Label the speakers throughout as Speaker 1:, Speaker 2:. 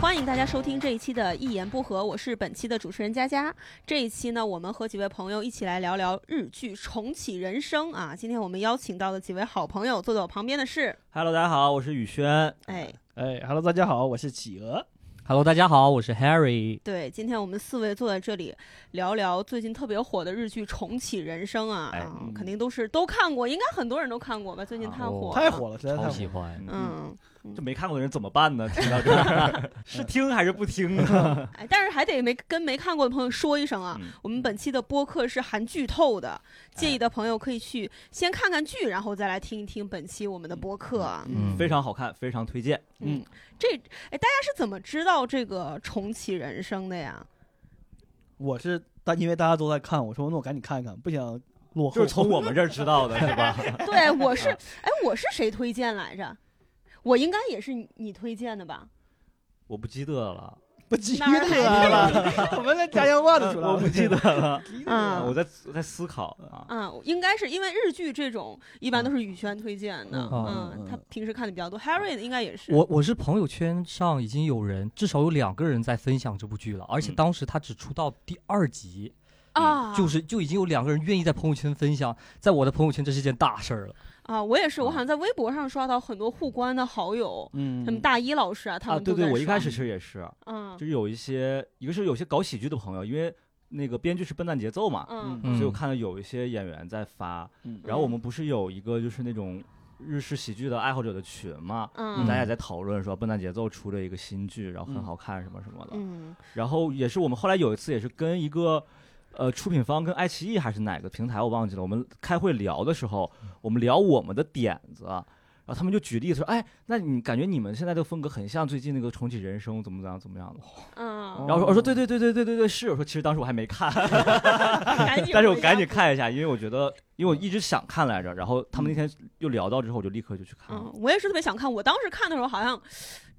Speaker 1: 欢迎大家收听这一期的《一言不合》，我是本期的主持人佳佳。这一期呢，我们和几位朋友一起来聊聊日剧《重启人生》啊。今天我们邀请到的几位好朋友，坐在我旁边的是，
Speaker 2: Hello，大家好，我是宇轩。
Speaker 1: 哎，
Speaker 3: 哎，Hello，大家好，我是企鹅。
Speaker 2: Hello，大家好，我是 Harry。
Speaker 1: 对，今天我们四位坐在这里聊聊最近特别火的日剧《重启人生》啊，
Speaker 2: 哎
Speaker 1: 啊
Speaker 3: 嗯
Speaker 1: 肯定都是都看过，应该很多人都看过吧？最近太
Speaker 2: 啊
Speaker 1: 火
Speaker 2: 我
Speaker 1: 了，
Speaker 3: 太火了，实在太
Speaker 2: 超
Speaker 3: 火
Speaker 2: 喜
Speaker 3: 了。
Speaker 2: 欢，
Speaker 1: 嗯，
Speaker 2: 这没看过的人怎么办呢？听到这儿是听还是不听呢？
Speaker 1: 哎，但是还得没跟没看过的朋友说一声啊，
Speaker 2: 嗯
Speaker 1: 我们本期的播客是含剧透的，介意的朋友可以去先看看剧，然后再来听一听本期我们的播客啊。
Speaker 3: 嗯
Speaker 2: 非常好看，非常推荐。
Speaker 1: 嗯，这哎，大家是怎么知道这个重启人生的呀？
Speaker 3: 我是大，因为大家都在看，我说那我赶紧看一看，不想落后。
Speaker 2: 就是从我们这儿知道的，是吧？
Speaker 1: 对，我是哎，我是谁推荐来着？我应该也是你你推荐的吧？
Speaker 2: 我不记得了，
Speaker 3: 不记得
Speaker 1: 哪儿来
Speaker 3: 了，我们这嗯家乡话都出来了。
Speaker 2: 我不 记得了，
Speaker 1: 啊
Speaker 2: 我在我在思考啊。
Speaker 1: 嗯，应该是因为日剧这种一般都是宇轩推荐的，
Speaker 4: 嗯
Speaker 3: 嗯嗯
Speaker 1: 他平时看的比较多。Harry 应该也是，
Speaker 4: 我我是朋友圈上已经有人，至少有两个人在分享这部剧了，而且
Speaker 2: 嗯
Speaker 4: 当时他只出到第二集，
Speaker 1: 啊，
Speaker 4: 就是就已经有两个人愿意在朋友圈分享，在我的朋友圈这是件大事儿了。
Speaker 1: 啊，我也是，我好像在微博上刷到很多互关的好友，
Speaker 3: 嗯
Speaker 1: 什么大一老师啊，他
Speaker 2: 啊，
Speaker 1: 们都
Speaker 2: 对
Speaker 1: 在
Speaker 2: 对，我一
Speaker 1: 刷
Speaker 2: 开始其实也是，
Speaker 1: 嗯
Speaker 2: 就是有一些，一个是有些搞喜剧的朋友，因为那个编剧是笨蛋节奏嘛，
Speaker 1: 嗯
Speaker 4: 嗯
Speaker 2: 所以我看到有一些演员在发，
Speaker 3: 嗯
Speaker 2: 然后我们不是有一个就是那种日式喜剧的爱好者的群嘛，
Speaker 1: 嗯
Speaker 2: 大家也在讨论说《笨蛋节奏》出了一个新剧，然后很好看什么什么的。
Speaker 1: 嗯
Speaker 2: 然后也是我们后来有一次也是跟一个。呃，出品方跟爱奇艺还是哪个平台我忘记了。我们开会聊的时候，我们聊我们的点子，然后他们就举例子说：“哎，那你感觉你们现在的风格很像最近那个重启人生，怎么怎么样怎么样的？”
Speaker 1: 嗯，
Speaker 2: 然后我说：“我说对对对对对对对，是。”我说：“其实当时我还没看，
Speaker 1: 赶紧
Speaker 2: 但是我
Speaker 1: 回家
Speaker 2: 赶紧。看一下，因为我觉得，因为我一直想看来着。然后他们那天又聊到之后，我就立刻就去看了。
Speaker 1: 嗯，我也是特别想看。我当时看的时候好像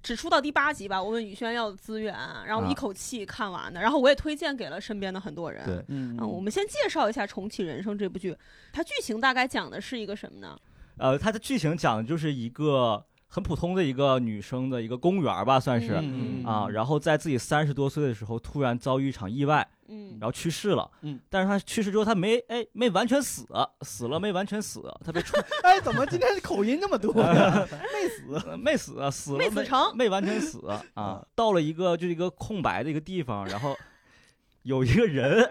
Speaker 1: 只出到第八集吧，我问宇轩要资源，然后我一
Speaker 2: 啊
Speaker 1: 口气看完的。然后我也推荐给了身边的很多人。
Speaker 2: 对
Speaker 3: 嗯
Speaker 1: 嗯，我们先介绍一下《重启人生》这部剧，它剧情大概讲的是一个什么呢？
Speaker 2: 呃，它的剧情讲的就是一个很普通的一个女生的一个公务员儿吧，算是、
Speaker 3: 嗯嗯
Speaker 2: 啊。然后在自己三十多岁的时候，突然遭遇一场意外，
Speaker 1: 嗯
Speaker 2: 然后去世了。
Speaker 3: 嗯，
Speaker 2: 但是她去世之后，她没哎没完全死，死了没完全死，她被处
Speaker 3: 哎，怎么今天口音这 么多呀？没死。
Speaker 2: 呃没死， 死了
Speaker 1: 没死成
Speaker 2: 没完全死啊。到了一个就是一个空白的一个地方，然后有一个人，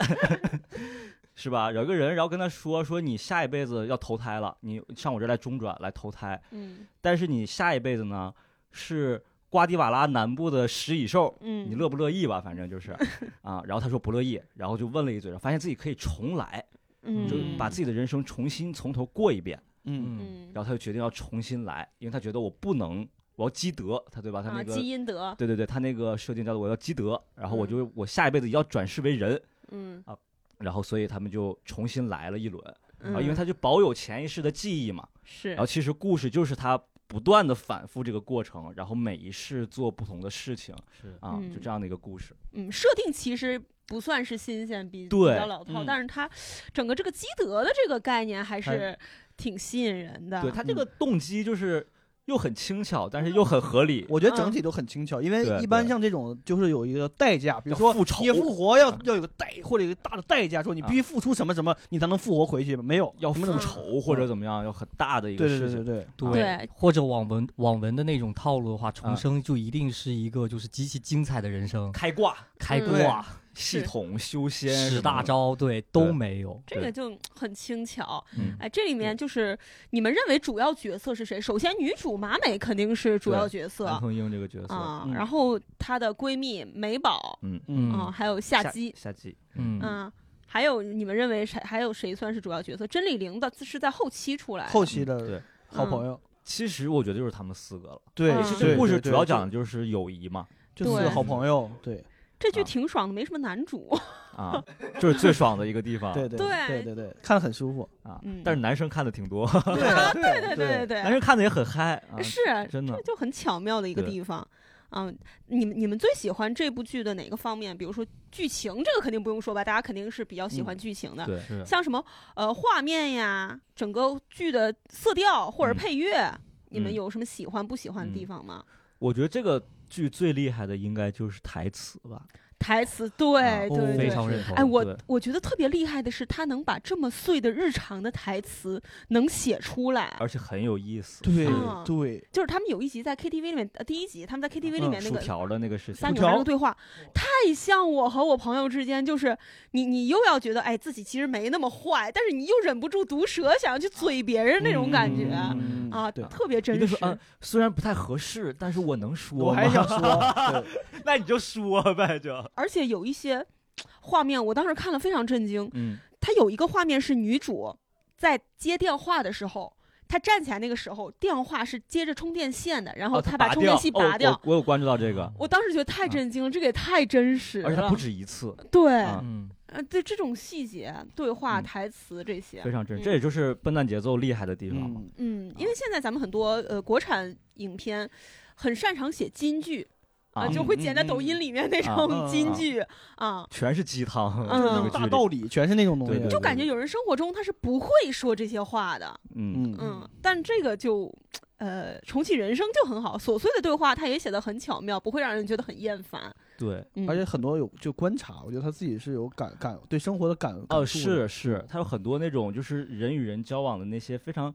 Speaker 2: 是吧？有一个人，然后跟他说说你下一辈子要投胎了，你上我这儿来中转来投胎，
Speaker 1: 嗯
Speaker 2: 但是你下一辈子呢是瓜迪瓦拉南部的食蚁兽。
Speaker 1: 嗯，
Speaker 2: 你乐不乐意吧？反正 就是，啊，然后他说不乐意，然后就问了一嘴，发现自己可以重来，
Speaker 1: 嗯
Speaker 2: 就把自己的人生重新从头过一遍。
Speaker 3: 嗯
Speaker 4: 嗯，
Speaker 1: 嗯
Speaker 2: 然后他就决定要重新来，因为他觉得我不能，我要积德，他对吧？他
Speaker 1: 啊
Speaker 2: 那个、
Speaker 1: 基因德
Speaker 2: 对对对，他那个设定叫做我要积德，然后我
Speaker 1: 嗯
Speaker 2: 就、我下一辈子要转世为人，
Speaker 1: 嗯
Speaker 2: 然后所以他们就重新来了一轮，
Speaker 1: 嗯，
Speaker 2: 啊，因为他就保有潜意识的记忆嘛，
Speaker 1: 是
Speaker 2: 然后其实故事就是他不断的反复这个过程，然后每一世做不同的事情
Speaker 4: 是
Speaker 2: 啊，就
Speaker 1: 嗯
Speaker 2: 这样的一个故事。
Speaker 1: 嗯，设定其实不算是新鲜，比比
Speaker 2: 对
Speaker 1: 较老套，
Speaker 3: 嗯
Speaker 1: 但是它整个这个积德的这个概念还是
Speaker 2: 还
Speaker 1: 挺吸引人
Speaker 3: 啊
Speaker 1: 的。
Speaker 2: 对他这个动机就是又很轻巧，但是又很合理。
Speaker 1: 嗯
Speaker 3: 我觉得整体都很轻巧，因为
Speaker 2: 对
Speaker 3: 一般
Speaker 2: 对
Speaker 3: 像这种就是有一个代价，比如
Speaker 2: 要
Speaker 3: 说
Speaker 2: 复仇啊
Speaker 3: 你复活要要有个代或者有一个大的代价，说你必须付出什么什么，你才能复活回去，没有
Speaker 2: 要复
Speaker 3: 什么都没有
Speaker 2: 仇或者怎么样，要很大的一个
Speaker 3: 对对
Speaker 2: 事
Speaker 3: 对对
Speaker 2: 情。
Speaker 3: 对，
Speaker 2: 啊
Speaker 1: 对
Speaker 4: 或者网文网文的那种套路的话，重
Speaker 2: 啊
Speaker 4: 生就一定是一个就是极其精彩的人生，
Speaker 2: 开挂、
Speaker 4: 开
Speaker 1: 嗯
Speaker 4: 挂、
Speaker 2: 系统、修仙什
Speaker 4: 使
Speaker 2: 么
Speaker 4: 大
Speaker 2: 的
Speaker 4: 招，对都
Speaker 2: 对
Speaker 4: 没有。
Speaker 1: 这个就很轻巧，
Speaker 2: 嗯
Speaker 1: 哎，这里面就是你们认为主要角色是谁？首先，女主马美肯定是主要角色
Speaker 2: 安
Speaker 1: 啊、
Speaker 2: 藤英这个角色，
Speaker 3: 嗯
Speaker 1: 然后她的闺蜜美宝，
Speaker 2: 嗯，
Speaker 1: 啊，还有夏姬，
Speaker 2: 夏季，
Speaker 4: 嗯嗯
Speaker 1: 嗯，还有你们认为谁？还有谁算是主要角色？真理玲的是在后期出来的，
Speaker 3: 后期
Speaker 2: 嗯
Speaker 3: 的
Speaker 2: 对
Speaker 3: 好朋友，
Speaker 2: 其实我觉得就是他们四个了。
Speaker 3: 对
Speaker 1: 嗯，
Speaker 3: 是
Speaker 2: 这
Speaker 3: 对
Speaker 2: 个故事
Speaker 3: 对
Speaker 2: 主
Speaker 3: 对
Speaker 2: 要
Speaker 3: 就
Speaker 2: 讲的就是友谊嘛，
Speaker 3: 就
Speaker 1: 对
Speaker 3: 是好朋友，对
Speaker 1: 这剧
Speaker 2: 啊
Speaker 1: 挺爽的，没什么男主。
Speaker 2: 啊， 这是最爽的一个地方。
Speaker 3: 啊对对
Speaker 1: 对
Speaker 3: 对对对，看得很舒服，
Speaker 2: 啊
Speaker 1: 嗯，
Speaker 2: 但是男生看的挺多，
Speaker 1: 啊对对对
Speaker 3: 对
Speaker 1: 对
Speaker 2: 男生看的也很嗨啊，
Speaker 1: 是
Speaker 2: 真的
Speaker 1: 这。就很巧妙的一个
Speaker 2: 对
Speaker 1: 地方。嗯，你们你们最喜欢这部剧的哪个方面？比如说剧情，这个肯定不用说吧，大家肯定是比较喜欢剧情的。
Speaker 2: 嗯对，
Speaker 4: 是
Speaker 1: 像什么呃画面呀，整个剧的色调或者
Speaker 2: 嗯
Speaker 1: 配乐，你们
Speaker 2: 嗯
Speaker 1: 有什么喜欢不喜欢的地方吗？
Speaker 2: 我觉得这个剧最厉害的应该就是台词吧，
Speaker 1: 台词，对
Speaker 2: 啊
Speaker 1: 对
Speaker 4: 非
Speaker 1: 对。
Speaker 4: 常认同。
Speaker 1: 哎，我
Speaker 2: 对
Speaker 1: 我觉得特别厉害的是，他能把这么碎的日常的台词能写出来，
Speaker 2: 而且很有意思。
Speaker 3: 对
Speaker 1: 嗯
Speaker 3: 对，
Speaker 1: 就是他们有一集在 KTV 里面，呃，第一集他们在 KTV 里面那
Speaker 2: 薯
Speaker 1: 个
Speaker 2: 条的那个事情
Speaker 1: 三，个
Speaker 3: 薯
Speaker 1: 人
Speaker 3: 条
Speaker 1: 的对话，太像我和我朋友之间，就是你你又要觉得哎自己其实没那么坏，但是你又忍不住毒舌，想要去嘴别人那种感觉、
Speaker 2: 嗯
Speaker 1: 啊，
Speaker 3: 对，
Speaker 1: 特别
Speaker 2: 一
Speaker 1: 真
Speaker 2: 定
Speaker 1: 实
Speaker 2: 说，。嗯，虽然不太合适，但是我能说吗，
Speaker 3: 我还 想说，对
Speaker 2: 那你就说呗，就，
Speaker 1: 而且有一些画面，我当时看了非常震惊。
Speaker 2: 嗯，
Speaker 1: 它有一个画面是女主在接电话的时候。她站起来那个时候，电话是接着充电线的，然后
Speaker 2: 哦
Speaker 1: 她
Speaker 2: 他
Speaker 1: 把充电器拔掉。嗯
Speaker 2: 哦我我有关注到这个，
Speaker 1: 我当时觉得太震惊了，这个也太真实
Speaker 2: 而且他
Speaker 3: 啊
Speaker 1: 了
Speaker 2: 不。止一次，
Speaker 1: 对，
Speaker 2: 啊
Speaker 4: 嗯，
Speaker 1: 呃，对这种细节、对话、
Speaker 2: 嗯
Speaker 1: 台词这些，
Speaker 2: 非常真
Speaker 1: 嗯
Speaker 2: 实，这也就是笨蛋节奏厉害的地方嘛。
Speaker 3: 嗯，
Speaker 1: 嗯，因为现在咱们很多呃国产影片很擅长写金句啊，
Speaker 2: 啊
Speaker 1: 就会剪在抖音里面那种
Speaker 3: 嗯嗯
Speaker 1: 金句啊，
Speaker 2: 全是鸡汤，
Speaker 1: 嗯
Speaker 2: 那个剧
Speaker 3: 大
Speaker 2: 里
Speaker 3: 道理全是那种东
Speaker 2: 对
Speaker 3: 西，
Speaker 2: 对
Speaker 1: 就感觉有人生活中他是不会说这些话的，
Speaker 2: 嗯，
Speaker 3: 嗯
Speaker 1: 嗯，但这个就呃重启人生就很好，琐碎的对话他也写的很巧妙，不会让人觉得很厌烦，
Speaker 2: 对，
Speaker 1: 嗯，
Speaker 3: 而且很多有就观察，我觉得他自己是有感感对生活的感感触
Speaker 2: 哦，
Speaker 3: 的
Speaker 2: 是是，他有很多那种就是人与人交往的那些非常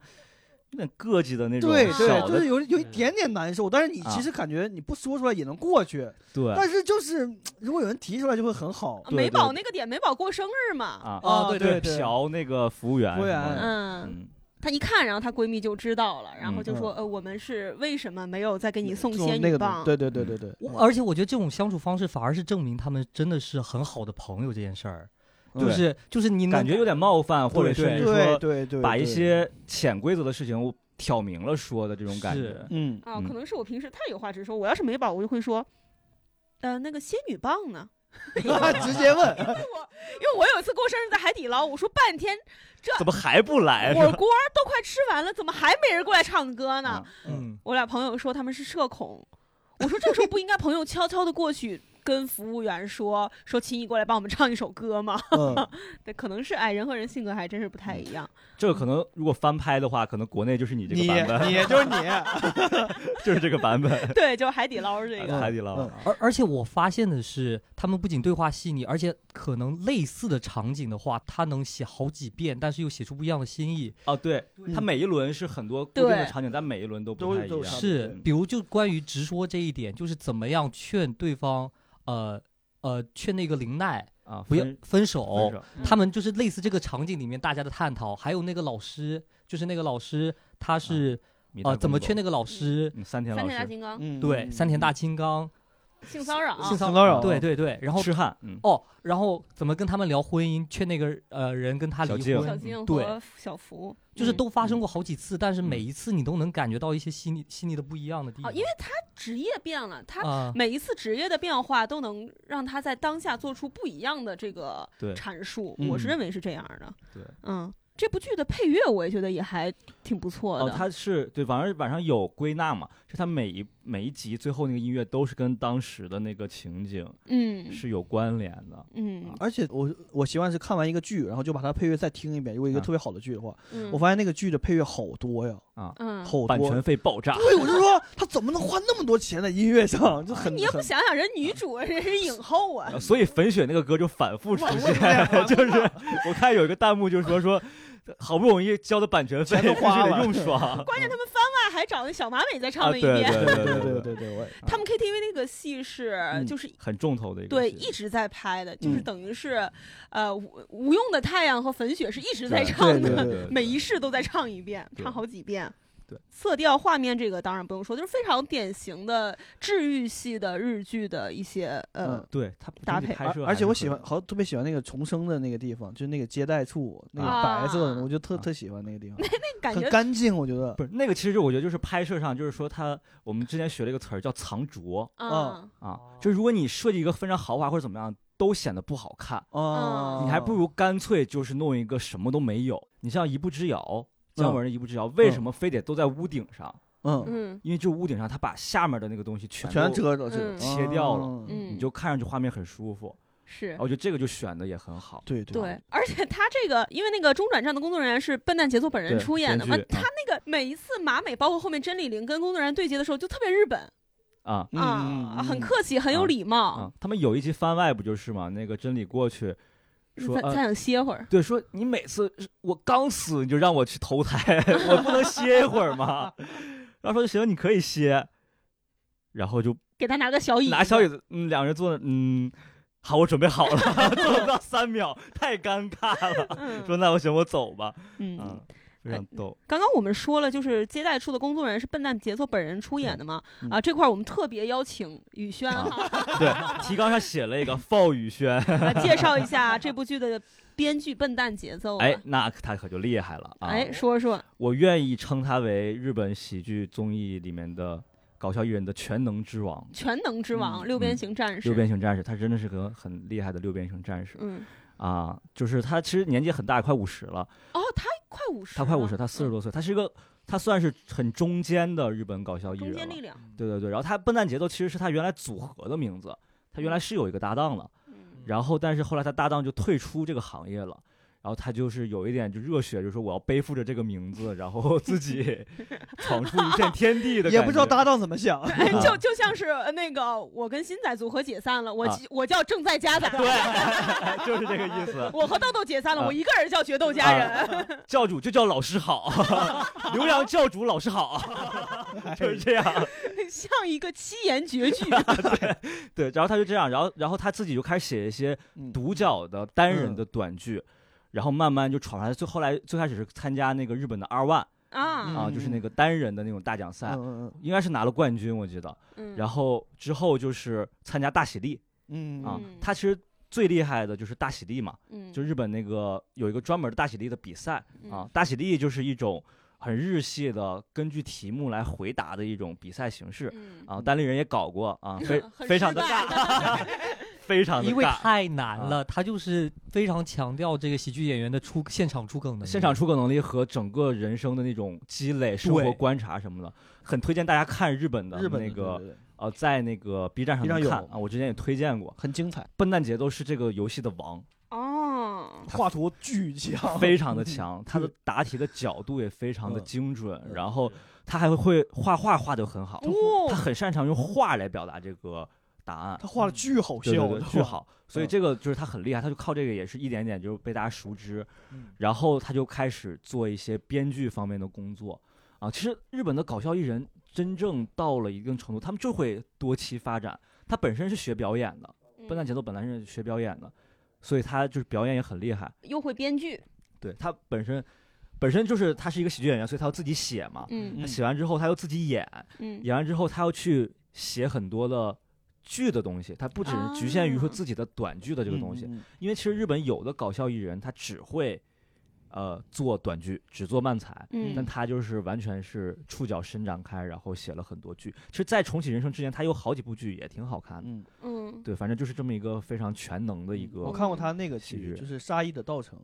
Speaker 2: 有点膈应的那种
Speaker 3: 对
Speaker 2: 小
Speaker 3: 对，就
Speaker 2: 的嗯
Speaker 3: 是，有有一点点难受，但是你
Speaker 2: 啊
Speaker 3: 其实感觉你不说出来也能过去，
Speaker 2: 对嗯
Speaker 3: 但是就是嗯如果有人提出来就会很好
Speaker 1: 啊。
Speaker 2: 对
Speaker 1: 美
Speaker 2: 对
Speaker 1: 宝那个点，美宝过生日嘛，
Speaker 2: 啊
Speaker 3: 啊对对对
Speaker 2: 嫖那个服务员
Speaker 3: 服务
Speaker 2: 什么
Speaker 3: 员
Speaker 2: 的，
Speaker 1: 嗯。
Speaker 2: 嗯，
Speaker 1: 她一看，然后她闺蜜就知道了，然后就
Speaker 3: 嗯
Speaker 1: 说：“呃，我们是为什么没有再给你送
Speaker 3: 就
Speaker 1: 仙
Speaker 3: 嗯那
Speaker 1: 女
Speaker 3: 个
Speaker 1: 棒
Speaker 3: 东？”对对对
Speaker 2: 嗯
Speaker 3: 对对，
Speaker 4: 我而且我觉得这种相处方式反而是证明他们真的是很好的朋友这件事儿，就
Speaker 3: 嗯
Speaker 2: 对
Speaker 4: 是就是你能
Speaker 2: 感觉有点冒犯，或者
Speaker 4: 对
Speaker 2: 甚
Speaker 4: 对
Speaker 2: 至
Speaker 3: 对
Speaker 2: 说
Speaker 3: 对对，
Speaker 2: 把一
Speaker 3: 对
Speaker 2: 些潜规则的事情我挑明了说的这种感觉
Speaker 4: 是，
Speaker 3: 嗯
Speaker 1: 啊，
Speaker 2: 嗯
Speaker 1: 可能是我平时太有话直说，我要是没宝，我就会说，呃，那个仙女棒呢？
Speaker 3: 直接问，
Speaker 1: 因为我有一次过生日在海底捞，我说半天
Speaker 2: 怎么还不来？
Speaker 1: 火锅都快吃完了，怎么还没人过来唱歌呢
Speaker 2: 啊？
Speaker 4: 嗯
Speaker 1: 我俩朋友说他们是社恐，我说这个时候不应该朋友悄悄的过去。跟服务员说说，请你过来帮我们唱一首歌吗？
Speaker 3: 嗯，
Speaker 1: 对，可能是哎，人和人性格还真是不太一样。
Speaker 2: 这个可能如果翻拍的话，可能国内就是你 这
Speaker 3: 你
Speaker 2: 个版 本，
Speaker 3: 你 就是你，
Speaker 2: 就是这个版本，
Speaker 1: 对，就是海底捞这个，
Speaker 2: 海底捞
Speaker 3: 嗯。
Speaker 4: 而而且我发现的是，他们不仅对话细腻，而且可能类似的场景的话，他能写好几遍，但是又写出不一样的新意。
Speaker 2: 哦，对，它
Speaker 3: 嗯
Speaker 2: 每一轮是很多固定
Speaker 1: 对
Speaker 2: 的场景，但每一轮都不
Speaker 3: 都
Speaker 2: 太一
Speaker 3: 都
Speaker 2: 样。嗯
Speaker 3: 差不多
Speaker 4: 是
Speaker 3: 对，
Speaker 4: 比如就关于直说这一点，就是怎么样劝对方，呃呃，劝那个林奈
Speaker 2: 啊，
Speaker 4: 不要哦
Speaker 2: 分
Speaker 4: 分手
Speaker 2: 分。手
Speaker 4: 他们就是类似这个场景里面大家的探讨，还有那个老师，就是那个老师
Speaker 2: 啊
Speaker 4: 他是
Speaker 2: 米
Speaker 4: 呃
Speaker 2: 大
Speaker 4: 怎么
Speaker 2: 公主
Speaker 4: 劝那个老师？
Speaker 2: 嗯三田
Speaker 1: 三
Speaker 2: 老
Speaker 1: 天大
Speaker 2: 师
Speaker 1: 金刚、
Speaker 3: 嗯
Speaker 4: 对，三田大金刚
Speaker 1: 性骚扰、
Speaker 4: 性
Speaker 3: 骚扰
Speaker 4: 对对对，然后
Speaker 2: 痴汉，嗯，
Speaker 4: 哦，然后怎么跟他们聊婚姻，劝那个呃人跟他
Speaker 2: 小
Speaker 4: 离
Speaker 2: 静
Speaker 1: 小
Speaker 4: 婚，
Speaker 1: 静
Speaker 4: 对
Speaker 1: 和小福，
Speaker 4: 就是
Speaker 1: 嗯
Speaker 4: 都发生过好几次，但是每一次你都能感觉到一些细腻细腻的不一样的地
Speaker 1: 哦，
Speaker 4: 方。
Speaker 1: 因为他职业变了，他
Speaker 4: 啊，
Speaker 1: 每一次职业的变化都能让他在当下做出不一样的这个
Speaker 2: 对
Speaker 1: 阐述，
Speaker 3: 嗯
Speaker 1: 我是认为是这样的。
Speaker 2: 对，
Speaker 1: 嗯，这部剧的配乐我也觉得也还挺不错的。
Speaker 2: 哦，他是对，晚上晚上有归纳嘛，就他每一每一集最后那个音乐都是跟当时的那个情景
Speaker 1: 嗯
Speaker 2: 是有关联的。
Speaker 1: 嗯
Speaker 3: 而且我我习惯是看完一个剧，然后就把它配乐再听一遍。如果一个
Speaker 2: 嗯
Speaker 3: 特别好的剧的话，
Speaker 1: 嗯，
Speaker 3: 我发现那个剧的配乐好多呀，
Speaker 1: 嗯，
Speaker 3: 好
Speaker 2: 版
Speaker 3: 多
Speaker 2: 权。费爆炸，
Speaker 3: 对，我就说他怎么能花那么多钱在音乐上，就很
Speaker 1: 你也不
Speaker 3: 很
Speaker 1: 想想，人女主人是影后啊
Speaker 2: 呃，所以粉雪那个歌就反复出现，就是我看有一个弹幕就说说，好不容易交的版权费
Speaker 3: 全都花
Speaker 2: 必须
Speaker 3: 了
Speaker 2: 得用爽
Speaker 1: 关键他们番外还找那小马尾再唱
Speaker 2: 啊
Speaker 1: 了一
Speaker 2: 对
Speaker 1: 遍。
Speaker 2: 对
Speaker 3: 对对对
Speaker 2: 对
Speaker 3: 对对， 我也
Speaker 1: 他们 KTV 那个戏是
Speaker 3: 嗯
Speaker 1: 就是
Speaker 2: 很重头的一个
Speaker 1: 对，
Speaker 2: 戏
Speaker 1: 一直在拍的，就是
Speaker 3: 嗯
Speaker 1: 等于是，呃，无无用的太阳和粉雪是一直在
Speaker 2: 对
Speaker 1: 唱
Speaker 3: 对
Speaker 1: 的
Speaker 3: 对，
Speaker 2: 对
Speaker 1: 每一世都在唱一遍，
Speaker 2: 对
Speaker 1: 唱好几遍。
Speaker 2: 对，
Speaker 1: 色调、画面这个当然不用说，就是非常典型的治愈系的日剧的一些呃
Speaker 3: 嗯，
Speaker 2: 对他不仅
Speaker 1: 搭
Speaker 2: 仅
Speaker 1: 配
Speaker 2: 拍摄
Speaker 3: 而而且
Speaker 2: 还
Speaker 3: 我
Speaker 2: 是
Speaker 3: 喜
Speaker 2: 很
Speaker 3: 欢，好特别喜欢那个重生的那个地方，就是那个接待处，那个
Speaker 1: 啊
Speaker 3: 白色的，我就特
Speaker 2: 啊
Speaker 3: 特喜欢那个地方，
Speaker 1: 感
Speaker 3: 很
Speaker 1: 觉
Speaker 3: 干净，我觉得
Speaker 2: 不是那个，其实我觉得就是拍摄上，就是说他我们之前学了一个词儿叫藏拙
Speaker 1: 啊
Speaker 3: 哦，
Speaker 2: 啊，就是如果你设计一个非常豪华或者怎么样，都显得不好看，
Speaker 1: 哦
Speaker 3: 啊，
Speaker 2: 你还不如干脆就是弄一个什么都没有。你像一步之遥，姜文的一步之遥，为什么非得都在屋顶上？
Speaker 3: 嗯
Speaker 1: 嗯
Speaker 2: 因为就屋顶上，他把下面的那个东西全
Speaker 3: 全
Speaker 2: 都
Speaker 3: 遮着
Speaker 1: 嗯
Speaker 3: 是
Speaker 2: 切掉了，
Speaker 3: 啊
Speaker 1: 嗯，
Speaker 2: 你就看上去画面很舒服。
Speaker 1: 是
Speaker 2: 我觉得这个就选的也很好。
Speaker 3: 对对
Speaker 1: 对，而且他这个因为那个中转站的工作人员是笨蛋节奏本人
Speaker 2: 对
Speaker 1: 出演的
Speaker 2: 编
Speaker 1: 嘛
Speaker 2: 剧，
Speaker 1: 他
Speaker 2: 啊
Speaker 1: 那个每一次马美包括后面真理玲跟工作人员对接的时候就特别日本。
Speaker 2: 啊
Speaker 3: 嗯嗯
Speaker 1: 啊，
Speaker 3: 嗯
Speaker 1: 很客气，很有
Speaker 2: 啊
Speaker 1: 礼貌。
Speaker 2: 啊！他们有一集番外不就是嘛？那个真理过去说，
Speaker 1: 咱咱
Speaker 2: 呃、
Speaker 1: 想歇会儿，
Speaker 2: 对，说你每次我刚死你就让我去投胎，我不能歇一会儿吗？ 然后说行，你可以歇，然后就
Speaker 1: 给他拿个小椅子，
Speaker 2: 拿小椅子，嗯，两个人坐那，嗯，好，我准备好了， 坐不到三秒，太尴尬了。
Speaker 1: 嗯。
Speaker 2: 说那我行，我走吧。
Speaker 1: 嗯，
Speaker 2: 嗯，非常逗。
Speaker 1: 刚刚我们说了，就是接待处的工作人员是笨蛋节奏本人出演的嘛？
Speaker 2: 嗯
Speaker 1: 啊，这块儿我们特别邀请宇轩 哈，
Speaker 2: 对，提纲上写了一个鲍 宇轩，
Speaker 1: 来介绍一下这部剧的编剧笨蛋节奏吧。
Speaker 2: 哎，那他可就厉害了
Speaker 1: 哦
Speaker 2: 啊！
Speaker 1: 哎，说说，
Speaker 2: 我愿意称他为日本喜剧综艺里面的搞笑艺人的全能之王，
Speaker 1: 全能之王、
Speaker 2: 嗯
Speaker 1: 六边形战士，
Speaker 2: 六边形战士，他真的是个很厉害的六边形战士
Speaker 1: 嗯，
Speaker 2: 啊！就是他其实年纪很大，快五十了，
Speaker 1: 哦，他快五十，
Speaker 2: 他快五十，他四十
Speaker 1: 嗯，
Speaker 2: 多岁，他是一个他算是很中间的日本搞笑艺
Speaker 1: 中
Speaker 2: 人
Speaker 1: 间
Speaker 2: 了
Speaker 1: 力。
Speaker 3: 嗯
Speaker 1: 量，
Speaker 2: 对对对，然后他笨蛋节奏其实是他原来组合的名字，他
Speaker 3: 嗯
Speaker 2: 原来是有一个搭档的，
Speaker 1: 嗯
Speaker 2: 然后但是后来他搭档就退出这个行业了，然后他就是有一点就热血，就说我要背负着这个名字，然后自 己闯出一片天地的，
Speaker 3: 也不知道搭档怎么 想。
Speaker 1: 哎，就就像是呃那个我跟新仔组合解散了，我
Speaker 2: 啊
Speaker 1: 我叫正在家仔，
Speaker 2: 对， 就是这个意思。
Speaker 1: 我和豆豆解散了，
Speaker 2: 啊
Speaker 1: 我一个人叫决斗家人，
Speaker 2: 教主就叫老师好， 刘洋教主老师好，就是这样。
Speaker 1: 像一个七言绝 句，
Speaker 2: 对，然后他就这样，然后然后他自己就开始写一些
Speaker 3: 嗯
Speaker 2: 独角的单人
Speaker 3: 嗯
Speaker 2: 的短剧，然后慢慢就闯出来。最后来最开始是参加那个日本的二万
Speaker 1: 啊，
Speaker 2: 啊，
Speaker 3: 嗯
Speaker 2: 就是那个单人的那种大奖赛，
Speaker 3: 嗯
Speaker 2: 应该是拿了冠军，我记得。
Speaker 1: 嗯，
Speaker 2: 然后之后就是参加大喜力
Speaker 3: 嗯
Speaker 2: 啊
Speaker 1: 嗯，
Speaker 2: 他其实最厉害的就是大喜力嘛，
Speaker 1: 嗯
Speaker 2: 就日本那个有一个专门的大喜力的比赛啊
Speaker 1: 嗯，
Speaker 2: 大喜力就是一种很日系的，根据题目来回答的一种比赛形式。
Speaker 1: 嗯
Speaker 2: 啊，单立人也搞过啊，非
Speaker 1: 很
Speaker 2: 非常的
Speaker 1: 失败
Speaker 2: 尬，非常的
Speaker 4: 因为
Speaker 2: 嗯尬。
Speaker 4: 太难了，他就是非常强调这个喜剧演员的出现场出梗能力。
Speaker 2: 现场出梗能力和整个人生的那种积累、生活
Speaker 3: 对
Speaker 2: 观察什么的，很推荐大家看日本的
Speaker 3: 日本
Speaker 2: 那
Speaker 3: 的
Speaker 2: 个
Speaker 3: 对对对
Speaker 2: 呃，在那个 B 站上
Speaker 3: B
Speaker 2: 能
Speaker 3: 站有
Speaker 2: 看啊，我之前也推荐过。
Speaker 3: 很精彩，
Speaker 2: 笨蛋节奏是这个游戏的王，
Speaker 1: 哦，
Speaker 3: 画图巨强，
Speaker 2: 非常的强，他的答题的角度也非常的
Speaker 3: 哦嗯
Speaker 2: 精准，然后他还会画画画的很好，他
Speaker 1: 哦，
Speaker 2: 很擅长用画来表达这个答案
Speaker 3: 他，画的嗯巨好
Speaker 2: 对
Speaker 3: 笑，
Speaker 2: 对对，巨好。所以这个就是他很厉害，他就靠这个也是一点点就是被大家熟知，
Speaker 3: 嗯。
Speaker 2: 然后他就开始做一些编剧方面的工作啊。其实日本的搞笑艺人真正到了一定程度，他们就会多期发展。他本身是学表演的，
Speaker 1: 嗯
Speaker 2: 笨蛋节奏本来是学表演的，所以他就是表演也很厉害。
Speaker 1: 嗯又会编剧，
Speaker 2: 对他本身本身就是他是一个喜剧演员，所以他要自己写嘛。
Speaker 1: 嗯
Speaker 2: 他写完之后，他又自己演，
Speaker 1: 嗯
Speaker 2: 演完之后他要去写很多的剧的东西，他不只是局限于说
Speaker 1: 啊
Speaker 2: 自己的短剧的这个东西。
Speaker 3: 嗯，嗯
Speaker 2: 因为其实日本有的搞笑艺人他只会，呃，做短剧，只做漫才，但
Speaker 1: 嗯
Speaker 2: 他就是完全是触角伸展开，然后写了很多剧。其实，在重启人生之前，他有好几部剧也挺好看的。
Speaker 3: 嗯，
Speaker 1: 嗯，
Speaker 2: 对，反正就是这么一个非常全能的一个
Speaker 3: 我看过他那个
Speaker 2: 喜
Speaker 3: 剧，
Speaker 2: 剧
Speaker 3: 就是《沙溢的道成》，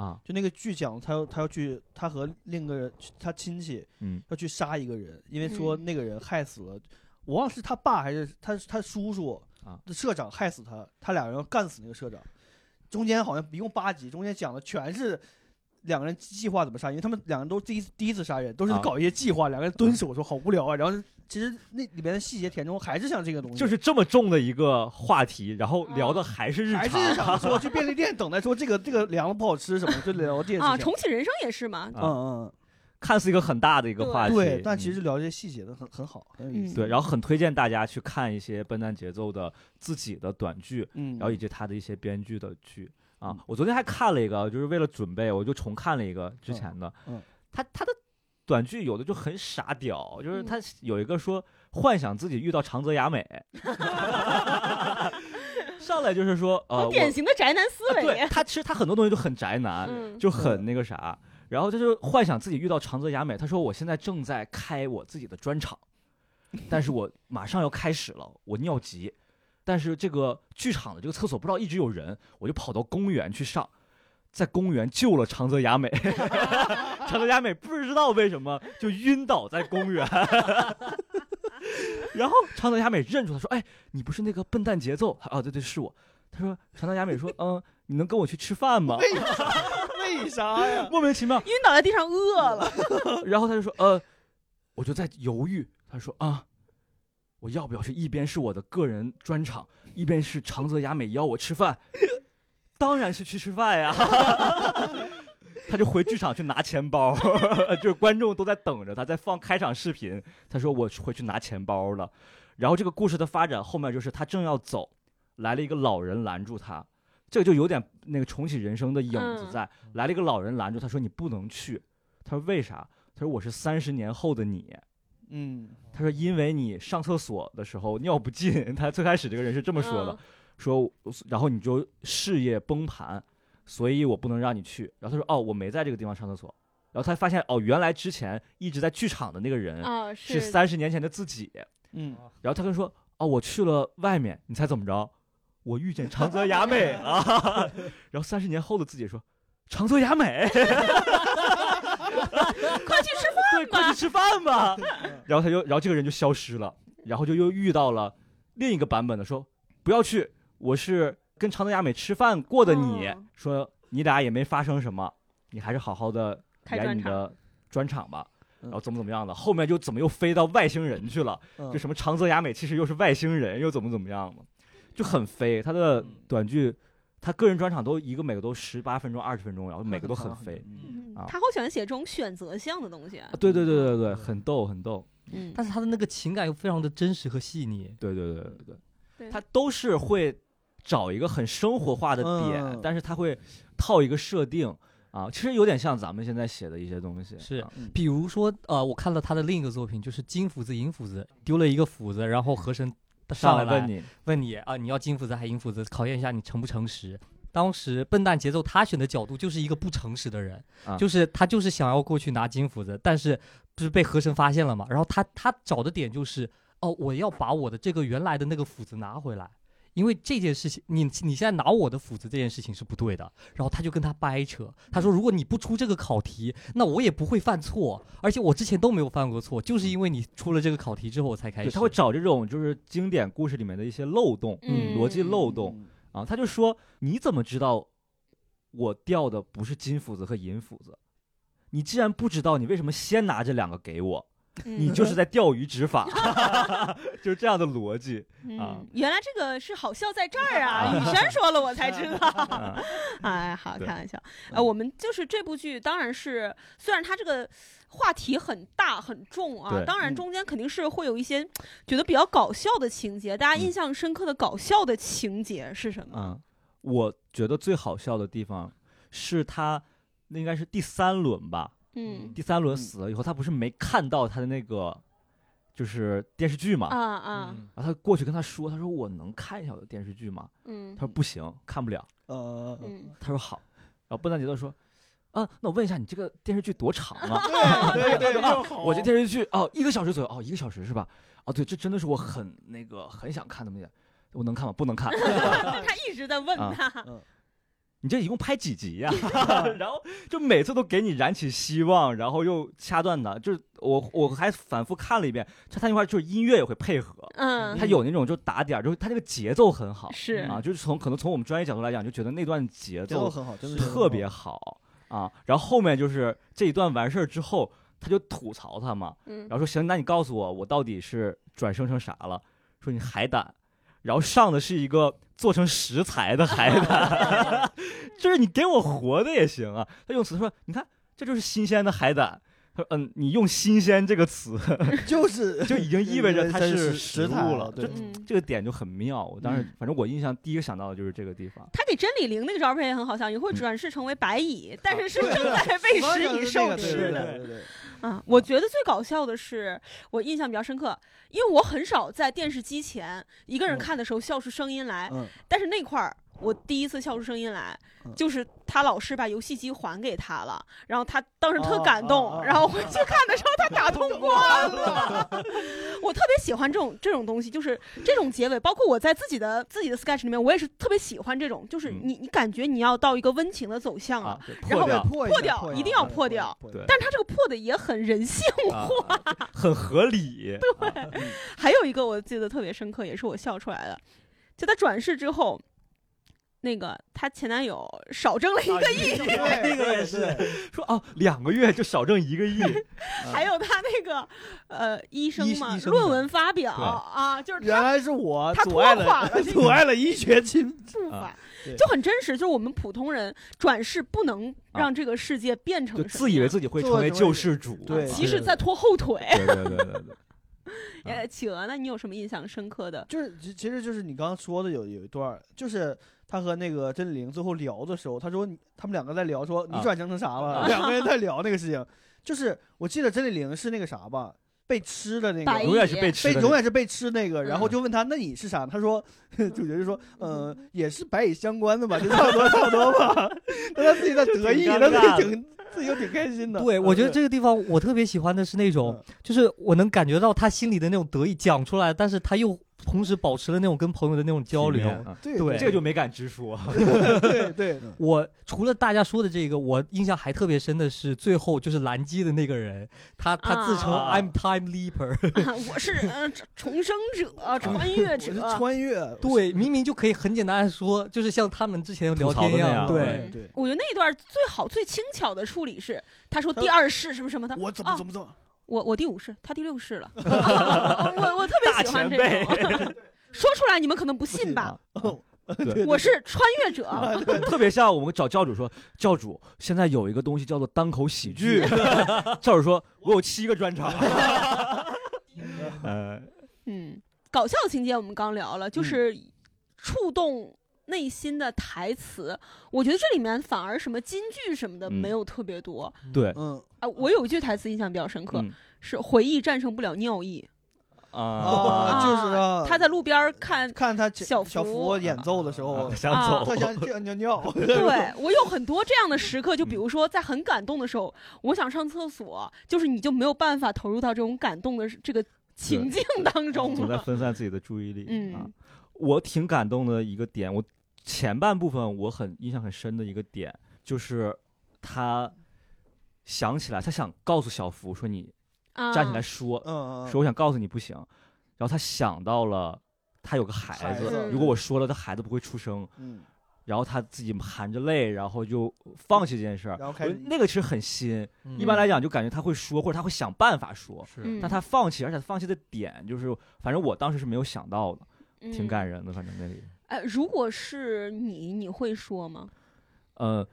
Speaker 2: 啊，
Speaker 3: 就那个剧讲他要他要去，他和另一个人，他亲戚
Speaker 2: 嗯
Speaker 3: 要去杀一个人，因为说
Speaker 1: 嗯
Speaker 3: 那个人害死了，我忘了是他爸还是他他叔叔
Speaker 2: 啊
Speaker 3: 社长害死他，他俩人要干死那个社长。中间好像一共八集，中间讲的全是两个人计划怎么杀，因为他们两个人都第一次第一次杀人，都是
Speaker 2: 啊
Speaker 3: 搞一些计划，两个人蹲守说好无聊啊。然后其实那里面的细节填充还是像这个东西，
Speaker 2: 就是这么重的一个话题，
Speaker 1: 嗯
Speaker 2: 然后聊的还是日
Speaker 3: 还
Speaker 2: 常。
Speaker 3: 是想说去便利店等待说这个这个凉的不好吃什么，就聊这些
Speaker 1: 啊，
Speaker 3: 事情
Speaker 1: 重。启人生也是嘛，
Speaker 2: 啊
Speaker 3: 嗯嗯
Speaker 2: 看似一个很大的一个
Speaker 1: 对
Speaker 2: 话
Speaker 3: 嗯，
Speaker 2: 题，
Speaker 3: 对，但
Speaker 2: 嗯
Speaker 3: 其实聊这些细节的很很好，很有意思。
Speaker 2: 对，然后很推荐大家去看一些笨蛋节奏的自己的短剧，
Speaker 3: 嗯，
Speaker 2: 然后以 及他的一些编剧的剧啊。我昨天还看了一个，就是为了准备，我就重看了一个之前的。
Speaker 3: 嗯嗯
Speaker 2: 他他的短剧有的就很傻屌，就是
Speaker 1: 嗯
Speaker 2: 他有一个说幻想自己遇到长泽 雅美，上来就是说呃，
Speaker 1: 好
Speaker 2: 我
Speaker 1: 典型的宅男思
Speaker 2: 啊对
Speaker 1: 维，
Speaker 2: 他其实他很多东西就很宅男，
Speaker 1: 嗯
Speaker 2: 就很那个啥。然后他就幻想自己遇到长泽雅美，他说我现在正在开我自己的专场，但是我马上要开始了，我尿急，但是这个剧场的这个厕所不知道一直有人，我就跑到公园去上，在公园救了长泽雅美，长泽雅美不知道为什么就晕倒在公园。 然后长泽雅美认出他说：“哎，你不是那个笨蛋节奏？”啊，对对，是我。他说：“长泽雅美说，嗯，你能跟我去吃饭吗？”
Speaker 3: 为啥呀？
Speaker 2: 莫名其妙。
Speaker 1: 晕倒在地上
Speaker 2: 嗯
Speaker 1: 饿了，
Speaker 2: 然后他就说，呃，我就在犹豫。他说啊，我要不要是一边是我的个人专场，一边是长泽雅美邀我吃饭？当然是去吃饭呀！ 他就回剧场去拿钱包， 就是观众都在等着他，在放开场视频。他说我回去拿钱包了。然后这个故事的发展后面就是他正要走，来了一个老人拦住他，这个就有点那个重启人生的影子在。来了一个老人拦住他说你不能去，他说为啥？他说我是三十年后的你。
Speaker 3: 嗯，
Speaker 2: 他说因为你上厕所的时候尿不尽， 他最开始这个人是这
Speaker 1: 这
Speaker 2: 么说的，说然后你就事业崩盘，所以我不能让你去。然后他说哦，我没在这个地方上厕所。然后他发现哦，原来之前一直在剧场的那个人
Speaker 1: 啊，
Speaker 2: 是三十年前的自己。
Speaker 3: 嗯，
Speaker 2: 然后他跟说哦，我去了外面，你猜怎么着？我遇见长泽雅美 了。然后三十年后的自己说，长泽雅美，
Speaker 1: 快去吃饭。
Speaker 2: 对，快去吃饭吧。然后他就，然后这个人就消失了，然后就又遇到了另一个版本的说，不要去，我是跟长泽雅美吃饭过的你，
Speaker 1: 嗯
Speaker 2: 说你俩也没发生什么，你还是好好的
Speaker 1: 开
Speaker 2: 演
Speaker 1: 专
Speaker 2: 你
Speaker 1: 场
Speaker 2: 的专场吧。
Speaker 3: 嗯
Speaker 2: 然后怎么怎么样的，后面就怎么又飞到外星人去了？
Speaker 3: 嗯
Speaker 2: 就什么长泽雅美其实又是外星人，又怎么怎么样嘛，就很飞。他的短剧，他个人专场都一个每个都十八分钟、二十分钟，然后每个都很飞。。
Speaker 3: 嗯
Speaker 1: 嗯
Speaker 2: 啊
Speaker 1: 他好喜欢写这种选择性的东西。
Speaker 2: 啊对对对对对，很逗很逗。
Speaker 1: 嗯，
Speaker 4: 但是他的那个情感又非常的真实和细腻。
Speaker 2: 对对对对
Speaker 1: 对
Speaker 2: 对，他都是会找一个很生活化的点，
Speaker 3: 嗯
Speaker 2: 但是他会套一个设定啊，其实有点像咱们现在写的一些东西。
Speaker 4: 是
Speaker 2: 啊
Speaker 3: 嗯
Speaker 4: 比如说，呃，我看了他的另一个作品，就是金斧子、银斧子，丢了一个斧子，然后河神上
Speaker 2: 上
Speaker 4: 来
Speaker 2: 来问
Speaker 4: 你
Speaker 2: 你，
Speaker 4: 问你啊，你要金斧子还是银斧子，考验一下你诚不诚实。当时笨蛋节奏他选的角度就是一个不诚实的人，
Speaker 2: 啊
Speaker 4: 就是他就是想要过去拿金斧子，但是不是被河神发现了嘛？然后他他找的点就是哦，我要把我的这个原来的那个斧子拿回来。因为这件事情，你你现在拿我的斧子这件事情是不对的，然后他就跟他掰扯，他说如果你不出这个考题，那我也不会犯错，而且我之前都没有犯过错，就是因为你出了这个考题之后我才开
Speaker 2: 对
Speaker 4: 始。
Speaker 2: 他会找这种就是经典故事里面的一些漏洞、
Speaker 1: 嗯
Speaker 2: 逻辑漏洞。
Speaker 3: 嗯
Speaker 2: 啊，他就说你怎么知道我掉的不是金斧子和银斧子？你既然不知道，你为什么先拿这两个给我？
Speaker 1: 嗯
Speaker 2: 你就是在钓鱼执法， 就是这样的逻辑
Speaker 1: 嗯
Speaker 2: 啊
Speaker 1: 原来这个是好笑在这儿 啊！雨轩说了，我才知道。
Speaker 2: 啊。
Speaker 1: 哎，好，开
Speaker 2: 对嗯
Speaker 1: 玩笑。呃，我们就是这部剧，当然是虽然它这个话题很大很重啊，
Speaker 2: 对
Speaker 1: 当然
Speaker 3: 嗯
Speaker 1: 中间肯定是会有一些觉得比较搞笑的情节。大家印
Speaker 2: 嗯
Speaker 1: 象深刻的搞笑的情节是什么？
Speaker 2: 嗯，我觉得最好笑的地方是他，那应该是第三轮吧。
Speaker 1: 嗯
Speaker 2: 第三轮
Speaker 3: 嗯
Speaker 2: 死了以后，他不是没看到他的那个就是电视剧嘛？
Speaker 1: 啊啊
Speaker 4: 嗯
Speaker 2: 然后他过去跟他说，他说我能看一下我的电视剧吗？
Speaker 1: 嗯
Speaker 2: 他说不行，看不了。
Speaker 3: 呃，
Speaker 1: 嗯，
Speaker 2: 他说好，然后笨蛋杰豆说，啊，那我问一下，你这个电视剧多长 啊？
Speaker 3: 对对对，
Speaker 2: 我这电视剧哦，一个小时左右，哦，一个小时是吧？哦，对，这真的是我很那个很想看的那个，我能看吗？不能看。
Speaker 1: 他一直在问
Speaker 2: 啊
Speaker 1: 他。
Speaker 2: 你这一共拍几集呀、然后就每次都给你燃起希望，然后又掐断的，就是我我还反复看了一遍，他那块儿就是音乐也会配合，
Speaker 1: 嗯，
Speaker 2: 他有那种就打点儿，就是他那个节奏很好
Speaker 1: 是
Speaker 2: 啊，就是从可能从我们专业角度来讲，就觉得那段节
Speaker 3: 节奏
Speaker 2: 奏
Speaker 3: 很好，真的
Speaker 2: 特别好啊。然后后面就是这一段完事儿之后，他就吐槽他嘛，
Speaker 1: 嗯
Speaker 2: 然后说行，那你告诉我，我到底是转生成啥了？说你海胆，然后上的是一个做成食材的海胆， 就是你给我活的也行啊。他用词说，你看这就是新鲜的海胆。他说嗯，你用“新鲜”这个词，
Speaker 3: 就是
Speaker 2: 就已经意味着它是食
Speaker 3: 食
Speaker 2: 物
Speaker 3: 材
Speaker 2: 了。
Speaker 3: 对
Speaker 2: 这
Speaker 1: 嗯
Speaker 2: 这个点就很妙。我当时
Speaker 3: 嗯
Speaker 2: 反正我印象第一个想到的就是这个地方。
Speaker 1: 他给真理玲那个照片也很好笑，也会
Speaker 2: 嗯
Speaker 1: 转世成为白蚁，但是是正在喂食蚁兽吃
Speaker 2: 对
Speaker 1: 的
Speaker 2: 对
Speaker 3: 对对，
Speaker 1: 啊。我觉得最搞笑的是，我印象比较深刻，因为我很少在电视机前一个人
Speaker 3: 嗯
Speaker 1: 看的时候笑出声音来，
Speaker 3: 嗯
Speaker 1: 但是那块儿我第一次笑出声音来，
Speaker 3: 嗯
Speaker 1: 就是他老师把游戏机还给他了，然后他当时特感
Speaker 3: 哦
Speaker 1: 动，
Speaker 3: 哦哦
Speaker 1: 然后回去看的时候他打 通关了。 我特别喜欢这种这种东西，就是这种结尾，包括我在自己的自己的 sketch 里面，我也是特别喜欢这种，就是
Speaker 2: 嗯
Speaker 1: 你你感觉你要到一个温情的走向了，
Speaker 2: 啊，对
Speaker 1: 嗯然后
Speaker 2: 破掉
Speaker 3: 破
Speaker 1: 破掉一定要破掉
Speaker 2: 对
Speaker 1: 但是他这个破的也很人性
Speaker 2: 啊
Speaker 1: 化。
Speaker 2: 很合理。啊
Speaker 1: 还有一个我记得特别深刻，也是我笑出来的，就他转世之后，那个她前男友少挣了一个 亿，
Speaker 2: 那个也是说哦，两个月就少挣一个亿，
Speaker 1: 还有她那个呃医生
Speaker 3: 医
Speaker 1: 嘛
Speaker 3: 医生
Speaker 1: 论
Speaker 3: 的
Speaker 1: 文发表
Speaker 2: 对
Speaker 1: 啊，就是
Speaker 3: 原
Speaker 1: 她
Speaker 3: 来是我
Speaker 1: 她
Speaker 3: 阻
Speaker 1: 拖
Speaker 3: 碍
Speaker 1: 垮了
Speaker 3: 了
Speaker 1: 这
Speaker 3: 阻碍了医学进
Speaker 1: 步伐
Speaker 2: 啊
Speaker 3: 对
Speaker 1: 就很真实，就是我们普通人转世不能
Speaker 2: 啊
Speaker 1: 让这个世界变成
Speaker 2: 就
Speaker 1: 什
Speaker 2: 自以
Speaker 1: 么
Speaker 2: 为
Speaker 1: 样
Speaker 2: 自己会
Speaker 3: 做
Speaker 2: 成为
Speaker 3: 成
Speaker 2: 救
Speaker 3: 为
Speaker 2: 世主，啊
Speaker 3: 对
Speaker 1: 其
Speaker 3: 对
Speaker 1: 实在拖后腿。
Speaker 2: 对对对对对，啊
Speaker 1: 呃，企鹅，那你有什么印象深刻的？
Speaker 3: 就是其其实就是你刚刚说的有有一段儿，就是他和那个真理玲最后聊的时候，他说你他们两个在聊说你
Speaker 2: 啊
Speaker 3: 转成成啥了，
Speaker 2: 啊
Speaker 3: 两个人在聊那个事情，就是我记得真理玲是那个啥吧，被吃的那
Speaker 1: 白
Speaker 2: 永
Speaker 3: 个。
Speaker 2: 远是被
Speaker 1: 蚁
Speaker 2: 吃
Speaker 3: 被
Speaker 2: 的
Speaker 3: 永
Speaker 2: 那
Speaker 3: 远是被吃那个，然后
Speaker 2: 嗯
Speaker 3: 就问他，那你是啥？他说， 主角就说，呃，也是白蚁相关 的吧，就差不多差不多吧。但 他自己在得意，
Speaker 2: 就挺尴
Speaker 3: 他自
Speaker 2: 尬
Speaker 3: 己
Speaker 2: 的
Speaker 3: 挺自己又挺开心的。嗯
Speaker 4: 对，我觉得这个地方我特别喜欢的是那种，就是我能感觉到他心里的那种得意讲出来，但是他又同时保持了那种跟朋友的那种交
Speaker 2: 体面
Speaker 4: 流。
Speaker 2: 啊
Speaker 3: 对
Speaker 4: 对
Speaker 2: 这个嗯就没敢直说，
Speaker 3: 对对，
Speaker 4: 我除了大家说的这个，我印象还特别深的是最后就是蓝姬的那个人，他他自称
Speaker 2: 啊
Speaker 4: I'm Time Leaper，、
Speaker 1: 啊我是呃重生者、穿越
Speaker 3: 我
Speaker 1: 者
Speaker 3: 是，穿越，
Speaker 4: 对，明明就可以很简单地说，就是像他们之前聊
Speaker 2: 吐槽
Speaker 4: 天一
Speaker 2: 的那样
Speaker 4: 对，
Speaker 3: 对，
Speaker 1: 我觉得那一段最好、最轻巧的处理是，他说
Speaker 3: 他
Speaker 1: 第二世什么什么的，
Speaker 3: 我怎么怎么
Speaker 1: 啊
Speaker 3: 怎么，
Speaker 1: 我我第五世，他第六世了。啊我我特别喜欢这种， 说出来你们可能不信吧？
Speaker 3: 哦
Speaker 2: 对
Speaker 1: 我是穿越者，
Speaker 2: 特别像我们找教主说，教主现在有一个东西叫做单口喜剧， 教主说我有七个专场， 呃，
Speaker 1: 嗯，搞笑情节我们刚聊了，就是触动。内心的台词，我觉得这里面反而什么金句什么的
Speaker 2: 嗯
Speaker 1: 没有特别多
Speaker 2: 对，
Speaker 3: 嗯
Speaker 1: 啊。我有一句台词印象比较深刻，
Speaker 2: 嗯
Speaker 1: 是“回忆战胜不了尿意”，
Speaker 3: 啊，就是啊，
Speaker 1: 他在路边儿看，
Speaker 3: 看他小
Speaker 1: 小
Speaker 3: 小
Speaker 1: 福
Speaker 3: 福演奏的时候，
Speaker 2: 想
Speaker 1: 啊
Speaker 2: 走
Speaker 3: 他， 想尿尿尿，
Speaker 1: 对我有很多这样的时刻，就比如说在很感动的时候，我想上厕所，就是你就没有办法投入到这种感动的这个情境当中
Speaker 2: 总在
Speaker 1: 了。
Speaker 2: 分散自己的注意力。
Speaker 1: 嗯
Speaker 2: 啊，我挺感动的一个点，我前半部分我很印象很深的一个点就是他想起来，他想告诉小福说你
Speaker 1: 啊，
Speaker 2: 站起来说，
Speaker 3: 嗯嗯，
Speaker 2: 说我想告诉你不行，然后他想到了他有个孩
Speaker 3: 孩
Speaker 2: 子，
Speaker 1: 子
Speaker 2: 如果我说了，他孩子不会出生，
Speaker 3: 嗯，
Speaker 2: 然后他自己含着泪，然后就放弃这件事儿。
Speaker 3: 然后
Speaker 2: 我
Speaker 3: 开
Speaker 2: 觉
Speaker 3: 始
Speaker 2: 得那个其实很新，
Speaker 4: 嗯
Speaker 2: 一般来讲就感觉他会说，或者他会想办法说，
Speaker 1: 嗯
Speaker 4: 是
Speaker 2: 但他放弃，而且他放弃的点就是，反正我当时是没有想到的，挺感人的。反正那里，
Speaker 1: 嗯。哎，如果是你，你会说吗？
Speaker 2: 呃，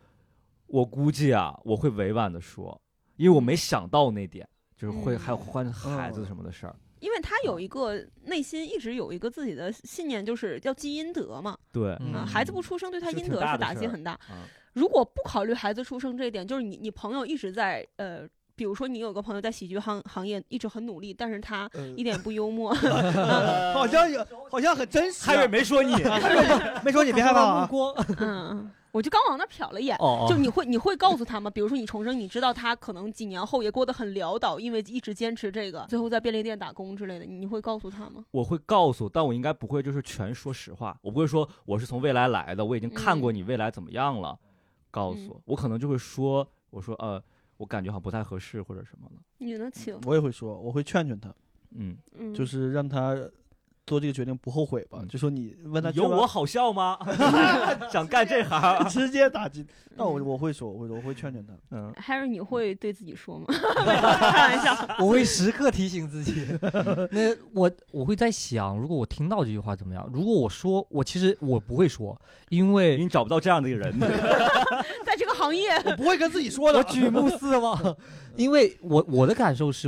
Speaker 2: 我估计啊，我会委婉的说，因为我没想到那点，就是会
Speaker 1: 嗯
Speaker 2: 还有关于孩子什么的事儿。
Speaker 1: 因为他有一个内心一直有一个自己的信念，就是要积阴德嘛。
Speaker 2: 对，
Speaker 4: 嗯
Speaker 1: 啊，孩子不出生对他
Speaker 2: 是
Speaker 1: 阴
Speaker 2: 挺
Speaker 1: 德
Speaker 2: 大
Speaker 1: 是
Speaker 2: 的
Speaker 1: 打
Speaker 2: 事
Speaker 1: 击
Speaker 2: 儿
Speaker 1: 很大。
Speaker 2: 啊
Speaker 1: 如果不考虑孩子出生这一点，就是你你朋友一直在呃，比如说你有个朋友在喜剧行行业一直很努力，但是他
Speaker 3: 呃
Speaker 1: 一点不幽默，
Speaker 2: 啊
Speaker 3: 好像有，好像很真实啊。
Speaker 2: 汉瑞没说你，
Speaker 3: 没说你别害怕啊
Speaker 4: 目，光哦
Speaker 1: 嗯，我就刚往那儿瞟了一眼。
Speaker 4: 哦，
Speaker 1: 就你会你会告诉他吗？比如说你重生，你知道他可能几年后也过得很潦倒，因为一直坚持这个，最后在便利店打工之类的，你会告诉他吗？
Speaker 2: 我会告诉，但我应该不会就是全说实话，我不会说我是从未来来的，我已经看
Speaker 1: 嗯
Speaker 2: 过你未来怎么样了，告诉我，我可能就会说，我说呃，我感觉好像不太合适或者什么的，
Speaker 1: 你呢，请，
Speaker 3: 我也会说，我会劝劝他，
Speaker 2: 嗯，
Speaker 1: 嗯，
Speaker 3: 就是让他做这个决定不后悔吧。
Speaker 2: 嗯
Speaker 3: 就说你啊问他
Speaker 2: 有
Speaker 3: 这玩
Speaker 2: 我好笑 吗？想干这行，
Speaker 3: 直接打击，那我
Speaker 1: 嗯
Speaker 3: 我会说，我会说，我会劝劝他。
Speaker 2: 嗯，
Speaker 1: Harry，你会对自己说吗？ 没有开玩笑，
Speaker 4: 我会时刻提醒自己。那我我会在想，如果我听到这句话怎么样？如果我说，我其实我不会说，因为
Speaker 2: 你找不到这样的一个人，
Speaker 1: 在这个行业，
Speaker 3: 我不会跟自己说
Speaker 4: 我
Speaker 3: 的，
Speaker 4: 举目四望， 因为我我的感受是，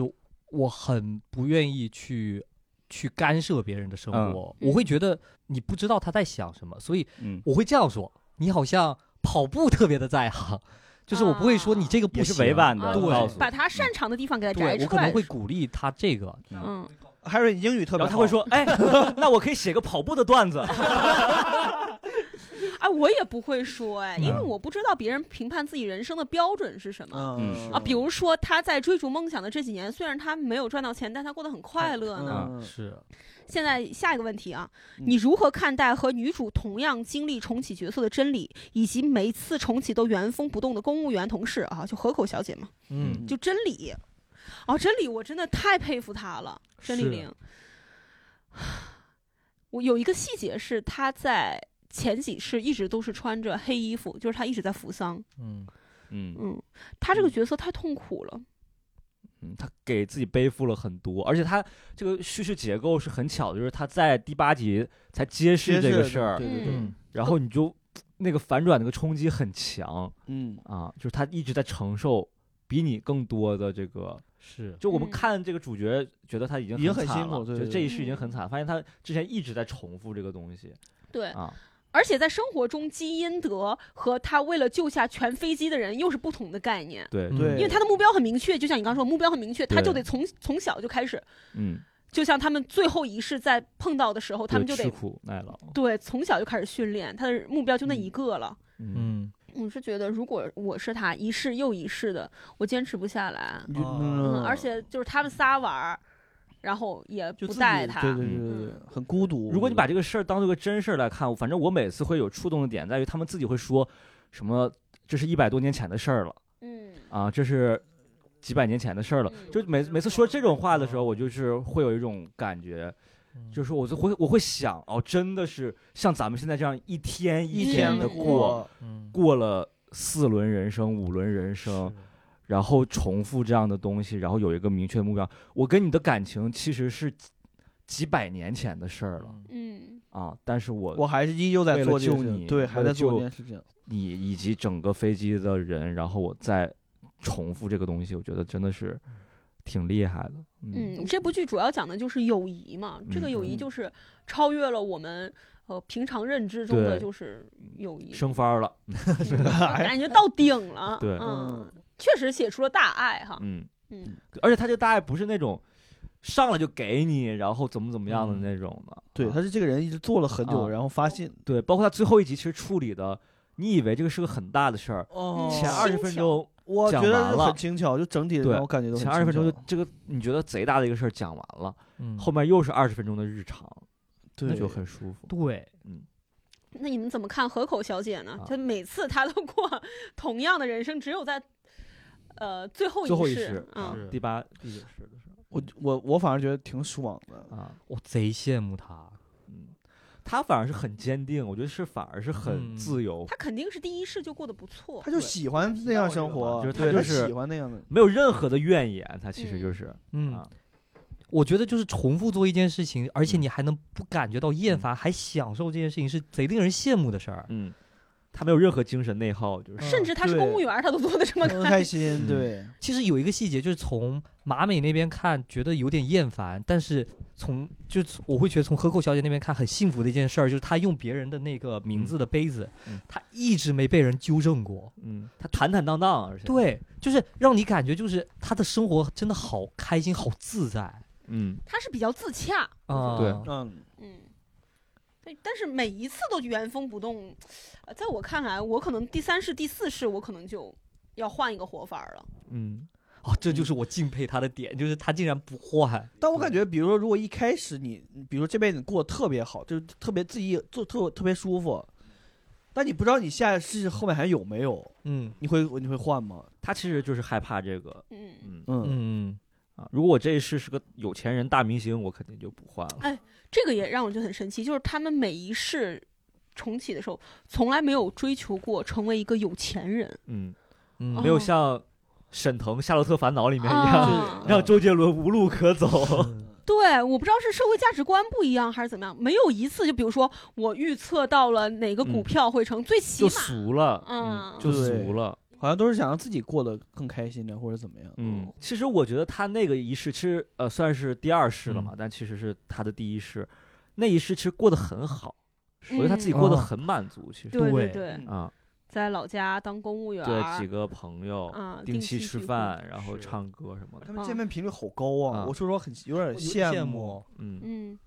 Speaker 4: 我很不愿意去去干涉别人的生活，
Speaker 1: 嗯
Speaker 4: 我会觉得你不知道他在想什么，所以
Speaker 2: 嗯，
Speaker 4: 我会这样说：你好像跑步特别的在行，就是我不会说你这个不
Speaker 2: 也
Speaker 4: 行，
Speaker 2: 是委婉的
Speaker 1: 啊
Speaker 4: 对
Speaker 2: 嗯告诉，
Speaker 1: 把他擅长的地方给他摘
Speaker 4: 对我
Speaker 1: 出
Speaker 4: 可能
Speaker 1: 来
Speaker 4: 会。鼓励他这个，
Speaker 1: 嗯，
Speaker 3: Harry 你英语特
Speaker 2: 然
Speaker 3: 别
Speaker 2: 后他
Speaker 3: 好，
Speaker 2: 会说，哎， 那我可以写个跑步的段子，
Speaker 1: 哎，我也不会说，哎，因为
Speaker 2: 嗯
Speaker 1: 我不知道别人评判自己人生的标准是什么。
Speaker 3: 嗯
Speaker 2: 嗯
Speaker 1: 啊，比如说他在追逐梦想的这几年，虽然他没有赚到钱，但他过得很快乐呢。
Speaker 3: 嗯
Speaker 4: 是
Speaker 1: 现在下一个问题啊，
Speaker 3: 嗯
Speaker 1: 你如何看待和女主同样经历重启角色的真理，以及每一次重启都原封不动的公务员同事啊，就河口小姐嘛，
Speaker 4: 嗯，
Speaker 1: 就真理。哦，真理，我真的太佩服她了，真理
Speaker 4: 是
Speaker 1: 玲。我有一个细节是她在前几世一直都是穿着黑衣服，就是他一直在扶丧。
Speaker 4: 嗯，
Speaker 2: 嗯
Speaker 1: 嗯，他这个角色太痛苦了。
Speaker 2: 嗯，他给自己背负了很多，而且他这个叙事结构是很巧的，就是他在第八集才揭示
Speaker 3: 揭
Speaker 2: 这
Speaker 3: 示
Speaker 2: 个
Speaker 3: 了
Speaker 2: 事儿
Speaker 3: 对，对对，
Speaker 4: 嗯
Speaker 2: 然后你就那个反转那个冲击很强
Speaker 3: 嗯，
Speaker 2: 啊，就是他一直在承受比你更多的这个，
Speaker 4: 是
Speaker 2: 就我们
Speaker 1: 嗯
Speaker 2: 看这个主角觉得他已经
Speaker 3: 已经很
Speaker 2: 惨
Speaker 3: 辛苦
Speaker 2: 了
Speaker 3: 对
Speaker 2: 觉得
Speaker 3: 对
Speaker 2: 这一
Speaker 1: 对
Speaker 2: 世已经很
Speaker 1: 嗯
Speaker 2: 惨，发现他之前一直在重复这个东西
Speaker 1: 对，
Speaker 2: 啊，
Speaker 1: 而且在生活中，基因德和他为了救下全飞机的人又是不同的概念。
Speaker 2: 对
Speaker 4: 嗯
Speaker 3: 对
Speaker 1: 因为他的目标很明确，就像你刚说，目标很明确，他
Speaker 2: 对
Speaker 1: 就得从从小就开始，
Speaker 2: 嗯，
Speaker 1: 就像他们最后一世在碰到的时候，他们就
Speaker 2: 对
Speaker 1: 得
Speaker 2: 吃苦耐劳，
Speaker 1: 对从小就开始训练，他的目标就那一个了。
Speaker 2: 嗯
Speaker 4: 嗯
Speaker 1: 我是觉得，如果我是他，一世又一世的，我坚持不下来。
Speaker 3: 你就
Speaker 4: 啊
Speaker 1: 嗯，
Speaker 3: 嗯，
Speaker 1: 而且就是他们仨玩儿，然后也不
Speaker 3: 就自己
Speaker 1: 带他。
Speaker 3: 对对对对对，很孤独。
Speaker 2: 如果你把这
Speaker 3: 个
Speaker 2: 个事儿当做个真事儿来看，反正我每次会有触动的点在于他们自己会说什么，这是一百多年前的事儿了
Speaker 1: 嗯，
Speaker 2: 啊，这是几百年前的事儿了。
Speaker 1: 嗯
Speaker 2: 就每每次说这种话的时候，我就是会有一种感觉，就是我就会我会想，哦，真的是像咱们现在这样一天
Speaker 3: 一
Speaker 2: 天
Speaker 3: 天
Speaker 2: 的
Speaker 3: 的
Speaker 2: 过，
Speaker 3: 过，
Speaker 4: 嗯
Speaker 2: 过了四轮人生、五轮人生，然后重复这样的东西，然后有一个明确的目标。我跟你的感情其实是几几百年前的事儿了
Speaker 1: 嗯，
Speaker 2: 啊，但是我
Speaker 3: 我还是依旧在
Speaker 2: 为了
Speaker 3: 做这个
Speaker 2: 救
Speaker 3: 事情
Speaker 2: 你为
Speaker 3: 对，还
Speaker 2: 了
Speaker 3: 在做
Speaker 2: 救
Speaker 3: 这件事情。
Speaker 2: 你以及整个飞机的人，然后我再重复这个东西，我觉得真的是挺厉害的。嗯
Speaker 1: 嗯，这部剧主要讲的就是友谊嘛，这个友谊
Speaker 3: 嗯
Speaker 1: 就是超越了我们呃平常认知中的
Speaker 2: 对
Speaker 1: 就是友谊，
Speaker 2: 升番了，
Speaker 1: 嗯感觉到顶了。
Speaker 2: 对
Speaker 1: 嗯，确实写出了大爱哈。
Speaker 2: 嗯
Speaker 1: 嗯，
Speaker 2: 而且他这个大爱不是那种上来就给你，然后怎么怎么样的那种的。
Speaker 3: 对，
Speaker 2: 啊
Speaker 3: 他是这个人一直做了很久，
Speaker 2: 啊
Speaker 3: 然后发现
Speaker 2: 对，包括他最后一集其实处理的，你以为这个是个很大的事儿，
Speaker 1: 哦
Speaker 2: 前
Speaker 1: 嗯
Speaker 2: 二十
Speaker 1: 轻
Speaker 2: 分
Speaker 1: 巧
Speaker 2: 钟，
Speaker 3: 我
Speaker 2: 讲
Speaker 3: 觉得
Speaker 2: 完
Speaker 3: 是
Speaker 2: 了
Speaker 3: 很轻巧，就整体
Speaker 2: 对
Speaker 3: 让我感觉都很
Speaker 2: 前二十分钟
Speaker 3: 轻
Speaker 2: 就
Speaker 3: 巧
Speaker 2: 这个你觉得贼大的一个事儿讲完了，
Speaker 4: 嗯
Speaker 2: 后面又是二十分钟的日常，那
Speaker 3: 对
Speaker 2: 就很舒服。
Speaker 4: 对
Speaker 1: 那你们怎么看河口小姐呢
Speaker 2: 啊？
Speaker 1: 她每次她都过同样的人生，只有在呃最后
Speaker 2: 最后一
Speaker 1: 世
Speaker 2: 世，
Speaker 1: 啊
Speaker 4: 是
Speaker 2: 第八、第九世的时
Speaker 3: 我我我反而觉得挺爽的。
Speaker 2: 候啊，
Speaker 4: 我贼羡慕他，
Speaker 2: 嗯，他反而是很坚定，我觉得是反而是很
Speaker 4: 嗯
Speaker 2: 自由，
Speaker 1: 她肯定是第一世就过得不错。
Speaker 3: 他就喜欢那样生活，
Speaker 2: 就是他
Speaker 3: 对
Speaker 2: 就
Speaker 3: 他
Speaker 2: 是
Speaker 3: 喜欢那 样的。
Speaker 2: 没有任何的怨言，他其实就
Speaker 1: 嗯
Speaker 2: 是、
Speaker 4: 嗯
Speaker 2: 啊，，
Speaker 4: 我觉得就是重复做一件事情，而且
Speaker 2: 嗯
Speaker 4: 你还能不感觉到厌烦，还享受这件事情，是贼令人羡慕的事儿。
Speaker 2: 嗯，他没有任何精神内耗，就是、
Speaker 1: 甚至她是
Speaker 3: 对
Speaker 1: 公务员，她都做的这么
Speaker 3: 很开
Speaker 1: 开心。
Speaker 2: 嗯
Speaker 3: 心，对，
Speaker 4: 其实有一个细节，就是从马美那边看觉得有点厌烦，但是从就是我会觉得从河口小姐那边看很幸福的一件事儿，就是她用别人的那个名字的杯子
Speaker 2: 嗯，
Speaker 4: 她一直没被人纠正过。
Speaker 2: 嗯，他坦坦荡荡，而且，
Speaker 4: 对，就是让你感觉就是她的生活真的好开心，好自在
Speaker 2: 嗯，
Speaker 1: 她是比较自洽，
Speaker 4: 啊。
Speaker 2: 对
Speaker 3: 嗯，
Speaker 1: 嗯，对，但是每一次都原封不动。呃在我看来，我可能第三世、第四世，我可能就要换一个活法儿了。
Speaker 2: 嗯，
Speaker 4: 哦，这就是我敬佩她的点，就是她竟然不换。
Speaker 3: 但我感觉，比如说，如果一开始你，比如说这辈子你过得特别好，就是特别自己做特特别舒服，但你不知道你下世后面还有没有，
Speaker 4: 嗯
Speaker 3: 你会你会换吗？
Speaker 2: 他其实就是害怕这个，
Speaker 1: 嗯，
Speaker 2: 嗯
Speaker 3: 嗯，
Speaker 4: 嗯
Speaker 2: 啊，如果我这一世是个有钱人大明星，我肯定就不换了。
Speaker 1: 这个也让我觉得很神奇，就是他们每一世重启的时候，从来没有追求过成为一个有钱人。
Speaker 2: 嗯，
Speaker 4: 嗯
Speaker 1: 哦
Speaker 2: 没有像沈腾《夏洛特烦恼》里面一样，
Speaker 1: 啊
Speaker 2: 让周杰伦无路可走。
Speaker 1: 对，我不知道是社会价值观不一样还是怎么样，没有一次就比如说我预测到了哪个股
Speaker 2: 嗯
Speaker 1: 票会成，最起
Speaker 2: 就
Speaker 1: 码
Speaker 2: 俗了，
Speaker 1: 嗯
Speaker 2: 就
Speaker 3: 对
Speaker 2: 俗了，
Speaker 3: 好像都是想让自己过得更开心的，或者怎么样。
Speaker 1: 哦
Speaker 2: 嗯。其实我觉得他那个仪式，其实呃算是第二世了嘛，但其实是他的第一世，那一世其实过得很好，我觉得他自己
Speaker 1: 嗯
Speaker 2: 过得很满足，其实
Speaker 1: 对
Speaker 4: 对
Speaker 1: 对，
Speaker 2: 啊，
Speaker 1: 嗯在老家当公务员儿，
Speaker 2: 对几个朋友
Speaker 1: 啊
Speaker 2: 定
Speaker 1: 定
Speaker 2: 期
Speaker 1: 期
Speaker 2: 吃
Speaker 1: 聚会
Speaker 2: 饭，然后
Speaker 4: 是
Speaker 2: 唱歌什么的
Speaker 3: 他，们见面频率好高啊！
Speaker 2: 啊
Speaker 3: 我说实话，很有点羡
Speaker 4: 羡
Speaker 3: 慕。
Speaker 4: 慕，
Speaker 2: 嗯，
Speaker 1: 嗯，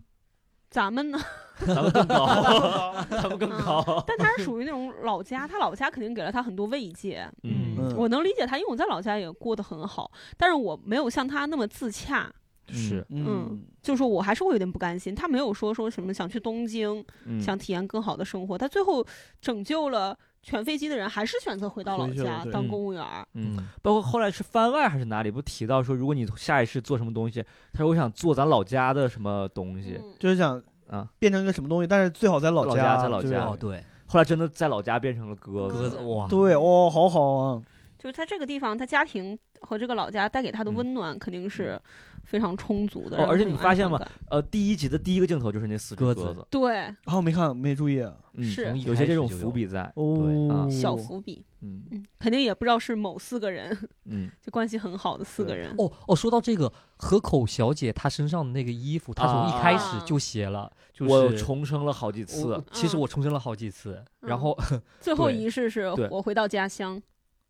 Speaker 1: 咱们呢？
Speaker 2: 咱们更高， 咱们更 高，
Speaker 1: 但他是属于那种老家，他老家肯定给了他很多慰藉。
Speaker 2: 嗯
Speaker 4: 嗯
Speaker 1: 我能理解他，因为我在老家也过得很好，但是我没有像他那么自洽，
Speaker 2: 是，
Speaker 1: 嗯就是说我还是会有点不甘心。他没有说说什么想去东京，
Speaker 2: 嗯
Speaker 1: 想体验更好的生活，他最后拯救了全飞机的人，还是选择回到老
Speaker 3: 回去了
Speaker 1: 家
Speaker 3: 对
Speaker 1: 当
Speaker 2: 嗯
Speaker 1: 公务员儿。
Speaker 2: 嗯，包括后来是番外还是哪里，不提到说，如果你下一世做什么东西，他说我想做咱老家的什么东西
Speaker 1: 嗯
Speaker 3: 就是想
Speaker 5: 啊，
Speaker 3: 变成一个什么东西，但是最好在老
Speaker 2: 老
Speaker 3: 家，
Speaker 2: 家在老
Speaker 3: 对啊
Speaker 2: 家
Speaker 4: 哦，对，
Speaker 2: 后来真的在老家变成了鸽
Speaker 4: 鸽
Speaker 2: 子，
Speaker 4: 子哇，
Speaker 3: 对哦，好好啊，
Speaker 1: 就是他这个地方，他家庭和这个老家带给他的温暖肯定是非常充足的。
Speaker 2: 嗯哦而且你发现吗
Speaker 1: 吗？
Speaker 2: 呃，第一集的第一个镜头就是那四只
Speaker 4: 鸽
Speaker 2: 鸽
Speaker 4: 子
Speaker 2: 子，
Speaker 1: 对，
Speaker 3: 然哦后没看没注意啊
Speaker 5: 嗯
Speaker 1: 是
Speaker 4: 从一
Speaker 2: 有些这种
Speaker 4: 开始就
Speaker 2: 伏笔在。
Speaker 5: 对啊
Speaker 3: 哦，
Speaker 1: 小伏笔，
Speaker 5: 嗯
Speaker 1: 嗯，肯定也不知道是某四个人，
Speaker 5: 嗯，
Speaker 1: 就关系很好的四个人。
Speaker 4: 有。哦哦，说到这个河口小姐她身上的那个衣服，她从
Speaker 3: 啊
Speaker 4: 一开始就写了，就是
Speaker 2: 我重生了好几
Speaker 4: 我
Speaker 2: 次，
Speaker 4: 其实
Speaker 1: 嗯
Speaker 4: 我重生了好几次，然后
Speaker 1: 最后
Speaker 4: 对
Speaker 1: 仪式是
Speaker 2: 对
Speaker 1: 我回到家乡，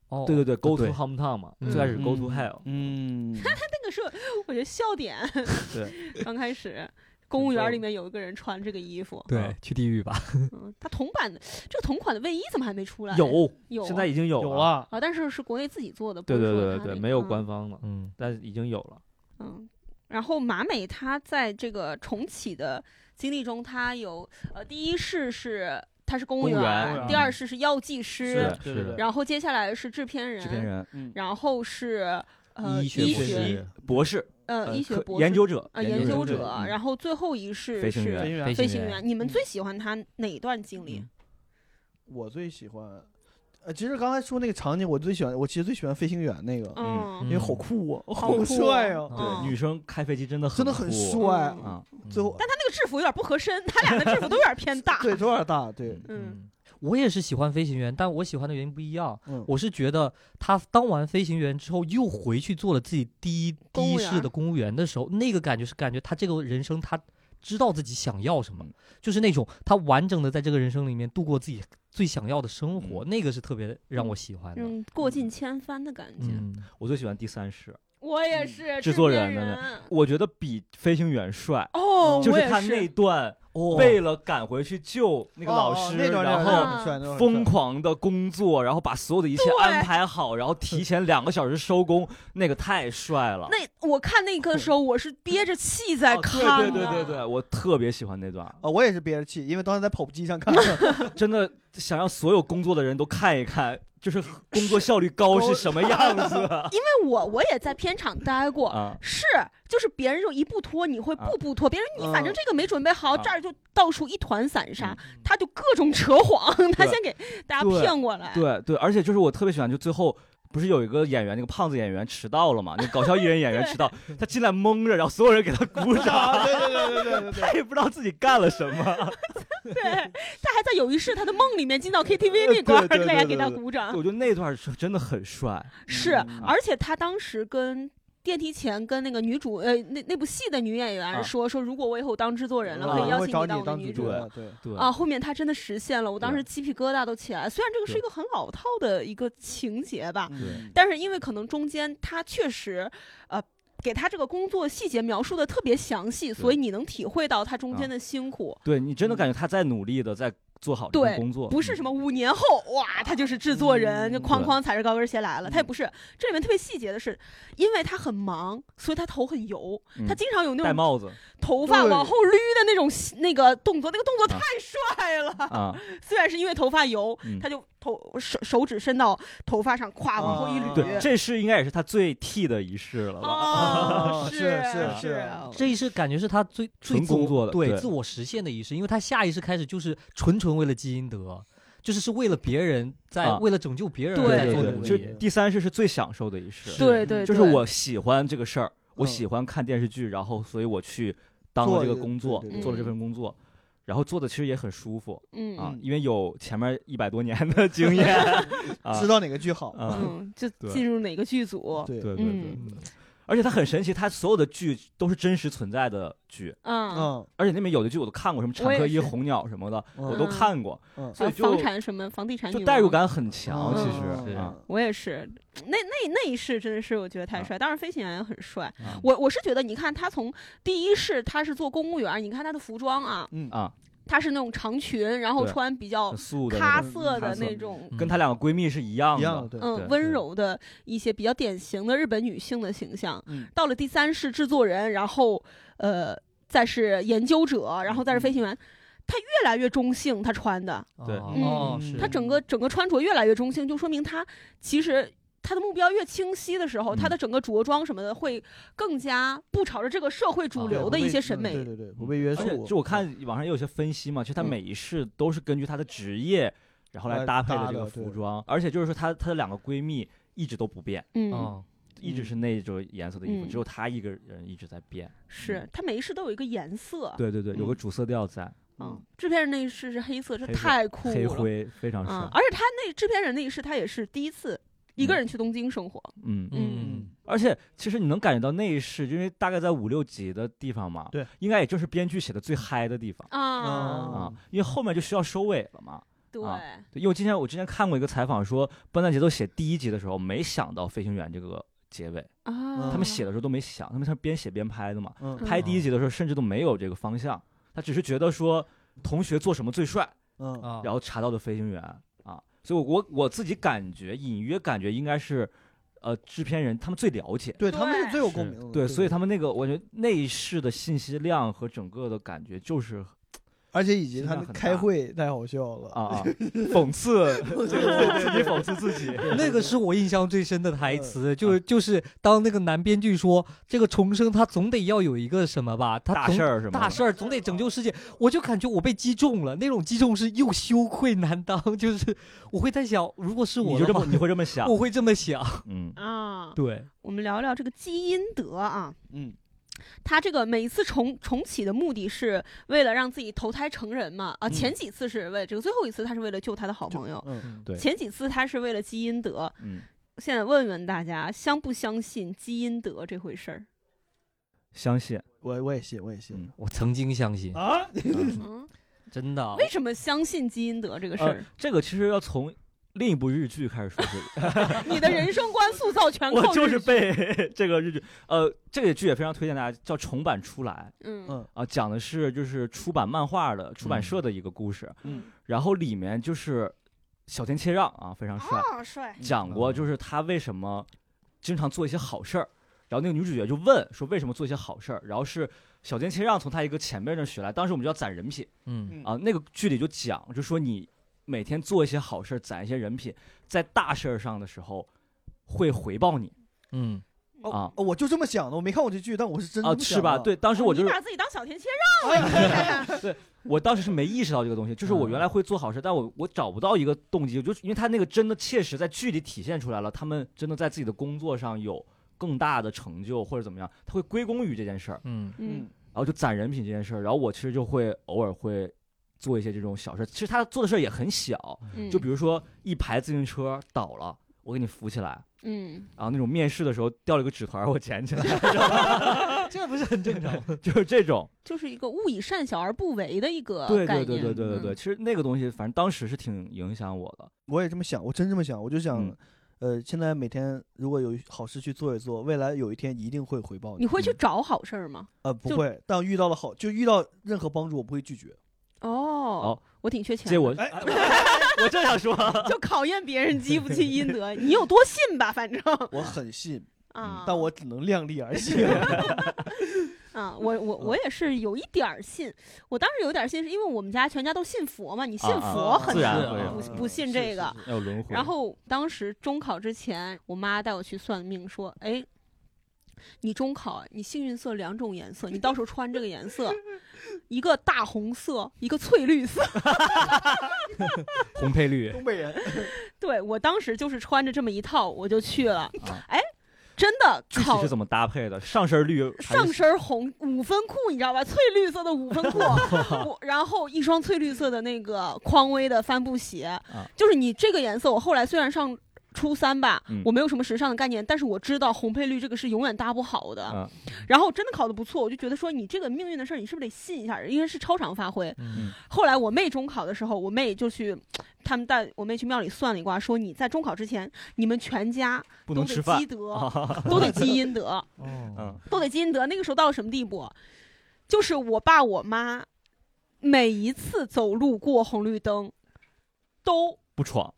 Speaker 4: 哦，
Speaker 2: 对对对，Go to
Speaker 4: 对
Speaker 2: hometown 嘛，
Speaker 4: 嗯
Speaker 2: 最开始 Go to
Speaker 3: 嗯
Speaker 2: hell，
Speaker 3: 嗯，
Speaker 1: 那个是我觉得笑点。对， 刚开始公务员里面有一个人穿这个衣服，
Speaker 4: 对，去地狱吧，
Speaker 1: 嗯，他同版的这个同款的卫衣怎么还没出来？
Speaker 2: 有，
Speaker 1: 有啊，
Speaker 2: 现在已经有
Speaker 3: 有
Speaker 2: 了，
Speaker 3: 啊，
Speaker 1: 啊，但是是国内自己做的，不
Speaker 2: 对
Speaker 1: 是
Speaker 2: 对
Speaker 1: 说
Speaker 2: 对
Speaker 1: 他
Speaker 2: 对，
Speaker 1: 那个
Speaker 2: 没有
Speaker 1: 嗯
Speaker 2: 官方的，
Speaker 4: 嗯，
Speaker 2: 但是已经有了。
Speaker 1: 嗯，然后马美她在这个重启的经历中，她有呃，第一世是她是公务
Speaker 2: 公务
Speaker 1: 员，
Speaker 2: 员嗯
Speaker 3: 公务
Speaker 1: 第
Speaker 3: 员
Speaker 1: 二世是药剂
Speaker 3: 是
Speaker 1: 师
Speaker 3: 的，
Speaker 2: 是
Speaker 3: 对
Speaker 2: 的
Speaker 3: 对
Speaker 1: 然后接下来是制片人，
Speaker 2: 制片人、
Speaker 3: 嗯，
Speaker 1: 然后是呃
Speaker 4: 医学
Speaker 1: 医
Speaker 4: 博士
Speaker 1: 学
Speaker 2: 博士、
Speaker 1: 呃
Speaker 2: 呃
Speaker 1: 医学
Speaker 2: 科
Speaker 1: 博士
Speaker 2: 研究者、
Speaker 1: 呃研究
Speaker 3: 者
Speaker 1: 者，
Speaker 2: 嗯
Speaker 1: 然后最后一世
Speaker 2: 飞行
Speaker 1: 是
Speaker 2: 员
Speaker 3: 飞行员
Speaker 4: 飞
Speaker 1: 飞
Speaker 4: 行
Speaker 1: 行
Speaker 4: 员
Speaker 1: 员。你们
Speaker 3: 嗯
Speaker 1: 最喜欢他哪一段经历
Speaker 4: 嗯？
Speaker 3: 我最喜欢，呃，其实刚才说那个场景，我最喜欢，我其实最喜欢飞行员那个，
Speaker 1: 嗯
Speaker 3: 因
Speaker 4: 嗯
Speaker 3: 为好酷啊，
Speaker 1: 好酷
Speaker 3: 帅啊，
Speaker 1: 嗯
Speaker 2: 对，女生开飞机真的
Speaker 3: 真的
Speaker 2: 很
Speaker 3: 很
Speaker 2: 酷
Speaker 3: 帅
Speaker 1: 嗯
Speaker 3: 啊。
Speaker 2: 啊！
Speaker 3: 最后。
Speaker 1: 但他那个制服有点不合身，他俩的制服都有点偏 大
Speaker 3: 对，有点大，对，
Speaker 1: 嗯，
Speaker 4: 我也是喜欢飞行员，但我喜欢的原因不一样。
Speaker 3: 嗯，
Speaker 4: 我是觉得他当完飞行员之后，又回去做了自己第一
Speaker 1: 公
Speaker 4: 第
Speaker 1: 务
Speaker 4: 一
Speaker 1: 员
Speaker 4: 世的公务员的时候，那个感觉是感觉他这个人生他知道自己想要什么，
Speaker 2: 嗯
Speaker 4: 就是那种他完整的在这个人生里面度过自己最想要的生
Speaker 2: 嗯
Speaker 4: 活，那个是特别让我喜欢的。
Speaker 1: 嗯，过尽千帆的感觉。
Speaker 4: 嗯，
Speaker 2: 我最喜欢第三世，
Speaker 1: 我
Speaker 2: 嗯
Speaker 1: 也是
Speaker 2: 制作
Speaker 1: 片
Speaker 2: 人的
Speaker 1: 人
Speaker 2: 我觉得比飞行员帅，
Speaker 1: 哦，
Speaker 2: 就
Speaker 1: 我
Speaker 2: 是
Speaker 1: 也
Speaker 2: 他那段
Speaker 4: 哦
Speaker 2: 为了赶回去救那
Speaker 3: 那
Speaker 2: 个老师，
Speaker 3: 哦那啊段
Speaker 1: 段
Speaker 2: 然后。
Speaker 3: 很帅，那段很帅
Speaker 2: 疯狂的工作，然后把所有的一切
Speaker 1: 对
Speaker 2: 安排好，然后提前两个小时收工，那个太帅了。
Speaker 1: 那我看那个的时候，我是憋着气在
Speaker 2: 哦
Speaker 1: 看、
Speaker 2: 对对对对对，，我特别喜欢那段，
Speaker 3: 啊，我也是憋着气，因为当时在跑步机上看的，
Speaker 2: 真的想让所有工作的人都看一看，就是工作效率高是什么样子
Speaker 1: 因为我我也在片场待过。
Speaker 2: 啊！
Speaker 1: 是，就是别人就一步拖，你会
Speaker 2: 啊
Speaker 1: 步步拖。别人你反正
Speaker 3: 嗯
Speaker 1: 这个没准备好，
Speaker 2: 啊嗯
Speaker 1: 这儿就到处一团散沙，他就各种扯谎，他先给大家
Speaker 2: 对
Speaker 1: 骗过来。
Speaker 2: 对对，而且就是我特别喜欢，就最后不是有一个演员，那个胖子演员迟到了嘛？那个搞笑艺人演员迟到，他进来蒙着，然后所有人给他鼓 掌，
Speaker 3: 对对对对对对
Speaker 2: 他也不知道自己干了什么。
Speaker 1: 对他还在有一世他的梦里面进到 KTV 那关儿，
Speaker 2: 对对对
Speaker 1: 大家给
Speaker 2: 对
Speaker 1: 他
Speaker 2: 对
Speaker 1: 鼓掌。
Speaker 2: 我觉得那段是真的很帅，
Speaker 1: 是，而且他当时跟电梯前跟那个女主呃那那部戏的女演
Speaker 2: 啊
Speaker 1: 员说、说，如果我以后当制作人了，
Speaker 2: 啊
Speaker 1: 可以邀
Speaker 3: 会
Speaker 1: 请
Speaker 3: 找
Speaker 1: 当
Speaker 3: 你
Speaker 1: 我的
Speaker 3: 当
Speaker 1: 女
Speaker 3: 主
Speaker 1: 主。
Speaker 3: 角，对，
Speaker 2: 对
Speaker 1: 啊，后面他真的实现了，我当
Speaker 2: 对
Speaker 1: 时鸡皮疙瘩都起来了。虽然这个是
Speaker 2: 对
Speaker 1: 一个很老套的一个情节吧，
Speaker 3: 嗯
Speaker 1: 但是因为可能中间他确实，呃，给他这个工作细节描述的特别详细，所以你能体会到他中间的辛苦，
Speaker 2: 对你真的感觉他在努力的在做好
Speaker 1: 嗯
Speaker 2: 这
Speaker 1: 对
Speaker 2: 份工作，嗯
Speaker 1: 不是什么五年后哇，他就是制作人，
Speaker 3: 嗯
Speaker 1: 就哐哐踩着高跟鞋来了。
Speaker 2: 嗯
Speaker 1: 他也不是，这里面特别细节的是，因为他很忙，所以他头很油，
Speaker 2: 嗯
Speaker 1: 他经常有那
Speaker 2: 戴
Speaker 1: 种
Speaker 2: 帽子
Speaker 1: 头发
Speaker 3: 对
Speaker 1: 往后捋的那种那个动作，那个动作
Speaker 2: 啊
Speaker 1: 太帅了。
Speaker 2: 啊，
Speaker 1: 虽然是因为头发油，
Speaker 2: 嗯
Speaker 1: 他就头手手指伸到头发上，咵往后一捋。
Speaker 2: 啊对，这是应该也是他最 T 的一式了吧？
Speaker 1: 哦
Speaker 3: 啊
Speaker 1: 是啊
Speaker 3: 是啊是
Speaker 4: 这一世感觉是他最最
Speaker 2: 纯
Speaker 4: 自我
Speaker 2: 工作的
Speaker 4: 对
Speaker 2: 对
Speaker 4: 自我实现的一世，因为他下意识开始就是纯纯为了基因德，就是是为了别人在、
Speaker 2: 啊
Speaker 4: 为了拯救别人
Speaker 1: 对
Speaker 4: 在
Speaker 2: 对
Speaker 4: 做
Speaker 2: 对
Speaker 4: 努力。
Speaker 2: 就第三是是最享受的一式，
Speaker 1: 对对，
Speaker 2: 就是
Speaker 1: 对
Speaker 2: 我喜欢这个事儿，我
Speaker 3: 嗯
Speaker 2: 喜欢看电视剧，然后所以我去当
Speaker 3: 做
Speaker 2: 了这
Speaker 3: 一
Speaker 2: 个
Speaker 3: 个
Speaker 2: 工作
Speaker 3: 对对
Speaker 1: 对，
Speaker 2: 做了这份工作，然后做的其实也很舒服
Speaker 1: 嗯
Speaker 2: 啊
Speaker 3: 嗯，
Speaker 2: 因为有前面一百多年的经 验啊
Speaker 3: 知道哪个剧好，
Speaker 2: 啊，
Speaker 1: 嗯，就
Speaker 2: 对
Speaker 1: 进入哪个剧组，
Speaker 3: 对，
Speaker 2: 对对对
Speaker 1: 嗯，
Speaker 2: 而且它很神奇，它所有的剧都是真实存在的剧，
Speaker 1: 嗯，
Speaker 3: 嗯，
Speaker 2: 而且那边有的剧我都看过，什么《
Speaker 1: 我
Speaker 2: 产
Speaker 1: 也
Speaker 2: 科医》
Speaker 1: 是
Speaker 2: 《红鸟》什么的，
Speaker 3: 嗯
Speaker 2: 我都看过，
Speaker 3: 嗯
Speaker 2: 所以
Speaker 1: 啊
Speaker 2: 就
Speaker 1: 房产什么房地产，
Speaker 2: 就代入。感很强，其
Speaker 3: 嗯
Speaker 2: 实啊，
Speaker 1: 我也是，那那那一世真的是我觉得太帅，当然飞行员也很帅。
Speaker 2: 啊
Speaker 1: 我我是觉得，你看他从第一世他是做公务员，你看他的服装啊，
Speaker 3: 嗯
Speaker 2: 啊，
Speaker 1: 他是那种长裙，然后
Speaker 2: 对
Speaker 1: 穿比较
Speaker 2: 很素的那
Speaker 1: 咖
Speaker 2: 种，
Speaker 1: 色
Speaker 2: 咖
Speaker 1: 的
Speaker 2: 色
Speaker 1: 那种
Speaker 4: 嗯
Speaker 2: 跟她两个闺蜜是一样
Speaker 3: 一样
Speaker 2: 的，
Speaker 3: 的，对，
Speaker 1: 嗯
Speaker 2: 对
Speaker 1: 温
Speaker 2: 是
Speaker 1: 柔的一些比较典型的日本女性的形象。
Speaker 3: 嗯
Speaker 1: 到了第三是制作人，然后呃再是研究者，然后
Speaker 2: 嗯
Speaker 1: 再是飞行员。他越来越中性，他穿的，
Speaker 2: 对
Speaker 4: 哦
Speaker 1: 嗯
Speaker 4: 哦，是
Speaker 1: 他整个整个穿着越来越中性，就说明他其实他的目标越清晰的时候，他的整个着装什么的会更加不朝着这个社会主
Speaker 2: 啊
Speaker 1: 流的一些审
Speaker 3: 哦对
Speaker 1: 美。
Speaker 3: 对对，不被约
Speaker 2: 而且
Speaker 3: 束。
Speaker 2: 就我嗯看网上也有些分析嘛，其实他
Speaker 3: 嗯
Speaker 2: 每一世都是根据他的职业，然后来
Speaker 3: 来
Speaker 2: 呃搭配
Speaker 3: 搭
Speaker 2: 这个
Speaker 3: 的
Speaker 2: 服
Speaker 3: 对
Speaker 2: 装，而且就是说她她的两个闺蜜一直都不变，
Speaker 1: 嗯，
Speaker 4: 嗯，
Speaker 2: 一直是那种颜色的衣服，
Speaker 1: 嗯
Speaker 2: 只有她一个人一直在变。啊
Speaker 1: 是他每一世都有一个颜色。
Speaker 2: 对对对，有个
Speaker 3: 嗯
Speaker 2: 主色调在，
Speaker 1: 嗯，制片人那一世是黑色，这
Speaker 2: 黑色
Speaker 1: 太酷
Speaker 2: 黑
Speaker 1: 了。
Speaker 2: 灰啊非常
Speaker 1: 嗯，
Speaker 2: 帅。
Speaker 1: 而且他那制片人那一世，他也是第一次一个人去东京生活。
Speaker 2: 嗯，
Speaker 1: 嗯
Speaker 4: 嗯，
Speaker 2: 而且其实你能感觉到那一世，因为大概在五六集的地方嘛，
Speaker 3: 对，
Speaker 2: 应该也就是编剧写的最嗨的地方
Speaker 1: 啊，
Speaker 2: 啊
Speaker 3: 嗯，
Speaker 2: 因为后面就需要收尾了嘛。
Speaker 1: 对，
Speaker 2: 啊对，因为我之前我之前看过一个采访说，笨蛋节奏写第一集的时候没想到飞行员这个结尾，
Speaker 1: 啊，
Speaker 4: 嗯
Speaker 2: 他们写的时候都没想，他们是边写边拍的嘛，
Speaker 3: 嗯
Speaker 1: 嗯
Speaker 2: 拍第一集的时候甚至都没有这个方向，他只是觉得说同学做什么最帅，
Speaker 3: 嗯
Speaker 4: 啊，
Speaker 2: 然后查到的飞行员啊，所以我我我自己感觉隐约感觉应该是，呃，制片人他们最了解。
Speaker 3: 对他们是最有共
Speaker 2: 是
Speaker 3: 鸣
Speaker 4: 嗯
Speaker 3: 的。
Speaker 2: 对，所以他们那个，我觉得内饰的信息量和整个的感觉就是
Speaker 3: 而且以及
Speaker 2: 影
Speaker 3: 他
Speaker 2: 响
Speaker 3: 们
Speaker 2: 很
Speaker 3: 开
Speaker 2: 大
Speaker 3: 会太好笑了
Speaker 2: 啊，啊，讽 刺自己讽刺自己，
Speaker 4: 那个是我印象最深的台词，就是就是当那个男编剧说这个重生他总得要有一个什么吧， 他
Speaker 2: 大
Speaker 4: 总
Speaker 2: 事儿什么
Speaker 4: 大
Speaker 2: 的
Speaker 4: 事儿总得拯救世界，我就感觉我被击中了，那种击中是又羞愧难当， 就是我会在想，如果是我
Speaker 2: 你
Speaker 4: 的
Speaker 2: 就这么
Speaker 4: 话
Speaker 2: 你会这么想，
Speaker 4: 我会这么想，
Speaker 2: 嗯
Speaker 1: 啊，
Speaker 4: 对，
Speaker 1: 我们聊聊这个基因德啊，
Speaker 3: 嗯，
Speaker 1: 他这个每一次重重启的目的是为了让自己投胎成人嘛，啊，
Speaker 3: 嗯
Speaker 1: 前几次是为了这个，最后一次他是为了救他的好朋友，
Speaker 3: 嗯，
Speaker 2: 对
Speaker 1: 前几次他是为了基因德。
Speaker 2: 嗯，
Speaker 1: 现在问问大家，相不相信基因德这回事儿？
Speaker 2: 相信
Speaker 3: 我我也信，我也信
Speaker 2: 嗯
Speaker 4: 我曾经相信，
Speaker 3: 啊。
Speaker 1: 嗯，
Speaker 4: 真的，
Speaker 1: 为什么相信基因德这个事
Speaker 2: 呃
Speaker 1: 儿？，
Speaker 2: 这个其实要从另一部日剧开始说起，
Speaker 1: 你的人生观塑造全
Speaker 2: 呃 我
Speaker 1: 靠
Speaker 2: 就是
Speaker 1: 日剧
Speaker 2: 被 这个日剧，呃，这个剧也非常推荐大家，叫《重版出来》
Speaker 1: 嗯
Speaker 3: 嗯
Speaker 2: 啊、讲的是就是出版漫画的出版社的一个故事，
Speaker 3: 嗯，
Speaker 2: 然后里面就是小田切让啊，非常帅，
Speaker 1: 啊，帅，
Speaker 2: 讲过就是他为什么经常做一些好事儿，然后那个女主角就问说为什么做一些好事儿，然后是小田切让从他一个前辈那儿学来，当时我们就要攒人品。
Speaker 4: 嗯
Speaker 2: 啊，那个剧里就讲，就说你每天做一些好事儿，攒一些人品，在大事儿上的时候会回报你
Speaker 4: 嗯，
Speaker 2: 啊
Speaker 3: 哦我就这么想的，我没看过这剧，但我是真的
Speaker 2: 啊
Speaker 3: 这，么
Speaker 2: 是
Speaker 3: 想
Speaker 2: 吧？
Speaker 3: 的，
Speaker 2: 对，当时我就
Speaker 1: 哦哎你
Speaker 2: 是
Speaker 1: 把自己当小田切让了，
Speaker 2: 我当时是没意识到这个东西，就是我原来会做好事，但我我找不到一个动机，就是因为他那个真的切实在剧里体现出来了，他们真的在自己的工作上有更大的成就或者怎么样，他会归功于这件事儿，
Speaker 4: 嗯，
Speaker 1: 嗯，
Speaker 2: 然后就攒人品这件事儿，然后我其实就会偶尔会做一些这种小事儿，其实他做的事儿也很小，
Speaker 1: 嗯
Speaker 2: 就比如说一排自行车倒了，我给你扶起来。
Speaker 1: 嗯，
Speaker 2: 然后那种面试的时候掉了个纸团儿，我捡起来，
Speaker 4: 这不是很正常吗？
Speaker 2: 就是 这种。
Speaker 1: 就是一个勿以善小而不为的一个
Speaker 2: 对
Speaker 1: 呃概
Speaker 2: 对
Speaker 1: 念。
Speaker 2: 对对对对对，
Speaker 1: 嗯
Speaker 2: 其实那个东西，反正当时是挺影响我的。
Speaker 3: 我也这么想，我真这么想，我就想
Speaker 2: 嗯，
Speaker 3: 呃，现在每天如果有好事去做一做，未来有一天一定会回报
Speaker 1: 你
Speaker 3: 你。
Speaker 1: 会去找好事儿吗？
Speaker 3: 呃，不
Speaker 1: 就
Speaker 3: 会，但遇到了好，就遇到任何帮助，我不会拒绝。
Speaker 1: 哦
Speaker 2: 好，
Speaker 1: 我挺缺钱的，
Speaker 2: 结果 我正想说，
Speaker 1: 就考验别人积不积阴德，你有多信吧，反正
Speaker 3: 我很信，
Speaker 1: 啊。
Speaker 3: 但我只能量 力而行。
Speaker 1: 啊，我我我也是有一点儿信，我当时有点儿信，是因为我们家全家都信佛嘛，你信
Speaker 2: 啊啊
Speaker 1: 佛很
Speaker 2: 自然
Speaker 1: 难
Speaker 2: 会有
Speaker 1: 不不信这个。
Speaker 2: 要轮回
Speaker 1: 然后当时中考之前，我妈带我去算命，说：“哎，你中考，你幸运色两种颜色，你到时候穿这个颜色，一个大红色，一个翠绿色。
Speaker 2: 红配绿，
Speaker 3: 东北人，
Speaker 1: 对”我当时就是穿着这么一套，我就去了
Speaker 2: 啊。
Speaker 1: 哎、真的
Speaker 2: 具体
Speaker 1: 考
Speaker 2: 是怎么搭配的？上身绿还
Speaker 1: 上
Speaker 2: 是
Speaker 1: 身红五分裤，你知道吧？翠绿色的五分 裤，我然后一双翠绿色的那个匡威的帆布鞋，
Speaker 2: 啊
Speaker 1: 就是你这个颜色。我后来虽然上初三吧，
Speaker 2: 嗯
Speaker 1: 我没有什么时尚的概念，但是我知道红配绿这个是永远搭不好的。
Speaker 2: 嗯
Speaker 1: 然后真的考得不错，我就觉得说你这个命运的事儿，你是不是得信一下？因为是超常发挥。
Speaker 4: 嗯
Speaker 1: 后来我妹中考的时候，我妹就去，他们带我妹去庙里算了一卦，说你在中考之前，你们全家
Speaker 2: 不
Speaker 1: 都
Speaker 2: 能
Speaker 1: 得
Speaker 2: 吃饭啊
Speaker 1: 积？德，都得 积阴德。
Speaker 4: 哦，
Speaker 2: 嗯，
Speaker 1: 都得积阴德。那个时候到了什么地步？就是我爸我妈每一次走路过红绿灯，都
Speaker 2: 不闯，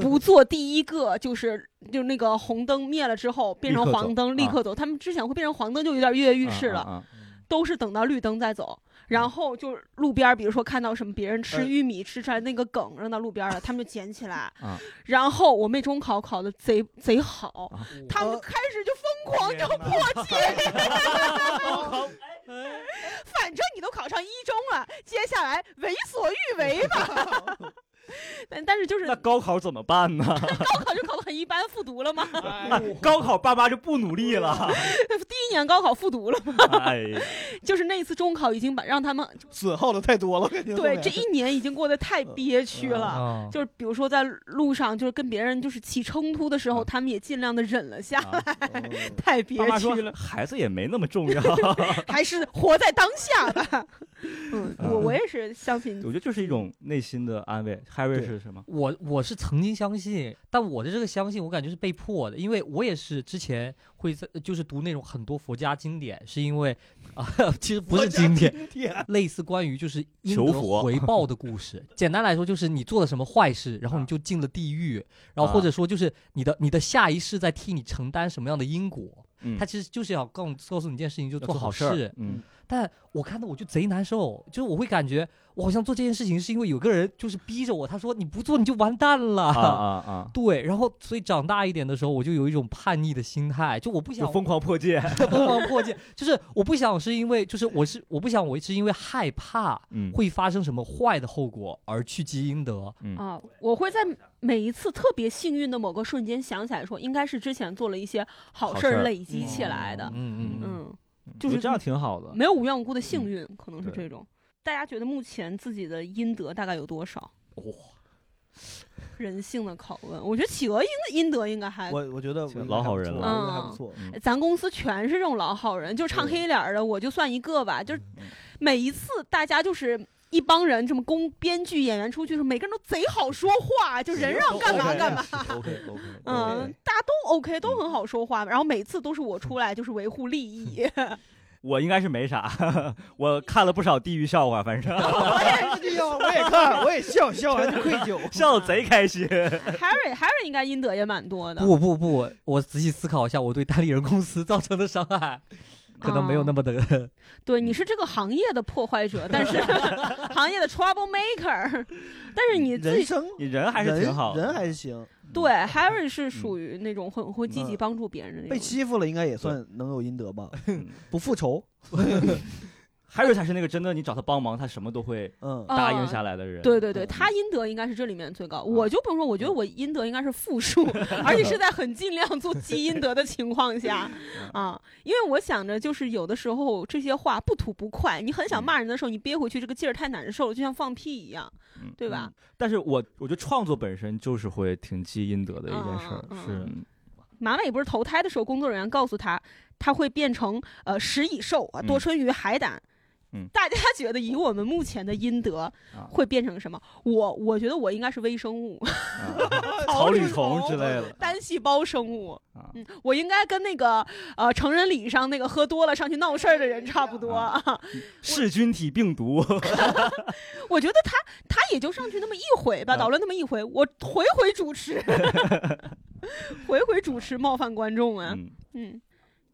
Speaker 1: 不做第一个， 就是就那个红灯灭了之后变成
Speaker 2: 立刻走啊嗯
Speaker 1: 黄灯立刻走。他们之前会变成黄灯就有点跃跃欲试了，
Speaker 2: 啊。啊啊
Speaker 1: 都是等到绿灯再走。然后就是路边儿，比如说看到什么别人吃
Speaker 3: 呃
Speaker 1: 玉米吃出来那个梗扔到路边儿了，他们就捡起来
Speaker 2: 啊。
Speaker 1: 然后我妹中考考的贼贼好，他们
Speaker 3: 我
Speaker 1: 开始就疯狂扔簸箕。反正你都考上一中了，接下来为所欲为吧。但但是就是
Speaker 2: 那高考怎么办 呢？
Speaker 1: 高考就考得很一般，复读了吗？
Speaker 3: 哎
Speaker 2: 高考爸妈就不努 力了。
Speaker 1: 第一年高考复读了吗，
Speaker 2: 哎呀，
Speaker 1: 就是那一次中考已经把让他们
Speaker 3: 损耗的太多了，感
Speaker 1: 对
Speaker 3: 觉后面
Speaker 1: 这一年已经过得太憋屈了。
Speaker 2: 嗯
Speaker 4: 啊，
Speaker 1: 就是比如说在路上，就是跟别人就是起冲突的时候，
Speaker 2: 嗯
Speaker 1: 他们也尽量的忍了下，
Speaker 3: 哦
Speaker 1: 太憋
Speaker 2: 啊爸妈
Speaker 1: 屈
Speaker 2: 说
Speaker 1: 了，
Speaker 2: 孩子也没那 么重要。
Speaker 1: 还是活在当 下吧。嗯，我
Speaker 2: 嗯
Speaker 1: 我也是相信
Speaker 2: 我觉得这是一种内心的安慰。Harry
Speaker 3: 对
Speaker 2: 是什么？
Speaker 4: 我我是曾经相信，但我的这个相信，我感觉是被迫的，因为我也是之前会在就是读那种很多佛家经典，是因为啊，其实不是经典，
Speaker 3: 经典，
Speaker 4: 类似关于就是因
Speaker 2: 求
Speaker 4: 德
Speaker 2: 佛
Speaker 4: 回报的故事。简单来说，就是你做了什么坏事，然后你
Speaker 2: 啊
Speaker 4: 就进了地狱，然后或者说就是你的你的下一世在替你承担什么样的因果。
Speaker 2: 嗯
Speaker 4: 他其实就是要告告诉你一件事情，就
Speaker 2: 要
Speaker 4: 做好
Speaker 2: 好
Speaker 4: 事。
Speaker 2: 儿嗯，
Speaker 4: 但我看到我就贼难受，就是我会感觉我好像做这件事情是因为有个人就是逼着我，他说你不做你就完蛋了。
Speaker 1: 嗯
Speaker 2: 啊啊 啊！
Speaker 4: 对，然后所以长大一点的时候，我就有一种叛逆的心态，就我不想
Speaker 2: 就疯狂破戒。
Speaker 4: 疯狂破戒， 就是我不想是因为，就是我是我不想我是因为害怕
Speaker 2: 嗯，
Speaker 4: 会发生什么坏的后果而去积阴德。
Speaker 1: 啊，我会在每一次特别幸运的某个瞬间想起来说，应该是之前做了一些好
Speaker 2: 好
Speaker 1: 事
Speaker 2: 事
Speaker 1: 儿
Speaker 2: 儿
Speaker 1: 累积起来的。
Speaker 4: 嗯嗯嗯，
Speaker 1: 嗯，
Speaker 2: 就
Speaker 1: 就是
Speaker 2: 这样挺好的。嗯
Speaker 1: 没有无缘无故的幸运，可能是
Speaker 2: 对
Speaker 1: 这种。大家觉得目前自己的阴德大概有多少？
Speaker 2: 哇
Speaker 1: 人性的拷问，我觉得企鹅阴阴德应该还。
Speaker 3: 我我觉得
Speaker 2: 行老好人了
Speaker 3: 我觉得 还不错。
Speaker 2: 嗯
Speaker 1: 咱公司全是这种老好人，就唱黑脸儿的，我就算一个吧。就是每一次大家就是一帮人，这么公编剧演员出去的时候，每个人都贼好说话，就人让干嘛干嘛。
Speaker 2: OK OK，
Speaker 1: 嗯，大家都 OK，都很好说话，然后每次都是我出来就是维护利益，
Speaker 2: 我应该是没啥， 我看了不少地狱笑话，反正
Speaker 3: 我也笑，哎我也看，我也笑，笑完就愧疚。
Speaker 2: 笑得贼开 心。
Speaker 1: Harry Harry 应该阴德也蛮多的，
Speaker 4: 不不不，我仔细思考一下，我对单立人公司造成的伤害，可能没有那么的。
Speaker 1: 嗯 对，你是这个行业的破坏者，但是 行业的 trouble maker，但是 你自
Speaker 3: 人
Speaker 1: 己
Speaker 3: 生
Speaker 2: 你人 还是
Speaker 3: 人
Speaker 2: 挺好的，
Speaker 3: 人还是行。
Speaker 1: 对 Harry 是属于那种很会积极帮助别人的那种
Speaker 3: 被
Speaker 1: 人，
Speaker 3: 欺负了应该也算能有阴德吧？
Speaker 2: 嗯
Speaker 3: 不复仇，
Speaker 2: Harry 才是那个真的，你找他帮忙，他什么都会
Speaker 3: 嗯，
Speaker 2: 答应
Speaker 1: 啊
Speaker 2: 下来的人。
Speaker 1: 对对对，
Speaker 2: 嗯啊
Speaker 1: 他阴德应该是这里面最高。我就不用说，我觉得我阴德应该是负数， 而且是在很尽量做积阴德的情况下
Speaker 2: 嗯
Speaker 1: 啊。因为我想着，就是有的时候这些话不吐不快，你
Speaker 2: 嗯
Speaker 1: 很想骂人的时候，你憋回去，这个劲儿太难受了，就像放屁一样。
Speaker 2: 嗯
Speaker 1: 对吧
Speaker 2: 嗯但是我我觉得创作本身就是会挺积阴德的一件事儿
Speaker 1: 嗯嗯，嗯
Speaker 2: 是
Speaker 1: 马美不是投胎的时候，工作人员告诉他，他会变成呃食蚁兽啊，多
Speaker 2: 嗯
Speaker 1: 春鱼、海胆。
Speaker 2: 嗯
Speaker 1: 大家觉得以我们目前的阴德
Speaker 2: 啊
Speaker 1: 会变成什么？我我觉得我应该是微生物，
Speaker 2: 啊 草履虫之类的
Speaker 1: 单细胞生物。
Speaker 2: 啊。
Speaker 1: 嗯，我应该跟那个呃成人礼上那个喝多了上去闹事儿的人差不多。
Speaker 2: 啊
Speaker 1: 啊
Speaker 2: 噬菌体病毒，
Speaker 1: 我觉得他他也就上去那么一回吧，
Speaker 2: 啊
Speaker 1: 捣乱那么一回，我回回主 持，回回主持冒犯观众啊。
Speaker 2: 嗯，
Speaker 1: 嗯，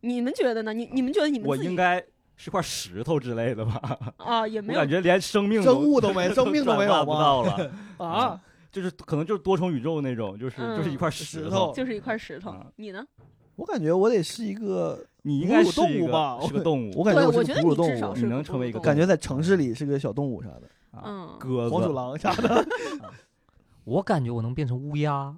Speaker 1: 你们觉得呢？你你们觉得你们
Speaker 2: 我
Speaker 1: 自己
Speaker 2: 应该是块石头之类的吧？
Speaker 1: 啊也没
Speaker 2: 我
Speaker 1: 有
Speaker 2: 感觉连生命
Speaker 3: 生物都没，生命都
Speaker 2: 转
Speaker 3: 没有
Speaker 2: 化不
Speaker 3: 吗？
Speaker 2: 到了，
Speaker 3: 啊，
Speaker 2: 就是可能就是多重宇宙那种，就是
Speaker 1: 嗯
Speaker 2: 就是一块
Speaker 3: 石
Speaker 2: 头
Speaker 3: 头。
Speaker 1: 就是一块石头
Speaker 2: 啊。
Speaker 1: 你呢？
Speaker 3: 我感觉我得是一个，
Speaker 2: 你应该是
Speaker 3: 哺乳
Speaker 2: 一
Speaker 3: 动物
Speaker 2: 个
Speaker 3: 吧
Speaker 2: 是个动
Speaker 3: 我
Speaker 2: 物，
Speaker 3: 感
Speaker 1: 对，
Speaker 3: 觉
Speaker 1: 我
Speaker 3: 是
Speaker 1: 觉
Speaker 3: 个
Speaker 1: 得
Speaker 3: 哺乳
Speaker 1: 你
Speaker 3: 动
Speaker 1: 至少
Speaker 3: 物，
Speaker 1: 是
Speaker 2: 你能
Speaker 1: 个
Speaker 2: 成为一个
Speaker 1: 动物
Speaker 3: 感觉在城市里是个小动物啥的，
Speaker 2: 啊
Speaker 1: 嗯，
Speaker 2: 鸽
Speaker 3: 黄鼠
Speaker 2: 子，
Speaker 3: 狼啥的，
Speaker 4: 我感觉我能变成乌鸦，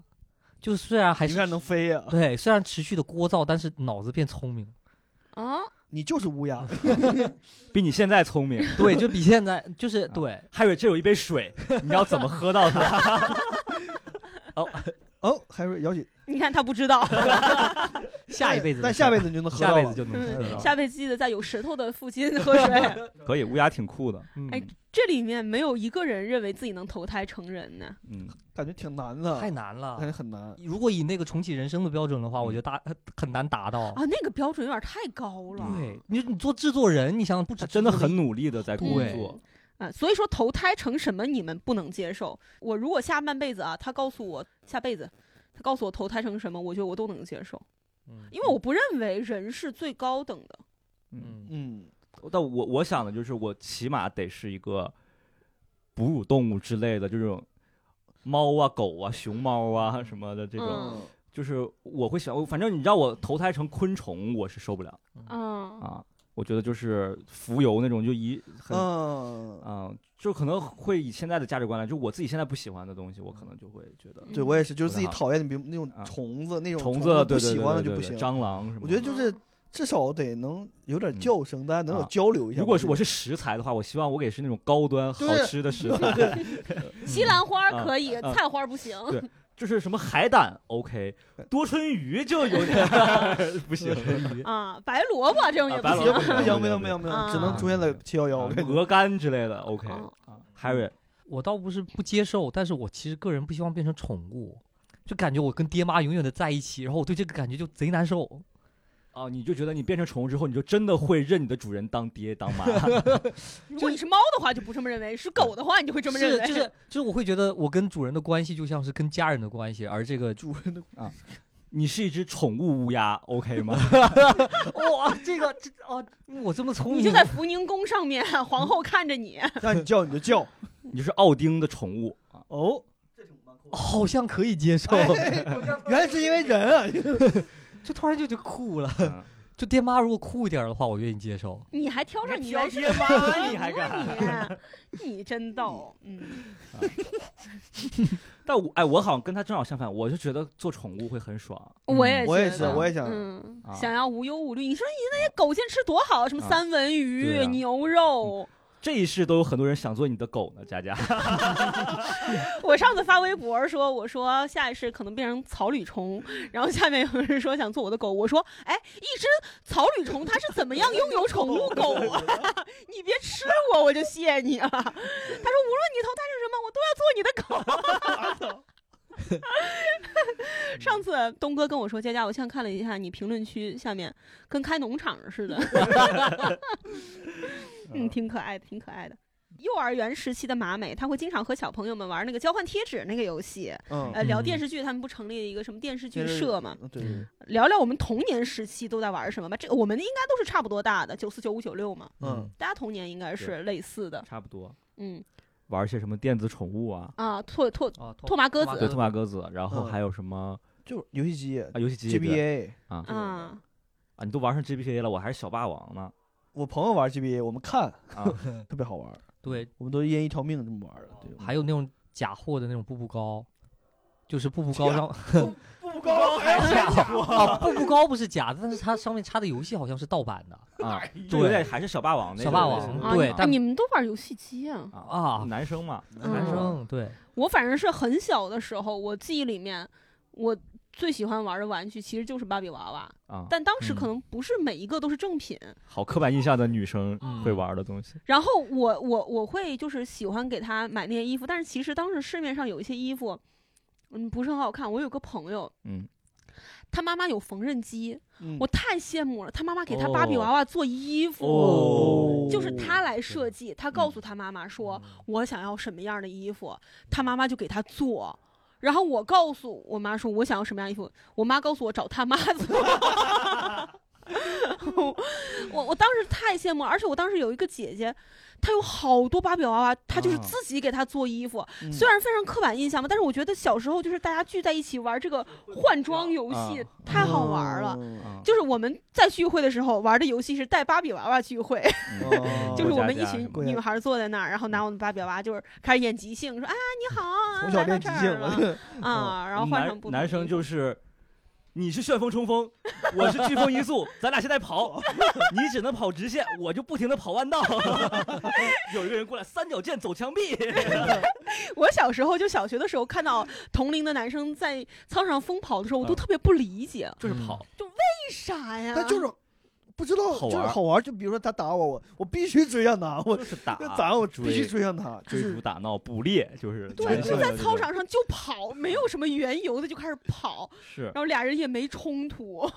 Speaker 4: 就虽然还
Speaker 3: 你
Speaker 4: 是
Speaker 3: 看能飞呀？
Speaker 4: 对，虽然持续的聒噪，但是脑子变聪明了。
Speaker 1: 啊，
Speaker 3: 你就是乌鸦，
Speaker 2: 比你现在聪 明。
Speaker 4: 对，就比现在就是对。
Speaker 2: 还有这有一杯水，你要怎么喝到 它？
Speaker 3: 哦，还是姚姐，
Speaker 1: 你看他不知道，
Speaker 4: 下一辈子
Speaker 3: 但
Speaker 4: 的事
Speaker 3: 下
Speaker 4: 儿
Speaker 3: 辈子你就能喝
Speaker 4: 下
Speaker 3: 到
Speaker 4: 辈子
Speaker 3: 了。
Speaker 4: 就
Speaker 1: 嗯
Speaker 4: 能知道了
Speaker 1: 下辈子记得在有石头的附近喝 水。
Speaker 2: 可以，乌鸦挺酷的。
Speaker 1: 哎这里面没有一个人认为自己能投胎成人呢。
Speaker 2: 嗯，
Speaker 3: 感觉挺难
Speaker 4: 嗯
Speaker 3: 的，
Speaker 4: 太难了
Speaker 3: 感。觉很难。
Speaker 4: 如果以那个重启人生的标准的话，我觉得大很难达到。
Speaker 1: 啊，那个标准有点太高了。
Speaker 4: 对，你你做制作人，你想想不止
Speaker 2: 他真的
Speaker 4: 制作
Speaker 2: 很
Speaker 4: 力
Speaker 2: 努力的在工
Speaker 4: 对
Speaker 2: 作。
Speaker 1: 啊，所以说投胎成什么你们不能接受。我如果下半辈子啊，他告诉我下辈子，他告诉我投胎成什么，我觉得我都能接受，
Speaker 4: 嗯
Speaker 1: 因为我不认为人是最高等的。
Speaker 2: 嗯，
Speaker 3: 嗯，
Speaker 2: 但我我想的就是，我起码得是一个哺乳动物之类的这种猫啊、狗啊、熊猫啊什么的这种，
Speaker 1: 嗯
Speaker 2: 就是我会想，反正你让我投胎成昆虫，我是受不了
Speaker 1: 嗯
Speaker 2: 啊。我觉得就是浮游那种，就一很啊、
Speaker 3: 嗯，
Speaker 2: 就可能会以现在的价值观来，就我自己现在不喜欢的东西，我可能就会觉得
Speaker 3: 对我也是，就是自己
Speaker 2: 不太好
Speaker 3: 讨厌的，比如那种
Speaker 2: 啊
Speaker 3: 虫子那种
Speaker 2: 虫
Speaker 3: 虫
Speaker 2: 子对对
Speaker 3: 不喜
Speaker 2: 对
Speaker 3: 欢了
Speaker 2: 对
Speaker 3: 就不
Speaker 2: 对
Speaker 3: 行。
Speaker 2: 蟑螂什么的。
Speaker 3: 我觉得就是至少得能有点
Speaker 2: 嗯
Speaker 3: 叫声，大家能有
Speaker 2: 啊
Speaker 3: 交流一下嘛。
Speaker 2: 如果是我
Speaker 3: 是
Speaker 2: 是食材的话，我希望我给是那种高端好
Speaker 3: 对
Speaker 2: 吃的食材，
Speaker 1: 西兰花
Speaker 2: 啊
Speaker 1: 可以，
Speaker 2: 啊
Speaker 1: 菜花不行。
Speaker 2: 对就是什么海胆 OK，多春鱼就有点不行，
Speaker 1: 啊，白萝卜这种也
Speaker 2: 啊
Speaker 1: 不
Speaker 2: 白
Speaker 1: 行
Speaker 2: 萝
Speaker 1: 啊。
Speaker 2: 卜
Speaker 3: 不行不行不行不行，只能
Speaker 1: 啊
Speaker 3: 出现在七幺幺。我跟你说
Speaker 2: 嗯鹅肝之类的 OK
Speaker 1: 哦
Speaker 2: 啊，Harry
Speaker 4: 我倒不是不接受，但是我其实个人不希望变成宠物，就感觉我跟爹妈永远的在一起，然后我对这个感觉就贼难受。
Speaker 2: 啊，你就觉得你变成宠物之后，你就真的会认你的主人当爹当妈，
Speaker 1: 如果你是猫的话，就不这么认为；是狗的话，你就会这么认
Speaker 4: 是
Speaker 1: 为。
Speaker 4: 就是就是我会觉得我跟主人的关系就像是跟家人的关系，而这个
Speaker 3: 主人的
Speaker 2: 你是一只宠物乌鸦 OK 吗？
Speaker 4: 哇，这个这哦，我这么聪
Speaker 1: 你
Speaker 4: 明，
Speaker 1: 就在福宁宫上面， 皇后看着你。
Speaker 3: 让你叫你就叫
Speaker 2: 你是奥丁的宠物啊，
Speaker 3: 哦，
Speaker 4: 好像可以接受，
Speaker 2: 哎
Speaker 3: 原来是因为人啊，
Speaker 4: 就突然就就酷了。
Speaker 2: 嗯
Speaker 4: 就爹妈如果酷一点的话，我愿意接受。
Speaker 1: 你还挑上你来是
Speaker 2: 爹妈你还敢？
Speaker 1: 你你真逗，嗯，
Speaker 2: 但我哎，我好像跟他正好相反，我就觉得做宠物会很爽。
Speaker 4: 嗯
Speaker 1: 我也
Speaker 3: 我也
Speaker 1: 觉
Speaker 3: 是
Speaker 1: 得
Speaker 3: 我也想
Speaker 1: 嗯
Speaker 2: 啊，
Speaker 1: 想要无忧无虑。你说你那些狗现在吃多好，什么
Speaker 2: 啊
Speaker 1: 三文鱼、
Speaker 2: 对啊
Speaker 1: 牛肉。
Speaker 2: 这一世都有很多人想做你的狗呢，佳佳。
Speaker 1: 我上次发微博说，我说下一世可能变成草履虫，然后下面有人说想做我的狗，我说，哎，一只草履虫它是怎么样拥有宠物狗啊？ 你别吃我，我就谢你啊了。他说，无论你投胎成什么，我都要做你的狗。 上次东哥跟我说，佳佳，我现在看了一下你评论区下面，跟开农场似的。 嗯，挺可爱的，挺可爱的。幼儿园时期的马美，她会经常和小朋友们玩那个交换贴纸那个游戏，
Speaker 3: 嗯，
Speaker 1: 呃，聊
Speaker 4: 嗯
Speaker 1: 电视剧，他们不成立了一个什么电视剧
Speaker 3: 电视
Speaker 1: 社嘛？
Speaker 3: 嗯对，对
Speaker 1: 聊聊我们童年时期都在玩什么吧。这个我们应该都是差不多大的，九四、九五、九六嘛，
Speaker 3: 嗯，
Speaker 1: 大家童年应该是类似的。
Speaker 2: 差不多
Speaker 1: 嗯
Speaker 2: 玩一些什么电子宠物啊，
Speaker 1: 啊，拓拓
Speaker 4: 啊，
Speaker 1: 拓麻鸽
Speaker 4: 拓麻
Speaker 2: 对，
Speaker 1: 子
Speaker 2: 兔马鸽子，然后
Speaker 3: 嗯
Speaker 2: 还有什么
Speaker 3: 就是游戏机
Speaker 2: 啊游戏机对
Speaker 3: GBA，
Speaker 2: 啊
Speaker 3: 对
Speaker 1: 啊，
Speaker 2: 啊，你都玩上 GBA 了，我还是小霸王呢
Speaker 3: 我朋友玩 GBA，我们看
Speaker 2: 啊
Speaker 3: 特别好玩，
Speaker 4: 对，
Speaker 3: 我们都一人一条命这么玩的。对，
Speaker 4: 还有那种假货的那种步步高，就是步步高
Speaker 3: 假
Speaker 4: 上
Speaker 3: 不高还
Speaker 4: 假啊，步步高不是假的，但是它上面插的游戏好像是盗版的
Speaker 2: 啊，就
Speaker 4: 对
Speaker 2: 有点还是小霸王那种
Speaker 4: 小霸
Speaker 2: 类型
Speaker 4: 王。
Speaker 1: 啊
Speaker 4: 对
Speaker 1: 你，
Speaker 4: 但
Speaker 1: 你们都玩游戏机啊？
Speaker 2: 的啊
Speaker 4: 啊，
Speaker 2: 男生嘛，
Speaker 1: 嗯
Speaker 2: 男
Speaker 4: 男
Speaker 2: 生
Speaker 4: 生对，
Speaker 1: 我反正是很小的时候，我记忆里面我最喜欢玩的玩具其实就是芭比娃娃，
Speaker 2: 啊，
Speaker 1: 但当时可
Speaker 4: 嗯
Speaker 1: 能不是每一个都是正品。
Speaker 2: 好刻板印象的女生会玩的东西
Speaker 1: 然后我我我会就是喜欢给他买那些衣服，但是其实当时市面上有一些衣服，嗯，不是很好看。我有个朋友，
Speaker 2: 嗯，
Speaker 1: 他妈妈有缝纫机，
Speaker 3: 嗯
Speaker 1: 我太羡慕了。他妈妈给他
Speaker 2: 哦
Speaker 1: 芭比娃娃做衣服，
Speaker 2: 哦嗯
Speaker 1: 就是他来设计。他告诉他妈妈说、我想要什么样的衣服，他妈妈就给他做。然后我告诉我妈说我想要什么样的衣服，我妈告诉我找他妈做。 我我当时太羡慕了，而且我当时有一个姐姐，她有好多芭比娃娃，她就是
Speaker 2: 啊
Speaker 1: 自己给她做衣服。
Speaker 3: 嗯
Speaker 1: 虽然非常刻板印象吧，但是我觉得小时候就是大家聚在一起玩这个换装游戏、
Speaker 2: 啊
Speaker 1: 太好玩了。
Speaker 3: 嗯
Speaker 2: 啊，
Speaker 1: 就是我们在聚会的时候玩的游戏是带芭比娃娃聚会，
Speaker 3: 嗯
Speaker 1: 就是我
Speaker 2: 哦过家
Speaker 1: 们一
Speaker 2: 家
Speaker 1: 群
Speaker 2: 什
Speaker 3: 么的
Speaker 1: 女孩坐在那儿，然后拿我们芭比娃娃就是开始演即兴，说啊你好啊，
Speaker 3: 从小
Speaker 1: 来到
Speaker 3: 练即
Speaker 1: 这儿
Speaker 3: 兴
Speaker 1: 了
Speaker 3: 了，
Speaker 1: 啊，然后换上
Speaker 2: 男
Speaker 1: 不同
Speaker 2: 男生
Speaker 1: 的
Speaker 2: 就是。你是旋风冲锋，我是飓风音速，咱俩现在 跑，你只能跑直线，我就不停的跑弯道。有一个人过来，三角剑走墙壁，
Speaker 1: 我小时候就小学的时候看到同龄的男生在操场疯跑的时候，我都
Speaker 2: 啊
Speaker 1: 特别不理解，
Speaker 2: 就是跑，
Speaker 1: 为啥呀？
Speaker 3: 但就是不知道，
Speaker 2: 好
Speaker 3: 就是
Speaker 2: 玩
Speaker 3: 好玩。就比如说他打我，我我必须追上他，我
Speaker 2: 嗯就是打，
Speaker 3: 要砸我
Speaker 2: 啊追
Speaker 3: 必须追上他，就
Speaker 2: 追
Speaker 3: 是
Speaker 2: 逐打闹捕猎，就是
Speaker 1: 对，
Speaker 2: 男
Speaker 1: 就
Speaker 2: 生
Speaker 1: 在
Speaker 2: 的这
Speaker 1: 操
Speaker 2: 种
Speaker 1: 场上就跑，没有什么缘由的就开始跑，
Speaker 2: 是
Speaker 1: 然后俩人也没冲突。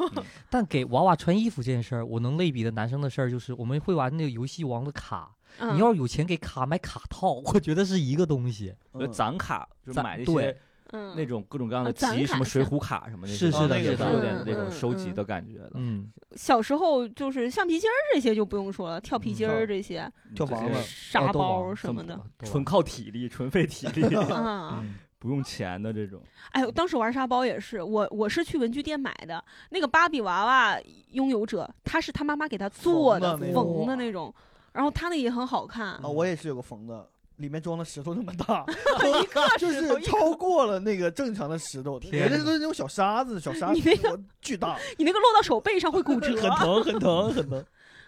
Speaker 4: 但给娃娃穿衣服这件事儿，我能类比的男生的事儿就是，我们会玩那个游戏王的卡。
Speaker 1: 嗯
Speaker 4: 你要是有钱给卡买卡套，我觉得是一个东西。
Speaker 2: 呃
Speaker 3: 嗯
Speaker 2: 攒卡，就是
Speaker 4: 攒
Speaker 2: 买那
Speaker 4: 对
Speaker 2: 些
Speaker 1: 嗯，
Speaker 2: 那种各种各样的
Speaker 1: 啊攒
Speaker 2: 集，什么
Speaker 1: 卡
Speaker 2: 水
Speaker 1: 像
Speaker 2: 浒卡什么那
Speaker 4: 是
Speaker 2: 种
Speaker 4: 是的
Speaker 2: 那个
Speaker 4: 是的
Speaker 2: 有点那种
Speaker 1: 嗯
Speaker 2: 收集
Speaker 1: 嗯
Speaker 2: 的感觉的，
Speaker 4: 嗯，
Speaker 1: 小时候就是橡皮筋儿这些就不用说了，跳皮筋儿这些、
Speaker 3: 跳房
Speaker 2: 这
Speaker 3: 子
Speaker 2: 些
Speaker 1: 沙
Speaker 4: 都
Speaker 1: 包
Speaker 4: 玩
Speaker 1: 什么的
Speaker 2: 纯靠体力，纯费体力，
Speaker 1: 啊。
Speaker 4: 嗯
Speaker 2: 不用钱的这种。
Speaker 1: 哎，我当时玩沙包也是，我我是去文具店买的那个芭比娃娃拥有者，他是他妈妈给他做的
Speaker 3: 缝的那
Speaker 1: 缝
Speaker 3: 种
Speaker 1: 的那种，然后他那也很好看
Speaker 3: 啊，，我也是有个缝的，里面装的石头那么大， 就
Speaker 1: 石头
Speaker 3: 是
Speaker 1: 一
Speaker 3: 超过了那个正常的石头，
Speaker 4: 天
Speaker 3: 人家都是那种小沙子、小沙
Speaker 1: 你
Speaker 3: 子
Speaker 1: 那，个
Speaker 3: 我巨大，
Speaker 1: 你那个落到手背上会骨折，
Speaker 3: 很疼，很疼，很疼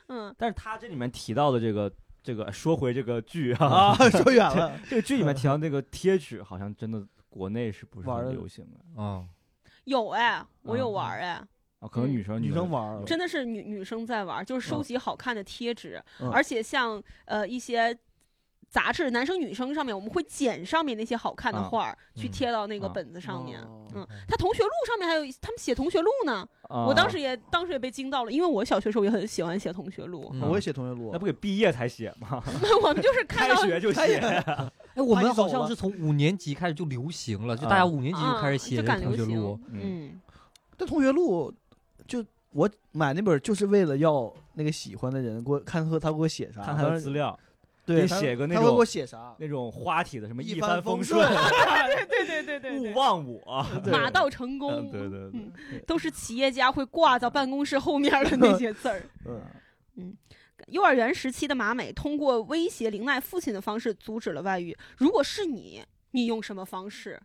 Speaker 1: 嗯，
Speaker 2: 但是他这里面提到的这个这个，说回这个剧啊，
Speaker 3: 啊！说远了，
Speaker 2: 这个剧里面提到那个贴纸，好像真的国内是不是
Speaker 3: 玩
Speaker 2: 很
Speaker 3: 儿
Speaker 2: 流行的
Speaker 4: 嗯，
Speaker 1: 有哎，我有
Speaker 3: 嗯
Speaker 2: 啊
Speaker 1: 玩儿哎，
Speaker 2: 啊？可
Speaker 1: 嗯
Speaker 2: 能女生
Speaker 3: 女生玩儿
Speaker 1: 真的是女女生在玩儿，就是收
Speaker 3: 嗯
Speaker 1: 集好看的贴纸，
Speaker 3: 嗯
Speaker 1: 而且像呃一些杂志，男生女生上面我们会剪上面那些好看的
Speaker 2: 啊
Speaker 1: 画儿、去
Speaker 4: 嗯
Speaker 1: 贴到那个
Speaker 2: 啊
Speaker 1: 本子上面。
Speaker 3: 哦
Speaker 1: 嗯，他同学录上面还有他们写同学录呢，
Speaker 2: 啊
Speaker 1: 我当时也当时也被惊到了，因为我小学时候也很喜欢写同学录，
Speaker 4: 嗯
Speaker 3: 我也写同学
Speaker 2: 那
Speaker 3: 录，
Speaker 2: 不给毕业才写吗？
Speaker 1: 我们就是看
Speaker 2: 开
Speaker 1: 到
Speaker 2: 学就
Speaker 3: 他
Speaker 2: 写
Speaker 3: 也，
Speaker 4: 哎，我
Speaker 3: 怕
Speaker 4: 们
Speaker 3: 你走
Speaker 4: 好像
Speaker 3: 了
Speaker 4: 是从五年级开始就流行了，就大
Speaker 2: 啊
Speaker 4: 家五年级就
Speaker 1: 啊
Speaker 4: 开始写
Speaker 1: 就
Speaker 4: 这
Speaker 1: 敢
Speaker 4: 个
Speaker 1: 流
Speaker 4: 同学录哦
Speaker 1: 行，，嗯，
Speaker 3: 但同学录就我买那本就是为了要那个喜欢的人给我看和他给我写啥，
Speaker 2: 看他
Speaker 3: 当
Speaker 2: 的
Speaker 3: 时
Speaker 2: 资料，
Speaker 3: 对
Speaker 2: 你
Speaker 3: 他
Speaker 2: 写个那
Speaker 3: 他会给
Speaker 2: 种
Speaker 3: 我写啥，
Speaker 2: 那种花体的什么
Speaker 3: 一
Speaker 2: 帆
Speaker 3: 帆风
Speaker 2: 顺，
Speaker 4: 嗯
Speaker 1: 对 对对对对
Speaker 2: 勿
Speaker 1: 对。
Speaker 2: 忘我。
Speaker 3: 对
Speaker 1: 马到成功，
Speaker 2: 嗯对对对
Speaker 1: 嗯，都是企业家会挂到办公室后面的那些字 儿。
Speaker 3: 嗯
Speaker 1: 幼儿园时期的马美通过威胁凌奈父亲的方式阻止了外遇。如果是你，你用什么方式？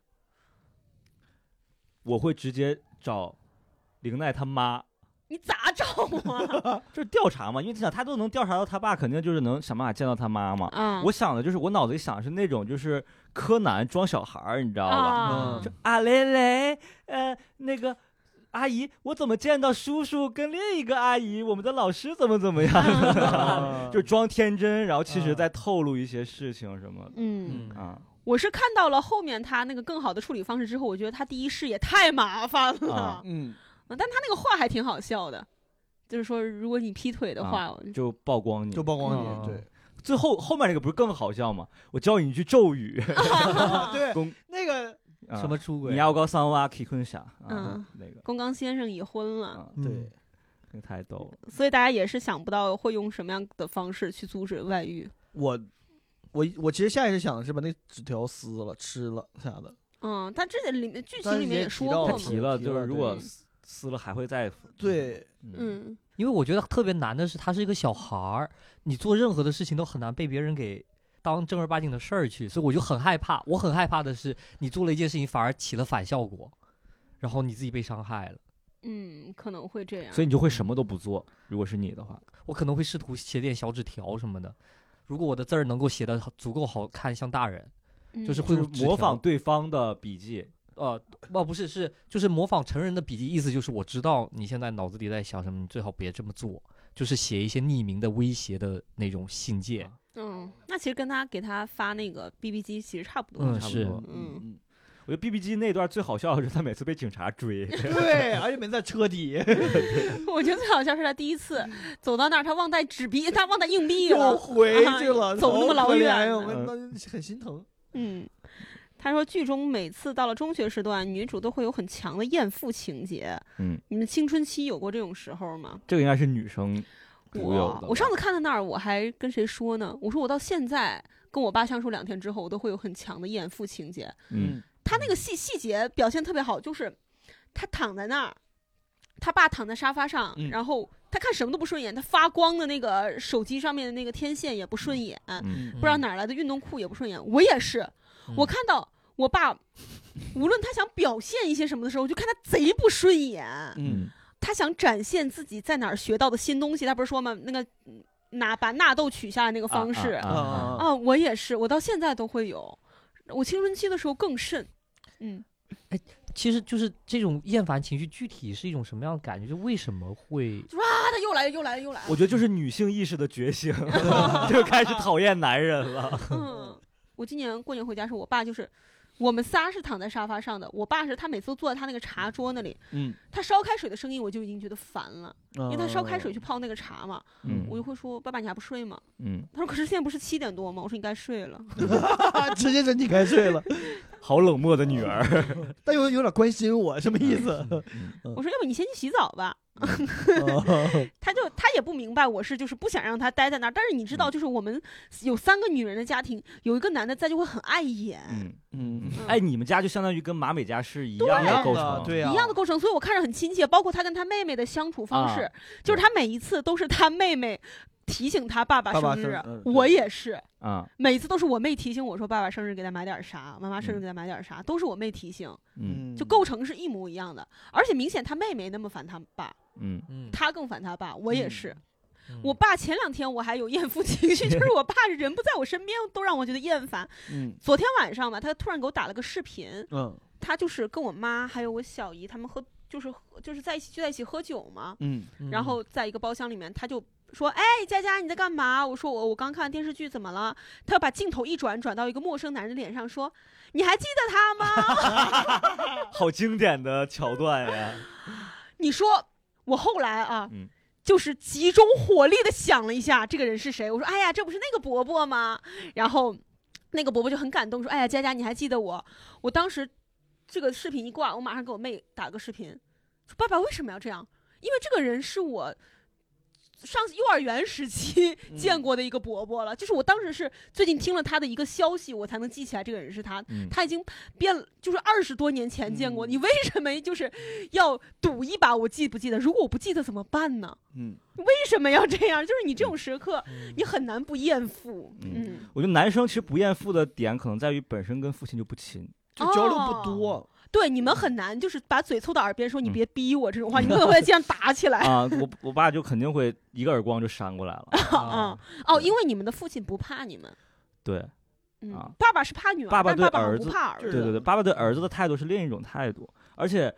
Speaker 2: 我会直接找玲奈他妈，
Speaker 1: 你咋找 啊？
Speaker 2: 就是调查嘛，因为你想他都能调查到他爸，肯定就是能想办法见到他妈嘛。
Speaker 1: 啊，
Speaker 2: 我想的就是我脑子里想的是那种就是柯南装小孩儿，你知道吧？
Speaker 1: 啊
Speaker 2: 就啊蕾蕾，呃，那个阿姨，我怎么见到叔叔跟另一个阿姨，我们的老师怎么怎么
Speaker 1: 嗯
Speaker 2: 样？
Speaker 3: 啊
Speaker 2: 就装天真，然后其实在透露一些事情什么的
Speaker 1: 嗯，
Speaker 4: 嗯，
Speaker 2: 啊
Speaker 1: 我是看到了后面他那个更好的处理方式之后，我觉得他第一世也太麻烦了，
Speaker 2: 啊
Speaker 3: 嗯，
Speaker 1: 但他那个话还挺好笑的，就是说如果你劈腿的话，我
Speaker 2: 就曝光你
Speaker 3: 就。曝光
Speaker 4: 嗯
Speaker 3: 你对。
Speaker 2: 最后后面那个不是更好笑吗？我教你一句咒 语，
Speaker 3: 啊，
Speaker 2: 公
Speaker 3: 对，那个
Speaker 2: 啊
Speaker 4: 什么出轨？
Speaker 2: 你要高三哇 K 坤啥？
Speaker 1: 嗯
Speaker 2: 啊，那个
Speaker 1: 宫冈先生已婚了，
Speaker 2: 啊，
Speaker 3: 对，
Speaker 2: 那个太逗了。
Speaker 1: 所以大家也是想不到会用什么样的方式去阻止外遇。
Speaker 3: 我我我其实下意识想的是把那纸条撕了、吃了啥的，
Speaker 1: 嗯，他这里面剧情
Speaker 3: 但
Speaker 1: 里
Speaker 3: 是
Speaker 1: 面
Speaker 3: 也
Speaker 1: 也
Speaker 3: 提
Speaker 1: 说
Speaker 3: 到
Speaker 1: 过
Speaker 2: 他
Speaker 1: 嘛，
Speaker 2: 提了，
Speaker 3: 提
Speaker 2: 就是
Speaker 3: 了
Speaker 2: 如
Speaker 3: 对
Speaker 2: 果
Speaker 1: 嗯
Speaker 2: 撕撕了还会再
Speaker 3: 对，
Speaker 2: 嗯
Speaker 1: 嗯，
Speaker 4: 因为我觉得特别难的是，他是一个小孩儿，你做任何的事情都很难被别人给当正儿八经的事儿去，所以我就很害怕。我很害怕的是，你做了一件事情反而起了反效果，然后你自己被伤害了。
Speaker 1: 嗯，可能会这样。
Speaker 2: 所以你就会什么都不做。如果是你的话，
Speaker 1: 嗯
Speaker 4: 我可能会试图写点小纸条什么的，如果我的字儿能够写的足够好看，像大人，
Speaker 1: 以
Speaker 4: 就是
Speaker 2: 就
Speaker 4: 会
Speaker 2: 是
Speaker 4: 用纸
Speaker 2: 模仿
Speaker 4: 条。
Speaker 2: 对方的笔记。
Speaker 4: 呃，哦，不是，是就是模仿成人的笔记，意思就是我知道你现在脑子里在想什么，你最好别这么做，就是写一些匿名的威胁的那种信件。
Speaker 1: 嗯，那其实跟他给他发那个 BB 机其实差不多。
Speaker 4: 嗯
Speaker 2: 差不
Speaker 4: 是
Speaker 2: 多
Speaker 1: 嗯
Speaker 3: 嗯，
Speaker 2: 我觉得 B B 机那段最好笑的是他每次被警察追，
Speaker 3: 嗯对，而且没在车 底，
Speaker 1: 我觉得最好笑是他第一
Speaker 3: 嗯
Speaker 1: 次走到那儿，他忘带纸币，他忘带硬币
Speaker 3: 又
Speaker 1: 了。
Speaker 3: 回去了，
Speaker 1: 走那么老远
Speaker 3: 好可怜呀我
Speaker 2: 嗯
Speaker 3: 们那很心疼。
Speaker 1: 嗯，他说剧中每次到了中学时段，女主都会有很强的艳父情节。
Speaker 2: 嗯，
Speaker 1: 你们青春期有过这种时候吗？
Speaker 2: 这个应该是女生独有
Speaker 1: 我
Speaker 2: 的吧。
Speaker 1: 我上次看到那儿，我还跟谁说呢？我说我到现在跟我爸相处两天之后，我都会有很强的艳父情节。
Speaker 2: 嗯，
Speaker 1: 他那个细细节表现特别好，就是他躺在那儿，他爸躺在沙发上，
Speaker 3: 嗯
Speaker 1: 然后他看什么都不顺眼，他发光的那个手机上面的那个天线也不顺眼，
Speaker 2: 嗯
Speaker 1: 不知道哪儿来的运动裤也不顺眼。我也是，我看到我爸，无论他想表现一些什么的时候，我就看他贼不顺眼。
Speaker 2: 嗯，
Speaker 1: 他想展现自己在哪儿学到的新东西，他不是说嘛，那个嗯拿把纳豆取下来那个方式
Speaker 2: 啊
Speaker 3: 啊啊啊！
Speaker 1: 啊我也是，我到现在都会有，我青春期的时候更甚。嗯，
Speaker 4: 其实就是这种厌烦情绪，具体是一种什么样的感觉？就为什么会？
Speaker 1: 啊，他又来了，又来了，又来
Speaker 2: 我
Speaker 1: 了。
Speaker 2: 觉得就是女性意识的觉醒， 就开始讨厌男人了。
Speaker 1: 嗯嗯，我今年过年回家的时候，我爸就是我们仨是躺在沙发上的，我爸是他每次都坐在他那个茶桌那里，
Speaker 3: 嗯，
Speaker 1: 他烧开水的声音我就已经觉得烦了，
Speaker 3: 因
Speaker 1: 因为他烧
Speaker 3: 嗯
Speaker 1: 开水去泡那个茶嘛，
Speaker 2: 嗯
Speaker 1: 我就会说爸爸你还不睡吗？
Speaker 2: 嗯，
Speaker 1: 他说可是现在不是七点多吗？我说你该睡了，
Speaker 3: 啊直接整体开睡了，
Speaker 2: 好冷漠的女儿。
Speaker 3: 但又有点关心我，什么意思？
Speaker 1: 我说要不你先去洗澡吧。
Speaker 3: 哦
Speaker 1: 他就他也不明白我是就是不想让他待在那儿，但是你知道，就是我们有三个女人的家庭，有一个男的在就会很碍眼，
Speaker 2: 嗯，
Speaker 3: 嗯，
Speaker 2: 哎，你们家就相当于跟马美家是一
Speaker 3: 一
Speaker 2: 样
Speaker 3: 样
Speaker 2: 的
Speaker 3: 的
Speaker 2: 构成，
Speaker 3: 对呀、啊
Speaker 1: 一样的构成，所以我看着很亲切。包括他跟他妹妹的相处方式，
Speaker 2: 啊
Speaker 1: 就是他每一次都是他妹妹提醒他爸爸
Speaker 3: 爸爸
Speaker 1: 生日，
Speaker 3: 生日嗯对
Speaker 1: 我也是。
Speaker 2: 啊，
Speaker 1: 每次都是我妹提醒我说爸爸生日给他买点啥，妈妈生日
Speaker 2: 嗯
Speaker 1: 给他买点啥，都是我妹提醒，
Speaker 2: 嗯
Speaker 1: 就构成是一模一样的。而且明显他妹没那么烦他爸，
Speaker 2: 嗯，
Speaker 4: 嗯，
Speaker 1: 他更烦他爸，我也
Speaker 3: 嗯
Speaker 1: 是。
Speaker 4: 嗯
Speaker 1: 我爸前两天我还有厌父情绪， 就是我爸人不在我身边都让我觉得厌烦。
Speaker 3: 嗯
Speaker 1: 昨天晚上吧，他突然给我打了个视频，
Speaker 3: 嗯
Speaker 1: 他就是跟我妈还有我小姨他们喝，就是喝就是在一起聚在一起喝酒嘛，
Speaker 3: 嗯
Speaker 1: 然后在一个包厢里面，他就说：“哎，佳佳你在干嘛？”我说我：“我刚看电视剧，怎么了？”他要把镜头一转，转到一个陌生男人脸上，说：“你还记得他吗
Speaker 2: 好经典的桥段呀。？”
Speaker 1: 你说我后来啊。
Speaker 2: 嗯
Speaker 1: 就是集中火力的想了一下，这个人是谁？我说，哎呀，这不是那个伯伯吗？然后，那个伯伯就很感动，说，哎呀，佳佳，你还记得我？我当时这个视频一挂，我马上给我妹打个视频，说爸爸为什么要这样？因为这个人是我上幼儿园时期
Speaker 3: 嗯
Speaker 1: 见过的一个伯伯了，就是我当时是最近听了他的一个消息，我才能记起来这个人是他。
Speaker 2: 嗯
Speaker 1: 他已经变了，就是二十多年前见过，
Speaker 3: 嗯
Speaker 1: 你为什么就是要赌一把？我记不记得？如果我不记得怎么办呢？
Speaker 3: 嗯，
Speaker 1: 为什么要这样？就是你这种时刻，
Speaker 4: 嗯
Speaker 1: 你很难不厌父。
Speaker 2: 嗯
Speaker 1: 嗯，
Speaker 2: 我觉得男生其实不厌父的点，可能在于本身跟父亲就不 亲。
Speaker 3: 就交流不多，
Speaker 1: 对，你们很难就是把嘴凑到耳边说“你别逼我”这 种话，你们可能会在街上打起来。
Speaker 2: 嗯啊，我我爸就肯定会一个耳光就扇过来了。
Speaker 1: 啊，哦，因为你们的父亲不怕你们。
Speaker 2: 对
Speaker 1: 嗯
Speaker 2: 啊，
Speaker 1: 爸爸是怕女儿，
Speaker 2: 爸爸
Speaker 1: 但
Speaker 2: 对
Speaker 1: 爸爸好像
Speaker 2: 儿
Speaker 1: 不
Speaker 2: 子
Speaker 1: 怕儿
Speaker 3: 对
Speaker 1: 子。
Speaker 2: 对对对，爸爸对儿子的态度是另一种态度，而且，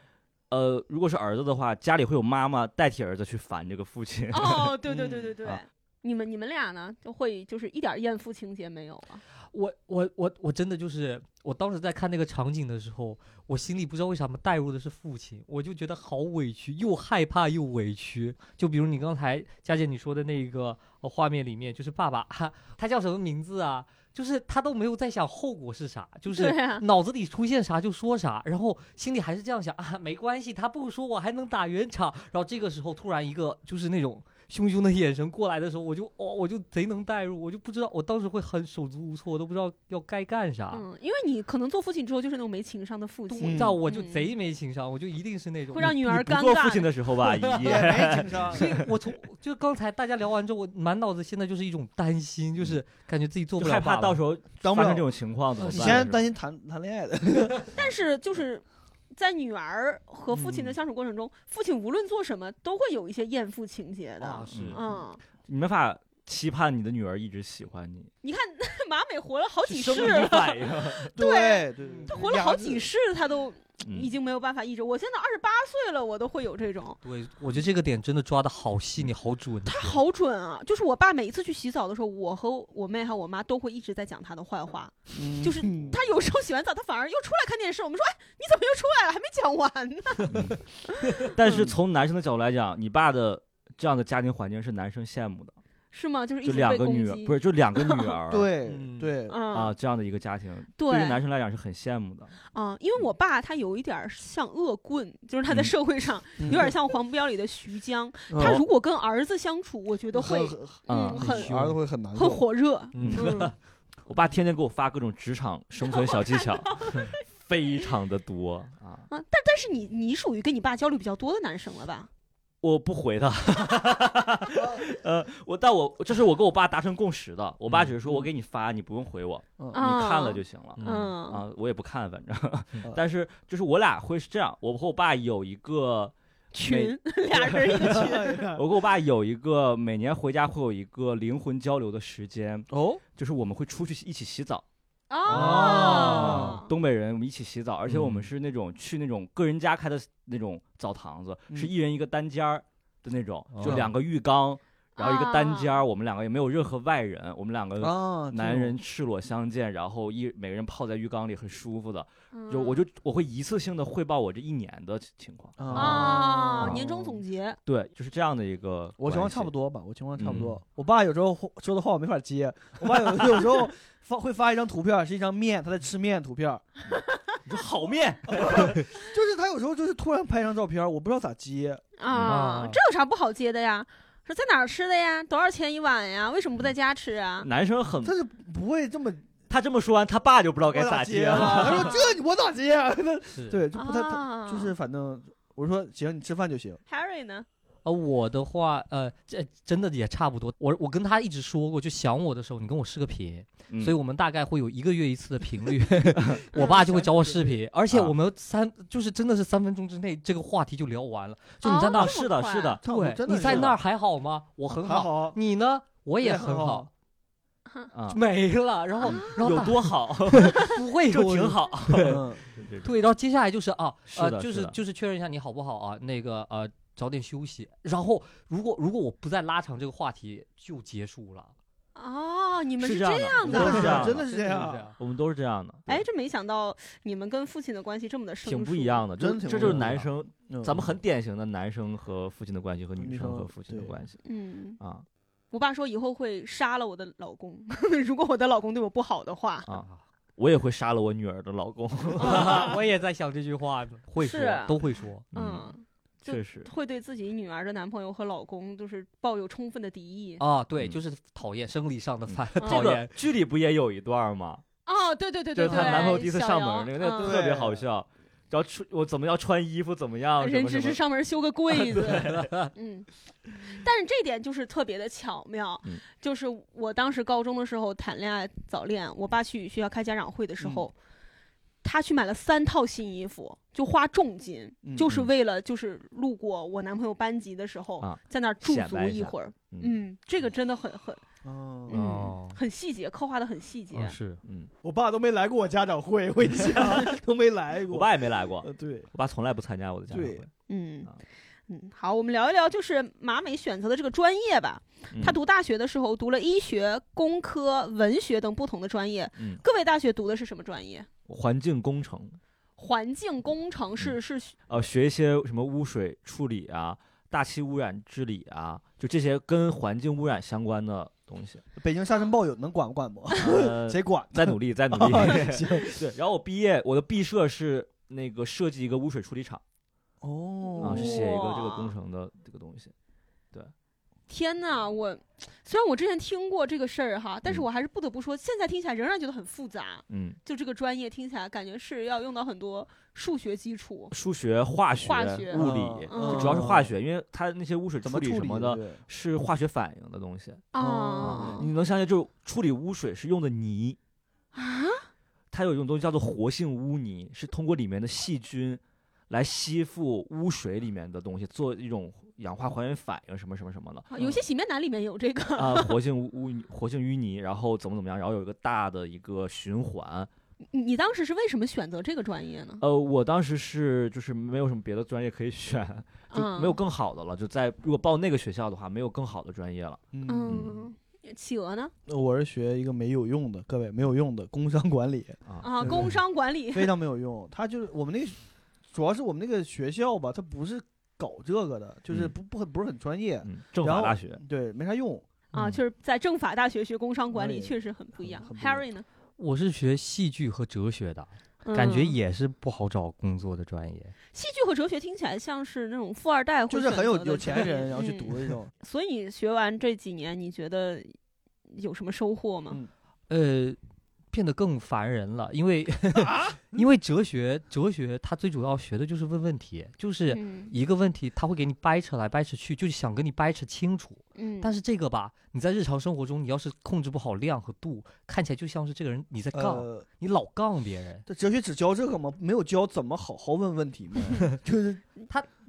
Speaker 2: 呃，如果是儿子的话，家里会有妈妈代替儿子去烦这个父亲。
Speaker 1: 哦，对对对
Speaker 3: 嗯
Speaker 1: 对对
Speaker 2: 啊，
Speaker 1: 你们你们俩呢，就会就是一点厌父情节没有啊？
Speaker 4: 我我我我真的就是，我当时在看那个场景的时候，我心里不知道为什么带入的是父亲，我就觉得好委屈，又害怕又委屈。就比如你刚才佳姐你说的那个、呃画面里面，就是爸爸、哈，他叫什么名字啊？就是他都没有在想后果是啥，就是
Speaker 1: 对 啊
Speaker 4: 脑子里出现啥就说啥，然后心里还是这样想啊，没关系，他不说我还能打圆场。然后这个时候突然一个就是那种凶凶的眼神过来的时候，我就 哦，我就贼能代入，我就不知道，我当时会很手足无措，我都不知道要该干
Speaker 2: 啊
Speaker 4: 啥。
Speaker 1: 嗯，因为你可能做父亲之后就是那种没情商的父
Speaker 3: 嗯
Speaker 1: 亲
Speaker 4: 你知，道，我就贼没情商，我就一定是那种
Speaker 1: 会让 女儿
Speaker 2: 你不
Speaker 1: 尴
Speaker 2: 做父
Speaker 1: 尬
Speaker 2: 亲
Speaker 1: 的。
Speaker 2: 的时候 吧，也
Speaker 3: 也没情商。
Speaker 4: 所以我从就刚才大家聊完之后，我满脑子现在就是一种担心，就是感觉自己做不
Speaker 2: 就
Speaker 4: 了
Speaker 2: 害
Speaker 4: 爸
Speaker 2: 怕
Speaker 4: 爸
Speaker 2: 到时候
Speaker 3: 当不
Speaker 2: 发
Speaker 3: 了
Speaker 2: 生这种情况怎么
Speaker 3: 以
Speaker 2: 办？嗯
Speaker 3: 前担心谈谈恋爱的，
Speaker 1: 但是就是。在女儿和父亲的相处过程中，父亲无论做什么都会有一些厌父情节的。
Speaker 4: 啊是
Speaker 2: 嗯
Speaker 1: 嗯，
Speaker 2: 你没法期盼你的女儿一直喜欢你，
Speaker 1: 你看 马美活了好几
Speaker 2: 生
Speaker 1: 世
Speaker 2: 理
Speaker 1: 了，
Speaker 2: 反应。
Speaker 3: 对对，
Speaker 1: 她活了好几世，她都已
Speaker 2: 嗯，
Speaker 1: 经没有办法抑制。我现在二十八岁了，我都会有这种。
Speaker 4: 对，我觉得这个点真的抓的好细腻，好准。
Speaker 1: 他好准啊！就是我爸每一次去洗澡的时候，我和我妹还有我妈都会一直在讲他的坏话。
Speaker 3: 嗯
Speaker 1: 就是他有时候洗完澡，他反而又出来看电视。我们说：“哎，你怎么又出来了？还没讲完呢。
Speaker 2: 但
Speaker 1: 嗯
Speaker 2: 是从男生的角度来讲，你爸的这样的家庭环境是男生羡慕的，”
Speaker 1: 是吗？就是一
Speaker 2: 就
Speaker 1: 直
Speaker 2: 两
Speaker 1: 被
Speaker 2: 个
Speaker 1: 攻
Speaker 2: 女儿
Speaker 1: 击。
Speaker 2: 不是就两个 女儿，
Speaker 3: 对
Speaker 4: 嗯
Speaker 3: 对，
Speaker 1: 嗯
Speaker 2: 啊，这样的一个家庭，
Speaker 1: 对
Speaker 2: 于男生来讲是很羡慕的。
Speaker 1: 啊，因为我爸他有一点儿像恶棍，就是他在
Speaker 2: 嗯哦
Speaker 1: 社会上有点像黄标里的徐江。
Speaker 3: 嗯
Speaker 1: 他如果跟儿子相处，我觉得会
Speaker 3: 很
Speaker 1: 嗯
Speaker 2: 啊
Speaker 1: 很
Speaker 3: 很儿子会很难
Speaker 1: 很
Speaker 3: 受。
Speaker 1: 火热。
Speaker 4: 嗯
Speaker 1: 嗯，
Speaker 2: 我爸天天给我发各种职场生存 小技巧，非常的多啊！
Speaker 1: 啊，但但是你你属于跟你爸交流比较多的男生了吧？
Speaker 2: 我不回他，呃，我但我这是我跟我爸达成共识的，我爸只是说我给你发，你不用回我，哦你
Speaker 3: 嗯
Speaker 1: 啊
Speaker 2: 看了就行了。
Speaker 1: 嗯
Speaker 2: 啊，我也不看，反正，但是就是我俩会是这样，我和我爸有一个
Speaker 1: 群俩人 一群。
Speaker 2: 我跟我爸有一个每年回家会有一个灵魂交流的时间，
Speaker 3: 哦，
Speaker 2: 就是我们会出去一起洗澡。
Speaker 1: 哦，
Speaker 2: 东北人我们一起洗澡，而且我们
Speaker 4: 嗯
Speaker 2: 是那种去那种个人家开的那种澡堂子，
Speaker 3: 嗯
Speaker 2: 是一人一个单间儿的那种，
Speaker 4: 哦
Speaker 2: 就两个浴缸，然后一个单间儿，我们两个也没有任何外人，我们两个
Speaker 3: 啊，
Speaker 2: 男人赤裸相见，然后一每个人泡在浴缸里，很舒服的。就我
Speaker 1: 就
Speaker 2: 就我会一次性的汇报我这一年的情况，
Speaker 3: 这种
Speaker 1: 啊，年终
Speaker 2: 哦
Speaker 1: 总结，
Speaker 2: 对，就是这样的一个关系。
Speaker 3: 我情况差不多吧，我情况差不多。
Speaker 2: 嗯
Speaker 3: 我爸有时候话说的话我没法接，我爸有 有时候发会发一张图片，是一张面，他在吃面图片，
Speaker 2: 你说好面，
Speaker 3: 就是他有时候就是突然拍张照片，我不知道咋接。
Speaker 1: 啊
Speaker 2: 哦
Speaker 4: 啊，
Speaker 1: 这有啥不好接的呀？说在哪儿吃的呀？多少钱一碗呀？为什
Speaker 2: 嗯
Speaker 1: 么不在家吃啊？
Speaker 2: 男生
Speaker 4: 嗯
Speaker 2: 很
Speaker 3: 他是不会这么
Speaker 2: 他这么说完，他爸就不知道
Speaker 3: 我
Speaker 2: 该
Speaker 3: 咋
Speaker 2: 咋接了。
Speaker 4: 啊
Speaker 3: 了。他说这我咋接 啊？
Speaker 4: 是
Speaker 3: 对，就不太、他
Speaker 1: 啊，
Speaker 3: 就是反正我说行，你吃饭就行。
Speaker 1: Harry 呢？
Speaker 4: 呃，我的话，呃，这真的也差不多。我我跟他一直说过，就想我的时候，你跟我视个频，
Speaker 2: 嗯
Speaker 4: 所以我们大概会有一个月一次的频率。我爸就会找
Speaker 3: 嗯
Speaker 4: 我视频，而且我们三、就是真的是三分钟之内，这个话题就聊完了。就你在那
Speaker 1: 哦
Speaker 4: 儿，
Speaker 2: 是的，是的，
Speaker 3: 差不多
Speaker 4: 对，
Speaker 3: 真的
Speaker 4: 你
Speaker 3: 是
Speaker 4: 在
Speaker 3: 这
Speaker 4: 那
Speaker 3: 样
Speaker 4: 儿还好吗？我很
Speaker 3: 还
Speaker 4: 好，
Speaker 3: 好，
Speaker 4: 你呢？我也
Speaker 3: 也
Speaker 4: 很
Speaker 3: 很好
Speaker 4: 好，
Speaker 2: 啊，
Speaker 4: 没了。然后然后
Speaker 2: 有
Speaker 4: 大
Speaker 2: 多 好
Speaker 4: 不会
Speaker 2: 就
Speaker 4: 有
Speaker 2: 挺
Speaker 4: 人
Speaker 2: 好。
Speaker 3: 嗯，
Speaker 4: 对，然后接下来就是啊，
Speaker 2: 是的
Speaker 4: 呃，就是是
Speaker 2: 的
Speaker 4: 就是确认一下你好不好啊？那个呃，早点休息。然后如果如果我不再拉长这个话题，就结束了。
Speaker 1: 哦，你们
Speaker 2: 是
Speaker 1: 是
Speaker 2: 这样的
Speaker 1: 样
Speaker 2: 我们是这
Speaker 1: 的。
Speaker 2: 样的
Speaker 3: 真的是这
Speaker 4: 真的
Speaker 3: 样。
Speaker 2: 我们都是这样的，
Speaker 1: 哎，这没想到你们跟父亲的关系这么的生疏，
Speaker 2: 挺不一样的，就是
Speaker 3: 真挺
Speaker 2: 这
Speaker 3: 不
Speaker 2: 就是
Speaker 3: 一样
Speaker 2: 男
Speaker 3: 的
Speaker 2: 生，
Speaker 3: 嗯
Speaker 2: 咱们很典型的男生和父亲的关系和女
Speaker 3: 女
Speaker 2: 生
Speaker 3: 生
Speaker 2: 和父亲的
Speaker 3: 对
Speaker 2: 关系
Speaker 1: 嗯，
Speaker 2: 啊
Speaker 1: 我爸说以后会杀了我的老公， 如果我的老公对我不好的 话。
Speaker 2: 啊！我也会杀了我女儿的老 公，
Speaker 1: 嗯
Speaker 3: 啊
Speaker 4: 我也在想这句话呢，会说
Speaker 1: 是啊
Speaker 4: 都会说。
Speaker 2: 嗯，
Speaker 1: 嗯，就
Speaker 2: 确实，
Speaker 1: 会对自己女儿的男朋友和老公就是抱有充分的敌意。
Speaker 4: 啊，对，
Speaker 2: 嗯
Speaker 4: 就是讨厌生理上的反
Speaker 2: 这
Speaker 4: 讨
Speaker 1: 嗯
Speaker 2: 个
Speaker 4: 厌，
Speaker 2: 剧里不也有一段吗？
Speaker 1: 哦，对对对
Speaker 2: 就
Speaker 1: 对
Speaker 2: 是
Speaker 1: 对，
Speaker 2: 她男朋友第一次
Speaker 1: 小
Speaker 2: 上
Speaker 1: 姚
Speaker 2: 门那个，那
Speaker 1: 嗯
Speaker 2: 个特别好
Speaker 3: 对
Speaker 2: 笑。然后穿我怎么要穿衣服，怎么样？啊什
Speaker 1: 人
Speaker 2: 么啊
Speaker 1: 只
Speaker 2: 什
Speaker 1: 是
Speaker 2: 么
Speaker 1: 上门修个柜子， 嗯，但是这点就是特别的巧妙，
Speaker 2: 嗯
Speaker 1: 就是我当时高中的时候谈恋爱早恋，我爸去学校开家长会的
Speaker 2: 嗯
Speaker 1: 时候，他去买了三套新衣服，就花重金，
Speaker 3: 嗯
Speaker 1: 就是
Speaker 2: 嗯
Speaker 1: 为了就是路过我男朋友班级的时候，
Speaker 2: 啊
Speaker 1: 在那儿驻
Speaker 2: 显
Speaker 1: 足
Speaker 2: 摆一
Speaker 1: 一
Speaker 2: 下
Speaker 1: 会儿，
Speaker 2: 嗯
Speaker 1: 嗯，这个真的很很
Speaker 3: 嗯
Speaker 1: 嗯
Speaker 4: 哦
Speaker 1: 很细节，刻画的很细节，
Speaker 4: 是
Speaker 2: 嗯，
Speaker 3: 我爸都没来过我家长会，我一想 都没来过。
Speaker 2: 我爸也没来过，
Speaker 3: 呃对，
Speaker 2: 我爸从来不参加我的家长
Speaker 3: 对
Speaker 2: 会。
Speaker 1: 嗯
Speaker 2: 啊
Speaker 1: 嗯，好，我们聊一聊就是马美选择的这个专业吧。
Speaker 2: 嗯
Speaker 1: 他读大学的时候读了医学、工科、文学等不同的专业。
Speaker 2: 嗯
Speaker 1: 各位大学读的是什么专业？
Speaker 2: 环境工程，
Speaker 1: 环境工程是是
Speaker 2: 呃，学一些什么污水处理啊、大气污染治理啊，就这些跟环境污染相关的 东西。
Speaker 3: 北京沙尘暴有能管不管不？
Speaker 2: 呃，
Speaker 3: 谁管？
Speaker 2: 再努力，再努力。
Speaker 3: 哦
Speaker 1: 哦
Speaker 3: 行
Speaker 2: 对，然后我毕业，我的毕设是那个设计一个污水处理厂
Speaker 3: 哦
Speaker 2: 啊，是写一个这个
Speaker 1: 哇
Speaker 2: 工程的这个东西。
Speaker 1: 天呐，我虽然我之前听过这个事儿哈，但是
Speaker 2: 嗯
Speaker 1: 我还是不得不说，现在听起来仍然觉得很复杂。
Speaker 2: 嗯，
Speaker 1: 就这个专业听起来，感觉是要用到很多数学基础。
Speaker 2: 数学、化学、
Speaker 1: 化学
Speaker 2: 物理，
Speaker 1: 嗯
Speaker 2: 就主要是化学，因为它那些污水
Speaker 3: 嗯怎
Speaker 2: 处
Speaker 3: 么
Speaker 2: 理什么的，
Speaker 3: 对
Speaker 2: 是化学反应的东西。
Speaker 1: 啊
Speaker 2: 你能相信，就是处理污水是用的泥，
Speaker 1: 啊！
Speaker 2: 它有一种东西叫做活性污泥，是通过里面的细菌来吸附污水里面的东西，做一种氧化还原反应什么什么什么的。
Speaker 1: 啊有些洗面奶里面有这个，
Speaker 2: 啊，活性污污泥活性淤泥，然后怎么怎么样，然后有一个大的一个循环。
Speaker 1: 你
Speaker 2: 嗯
Speaker 1: 你当时是为什么选择这个专业呢？
Speaker 2: 呃，我当时是就是没有什么别的专业可以选，就没有
Speaker 1: 嗯
Speaker 2: 更好的了。就在如果报那个学校的话，没有更好的专业了。
Speaker 1: 嗯，企鹅呢？
Speaker 3: 我是学一个没有用的，各位没有用的工商管 理，
Speaker 2: 啊，
Speaker 1: 啊，
Speaker 3: 对
Speaker 1: 工商管理
Speaker 3: 非常没有用。他就是我们那个，主要是我们那个学校吧，他不是搞这个的，就是
Speaker 2: 嗯
Speaker 3: 不不很不是很专业，
Speaker 2: 嗯，政
Speaker 3: 然
Speaker 2: 法
Speaker 3: 后
Speaker 2: 大学，
Speaker 3: 对，没啥用。
Speaker 1: 啊，
Speaker 4: 嗯
Speaker 1: 就是在政法大学学工商管理，
Speaker 3: 对
Speaker 1: 确实很不一样
Speaker 3: 哎很。不一样
Speaker 1: Harry 呢？
Speaker 4: 我是学戏剧和哲学的，感觉
Speaker 1: 嗯
Speaker 4: 也是不好找工作的专业。
Speaker 1: 戏剧和哲学听起来像是那种富二代，
Speaker 3: 就是很有有钱 人，然后去读。这种，
Speaker 1: 所以你学完这几年，你觉得有什么收获吗？
Speaker 3: 嗯
Speaker 4: 呃，变得更烦人了，因为
Speaker 3: 啊
Speaker 4: 因为哲学哲学它最主要学的就是问问题，就是
Speaker 1: 嗯
Speaker 4: 一个问题，它会给你掰扯来掰扯去，就是想跟你掰扯清楚。
Speaker 1: 嗯，
Speaker 4: 但是这个吧，你在日常生活中，你要是控制不好量和度，看起来就像是这个人你在杠，
Speaker 3: 呃，
Speaker 4: 你老杠别人，
Speaker 3: 这哲学只教这个吗？没有教怎么好好问问题吗？ 就是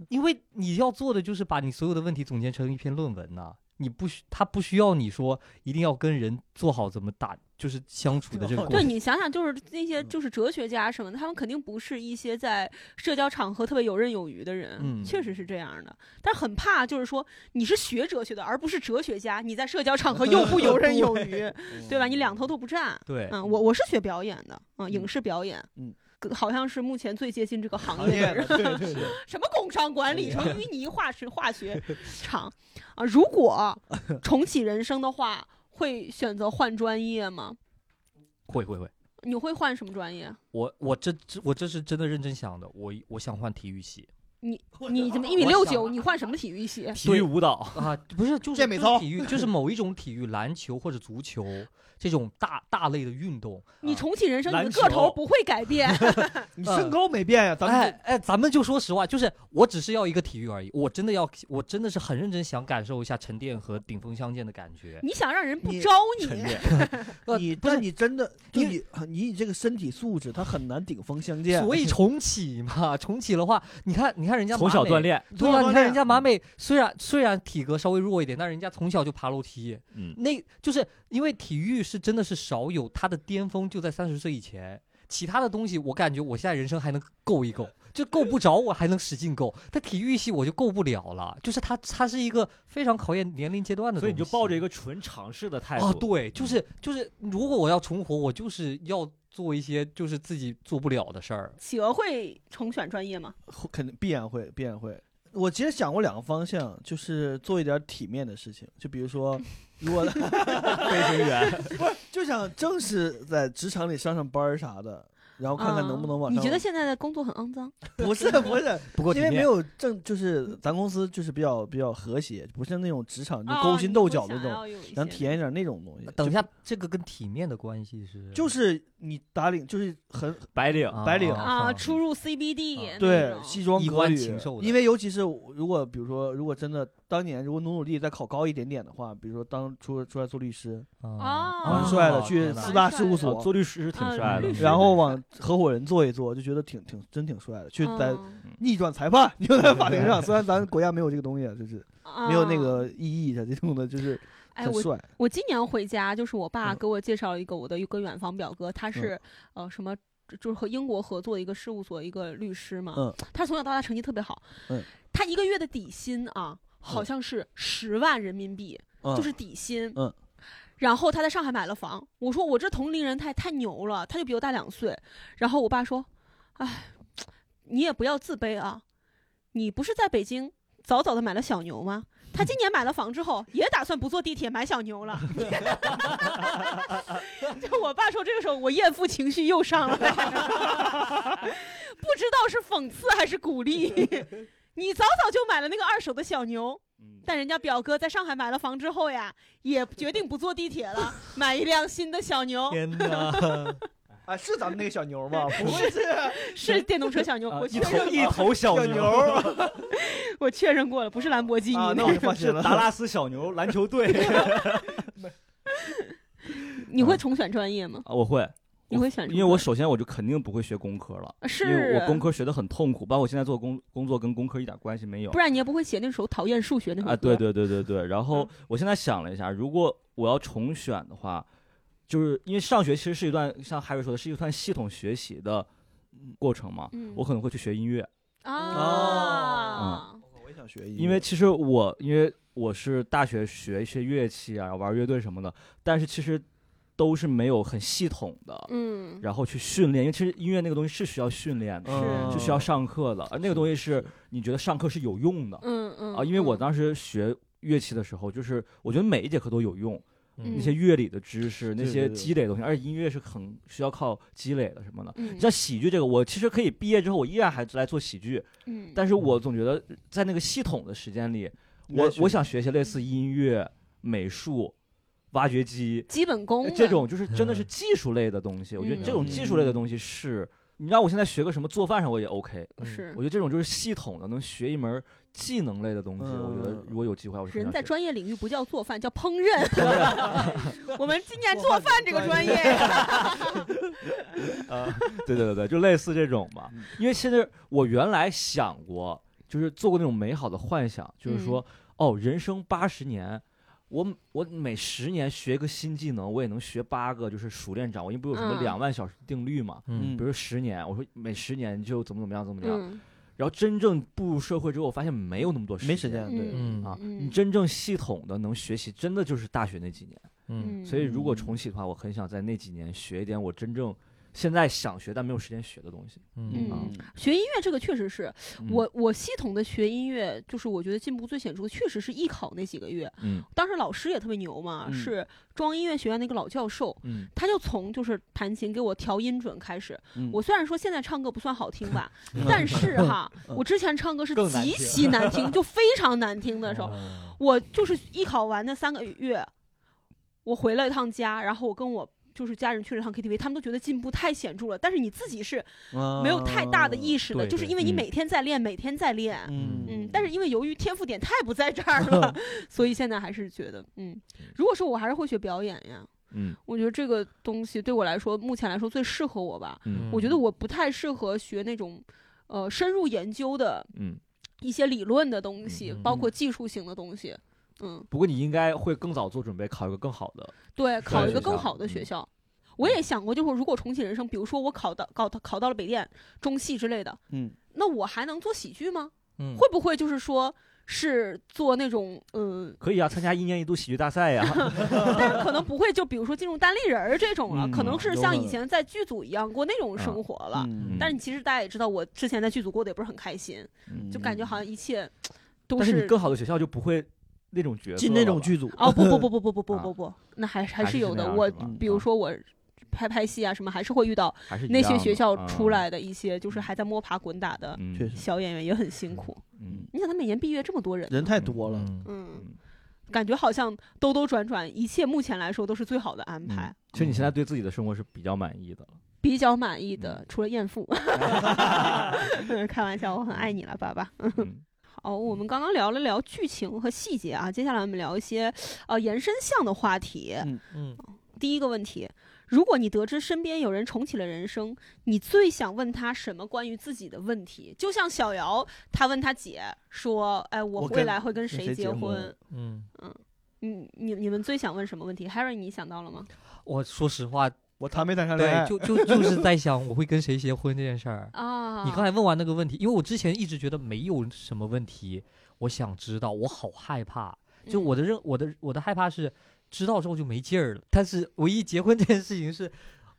Speaker 4: 因为你要做的就是把你所有的问题总结成一篇论文呐、你不需他不需要你说一定要跟人做好怎么打，就是相处的这个过
Speaker 1: 对
Speaker 4: 程。
Speaker 1: 你想想，就是那些
Speaker 3: 嗯
Speaker 1: 就是哲学家什么的，他们肯定不是一些在社交场合特别游刃有余的人，
Speaker 4: 嗯
Speaker 1: 确实是这样的。但很怕就是说你是学哲学的，而不是哲学家，你在社交场合又不游刃有 余， 对吧？
Speaker 3: 嗯
Speaker 1: 你两头都不占。
Speaker 4: 对，
Speaker 1: 嗯，我我是学表演的，嗯，影视表演，
Speaker 3: 嗯，
Speaker 1: 好像是目前最接近这个行
Speaker 3: 行
Speaker 1: 业
Speaker 3: 业
Speaker 1: 的
Speaker 3: 了
Speaker 1: 人，
Speaker 3: 对对对，
Speaker 1: 什么工商管理，什么淤泥化石化 学厂啊？如果重启人生的话，会选择换专业吗？
Speaker 4: 会会会，
Speaker 1: 你会换什么专业？
Speaker 4: 我我这这我这是真的认真想的，我我想换体育系
Speaker 1: 你怎么一米六
Speaker 3: 啊
Speaker 1: 九？你换什么体育 系？
Speaker 2: 体育舞蹈，
Speaker 4: 啊，不是就是
Speaker 3: 健美
Speaker 4: 就是
Speaker 3: 操
Speaker 4: 体育，就是某一种体育，篮球或者足球这种大大类的运动。
Speaker 1: 你重启人生，
Speaker 2: 篮
Speaker 1: 你的个头
Speaker 2: 球
Speaker 1: 不会改 变。
Speaker 3: 你
Speaker 1: 嗯
Speaker 3: 身高没变呀，咱
Speaker 4: 哎
Speaker 3: 们
Speaker 4: 哎，咱们就说实话，就是我只是要一个体育而已，我真的要，我真的是很认真想感受一下沉淀和顶峰相见的感觉。
Speaker 1: 你想让人不
Speaker 3: 你
Speaker 1: 招
Speaker 4: 沉
Speaker 1: 你，
Speaker 4: 淀，
Speaker 3: 就
Speaker 4: 呃
Speaker 3: 你，
Speaker 4: 不是
Speaker 3: 但你真的，就
Speaker 4: 因
Speaker 3: 你你以这个身体素质，他很难顶峰相见。啊
Speaker 4: 所以重启嘛，重启的话，你看，你看人家
Speaker 2: 从小
Speaker 4: 马美
Speaker 2: 锻，炼，
Speaker 4: 对
Speaker 3: 从
Speaker 4: 啊，
Speaker 3: 小锻
Speaker 4: 你看
Speaker 3: 炼嗯
Speaker 4: 人家马美虽然虽然体格稍微弱一点，但人家从小就爬楼梯，
Speaker 2: 嗯，
Speaker 4: 那就是因为体育是真的是少有，它的巅峰就在三十岁以前。其他的东西，我感觉我现在人生还能够一够，就够不着，我还能使劲够。但体育系我就够不了了，就是它，它是一个非常考验年龄阶段的
Speaker 2: 所
Speaker 4: 东
Speaker 2: 以
Speaker 4: 西。
Speaker 2: 你就抱着一个纯尝试的态度。
Speaker 4: 啊，对，就是就是，如果我要重活，我就是要做一些就是自己做不了的事儿。
Speaker 1: 企鹅会重选专业吗？
Speaker 3: 会肯定必然会，必然会。我其实想过两个方向，就是做一点体面的事情，就比 如说，如果
Speaker 2: 飞行 员，
Speaker 3: 就想正式在职场里上上班儿啥的，然后看看能不能往
Speaker 1: 啊
Speaker 3: 上。
Speaker 1: 你觉得现在的工作很肮脏？
Speaker 3: 不是不是，
Speaker 4: 不过
Speaker 3: 因
Speaker 4: 今
Speaker 3: 为没
Speaker 4: 天
Speaker 3: 有正，就是咱公司就是比较比较和谐，不是那种职场就
Speaker 1: 哦
Speaker 3: 勾心
Speaker 1: 你
Speaker 3: 斗
Speaker 1: 会
Speaker 3: 角那
Speaker 1: 想
Speaker 3: 种，
Speaker 1: 要有一
Speaker 3: 想
Speaker 1: 些
Speaker 3: 体验一点那种东西。
Speaker 4: 等一
Speaker 3: 就
Speaker 4: 下，这个跟体面的关系是
Speaker 3: 就是你打领，就是很
Speaker 2: 白领，
Speaker 4: 啊
Speaker 3: 白领
Speaker 1: 啊，出入
Speaker 4: 啊
Speaker 1: CBD
Speaker 3: 对
Speaker 1: 那
Speaker 3: 西
Speaker 1: 种
Speaker 3: 装
Speaker 4: 衣
Speaker 3: 革
Speaker 4: 冠
Speaker 3: 履
Speaker 4: 禽兽，的
Speaker 3: 因为尤其是我如果比如说，如果真的当年如果努努力再考高一点点的话，比如说当出出来做律师，
Speaker 4: 嗯
Speaker 1: 哦
Speaker 3: 蛮帅的，
Speaker 4: 哦
Speaker 3: 去
Speaker 4: 天哦哪
Speaker 3: 四大事务
Speaker 2: 啊
Speaker 3: 所，
Speaker 2: 做律师是挺
Speaker 1: 啊
Speaker 2: 帅
Speaker 1: 律
Speaker 2: 的
Speaker 1: 师，
Speaker 3: 然后往合伙人做一做，就觉得挺挺真挺帅的。去在
Speaker 1: 嗯
Speaker 3: 逆转裁判， 你就在法庭 上，虽然咱国家没有这个东西，啊，就是没有那
Speaker 1: 啊
Speaker 3: 个异议的这种的，就是
Speaker 1: 哎，
Speaker 3: 很
Speaker 1: 我
Speaker 3: 帅。
Speaker 1: 我今年回家，就是我爸
Speaker 3: 嗯
Speaker 1: 给我介绍了一个我的一个远房表哥，他是、呃什么。就是和英国合作的一个事务所，一个律师嘛。
Speaker 3: 嗯
Speaker 1: 他从小到大成绩特别好。
Speaker 3: 嗯
Speaker 1: 他一个月的底薪啊，好像是十万人民币，
Speaker 3: 嗯
Speaker 1: 就是底薪。
Speaker 3: 嗯
Speaker 1: 然后他在上海买了房。我说我这同龄人太太牛了，他就比我大两岁。然后我爸说：“哎，你也不要自卑啊，你不是在北京早早的买了小牛吗？他今年买了房之后，也打算不坐地铁买小牛了。 就我爸说这个时候，我艳父情绪又上来了， 不知道是讽刺还是鼓励。你早早就买了那个二手的小牛，
Speaker 2: 嗯
Speaker 1: 但人家表哥在上海买了房之后呀，也决定不坐地铁了，买一辆新的小牛，
Speaker 4: 天哪，
Speaker 3: 啊，是咱们那个小牛吗？不会是
Speaker 1: 是电动车小牛。
Speaker 2: 啊
Speaker 1: 我
Speaker 2: 一
Speaker 1: 确
Speaker 2: 头
Speaker 1: 认，
Speaker 2: 一头小
Speaker 3: 小牛儿
Speaker 1: 我确认过了，不是兰博基尼。
Speaker 3: 啊，那 我就放心
Speaker 2: 是
Speaker 3: 了。
Speaker 2: 达拉斯小牛篮球队。
Speaker 1: 你会重选专业吗？
Speaker 2: 啊我 会，
Speaker 1: 你会选什么？啊
Speaker 2: 因为我首先我就肯定不会学工科了，
Speaker 1: 是
Speaker 2: 因为我工科学的很痛苦，包括我现在做工工作跟工科一点关系没有
Speaker 1: 不。然你也不会写那首讨厌数学那首歌。嗯
Speaker 2: 啊，对对对对对。然后我现在想了一下，如果我要重选的话，就是因为上学其实是一段像海瑞说的，是一段系统学习的过程嘛。
Speaker 1: 嗯
Speaker 2: 我可能会去学音乐，
Speaker 1: 啊，
Speaker 3: 我也想学音乐，
Speaker 2: 因为其实我因为我是大学学一些乐器啊，玩乐队什么的，但是其实都是没有很系统的，
Speaker 1: 嗯，
Speaker 2: 然后去训练，因为其实音乐那个东西是需要训练的，
Speaker 3: 啊
Speaker 1: 嗯
Speaker 2: 是需要上课的，而那个东西是你觉得上课是有用的
Speaker 1: 嗯嗯
Speaker 2: 啊，因为我
Speaker 1: 嗯
Speaker 2: 当时学乐器的时候，就是我觉得每一节课都有用，
Speaker 1: 嗯
Speaker 2: 那些乐理的知识，那
Speaker 3: 对
Speaker 2: 些
Speaker 3: 对对
Speaker 2: 积累的东西，而且音乐是很需要靠积累的什么的。
Speaker 1: 嗯
Speaker 2: 像喜剧这个，我其实可以毕业之后，我依然还来做喜剧，
Speaker 1: 嗯
Speaker 2: 但是我总觉得在那个系统的时间里，
Speaker 3: 应该
Speaker 2: 我
Speaker 3: 是
Speaker 2: 我想学些类似音乐、美术、挖掘机
Speaker 1: 基本功
Speaker 2: 呃这
Speaker 1: 的
Speaker 2: 种，就是真的
Speaker 3: 嗯
Speaker 2: 是技术类的东西。我觉得这种
Speaker 4: 嗯
Speaker 2: 技术类的东西是，你让我现在学个什么做饭上我也 OK，
Speaker 1: 是
Speaker 2: 我觉得这种就是系统的，能学一门技能类的东西，我觉得
Speaker 3: 嗯
Speaker 2: 如果有机会，我是
Speaker 1: 人
Speaker 2: 很
Speaker 1: 在
Speaker 2: 想学
Speaker 1: 专业领域不叫做饭，叫烹饪。 我们今年做饭这个专业，
Speaker 2: 对对对对，就类似这种吧
Speaker 3: 嗯。
Speaker 2: 因为其实我原来
Speaker 3: 嗯
Speaker 2: 想过，就是做过那种美好的幻想，就是说，哦，人生八十年，我我每十年学个新技能，我也能学八个，就是熟练掌握。因为不是有什么
Speaker 1: 嗯
Speaker 2: 两万小时定律嘛？
Speaker 3: 嗯
Speaker 2: 比如十年，我说每十年就怎么怎么样怎么样。
Speaker 1: 嗯
Speaker 2: 然后真正步入社会之后，我发现没有那么多
Speaker 3: 没时
Speaker 2: 时
Speaker 3: 间，
Speaker 2: 间。
Speaker 3: 对，
Speaker 4: 嗯
Speaker 2: 啊你
Speaker 1: 嗯
Speaker 2: 真正系统的能学习，真的就是大学那几年。
Speaker 4: 嗯，
Speaker 2: 所以如果
Speaker 3: 嗯
Speaker 2: 重启的话，我很想在那几年学一点我真正现在想学但没有时间学的东西。
Speaker 4: 嗯
Speaker 2: 啊
Speaker 1: 嗯学音乐这个确实是
Speaker 2: 嗯
Speaker 1: 我我系统的学音乐，就是我觉得进步最显著的确实是艺考那几个月。
Speaker 2: 嗯
Speaker 1: 当时老师也特别牛嘛，
Speaker 3: 嗯
Speaker 1: 是中央音乐学院那个老教授，
Speaker 2: 嗯
Speaker 1: 他就从就是弹琴给我调音准开始。
Speaker 2: 嗯
Speaker 1: 我虽然说现在唱歌不算好听 吧，但是哈，
Speaker 3: 嗯
Speaker 1: 我之前唱歌是
Speaker 2: 更难
Speaker 1: 极
Speaker 2: 听哦
Speaker 1: 其难听，就非常难听的时候，我就是艺考完那三个月，我回了一趟家，然后我跟我。就是家人去了趟 KTV，他们都觉得进步太显著了，但是你自己是没有太大的
Speaker 3: 义，
Speaker 1: 意识的，
Speaker 4: 对
Speaker 1: 就是
Speaker 4: 对
Speaker 1: 因为你
Speaker 2: 嗯
Speaker 1: 每天在练，每天在练，嗯，但是因为由于天赋点太不在这儿了，所以现在还是觉得，嗯，如果说我还是会学表演呀，
Speaker 2: 嗯
Speaker 1: 我觉得这个东西对我来说，目前来说最适合我吧。
Speaker 2: 嗯
Speaker 1: 我觉得我不太适合学那种，呃，深入研究的
Speaker 2: 嗯。
Speaker 1: 一些理论的东西，
Speaker 4: 嗯
Speaker 1: 包括技术型的东西。嗯，
Speaker 2: 不过你应该会更早做准备，考一个更好的。
Speaker 1: 对，考一
Speaker 2: 学
Speaker 1: 个更
Speaker 2: 校
Speaker 1: 好的学
Speaker 2: 嗯
Speaker 1: 校。我也想过，就是如果重启人生，比如说我考到考到考到了北电中戏之类的，
Speaker 3: 嗯，
Speaker 1: 那我还能做喜剧吗？
Speaker 4: 嗯
Speaker 1: 会不会就是说是做那种嗯
Speaker 2: 可以啊，参加一年一度喜剧大赛呀、
Speaker 1: 但是可能不会就比如说进入单立人儿这种了，
Speaker 2: 嗯
Speaker 1: 可能是
Speaker 3: 有
Speaker 1: 像
Speaker 3: 可
Speaker 1: 以
Speaker 3: 能
Speaker 1: 前在剧组一样过那种
Speaker 2: 啊
Speaker 1: 生活了。
Speaker 3: 嗯
Speaker 1: 但是其实大家也知道，我之前在剧组过得也不是很开心，就感觉好像一切都
Speaker 2: 但
Speaker 1: 是
Speaker 2: 是嗯你更好的学校就不会那种角色
Speaker 3: 进那种
Speaker 2: 了吧
Speaker 3: 剧组
Speaker 1: 哦不 不不不不不不
Speaker 2: 啊
Speaker 1: 不不，那还还
Speaker 2: 还
Speaker 1: 是
Speaker 2: 是
Speaker 1: 有的。
Speaker 2: 那样
Speaker 1: 我
Speaker 2: 是吧
Speaker 1: 比如
Speaker 2: 啊
Speaker 1: 说我拍拍戏啊什么，还是会遇到
Speaker 2: 还是一
Speaker 1: 那
Speaker 2: 样
Speaker 1: 些
Speaker 2: 的
Speaker 1: 学校出，
Speaker 2: 啊
Speaker 1: 来的一些就是还在摸爬滚打的
Speaker 2: 嗯、
Speaker 3: 确实
Speaker 1: 小演员，也很辛苦。
Speaker 2: 嗯，
Speaker 1: 你想他每年毕业这么 多人，
Speaker 3: 人太多了，
Speaker 4: 嗯
Speaker 1: 嗯
Speaker 2: 嗯，
Speaker 1: 感觉好像兜兜转转，一切目前来说都是最好的安排
Speaker 2: 嗯。其实你现在对自己的生活是比较满意的 了。
Speaker 1: 比较满意的，除了艳父。 开玩笑，我很爱你了，爸爸。
Speaker 2: 嗯
Speaker 1: 好，我们刚刚聊了聊剧情和细节啊，接下来我们聊一些呃延伸项的话题。
Speaker 4: 嗯
Speaker 1: 第一个问题，如果你得知身边有人重启了人生，你最想问他什么关于自己的问题？就像小姚，他问他姐说：“哎，我
Speaker 3: 我
Speaker 1: 未
Speaker 3: 跟
Speaker 1: 来会跟
Speaker 3: 跟
Speaker 1: 谁
Speaker 3: 谁
Speaker 1: 结
Speaker 3: 结
Speaker 1: 婚？”
Speaker 3: 婚
Speaker 4: 嗯，
Speaker 1: 你你你们最想问什么问题？Harry，你想到了吗？
Speaker 4: 我说实话，
Speaker 3: 我谈没谈上恋
Speaker 4: 对，
Speaker 3: 爱，
Speaker 4: 就 就就是在想我会跟谁结婚这件事儿。
Speaker 1: 啊，
Speaker 4: 你刚才问完那个问题，因为我之前一直觉得没有什么问题，我想知道，我好害怕。就我的
Speaker 1: 嗯
Speaker 4: 认，我的我的害怕是知道之后就没劲儿了。但是唯一结婚这件事情是，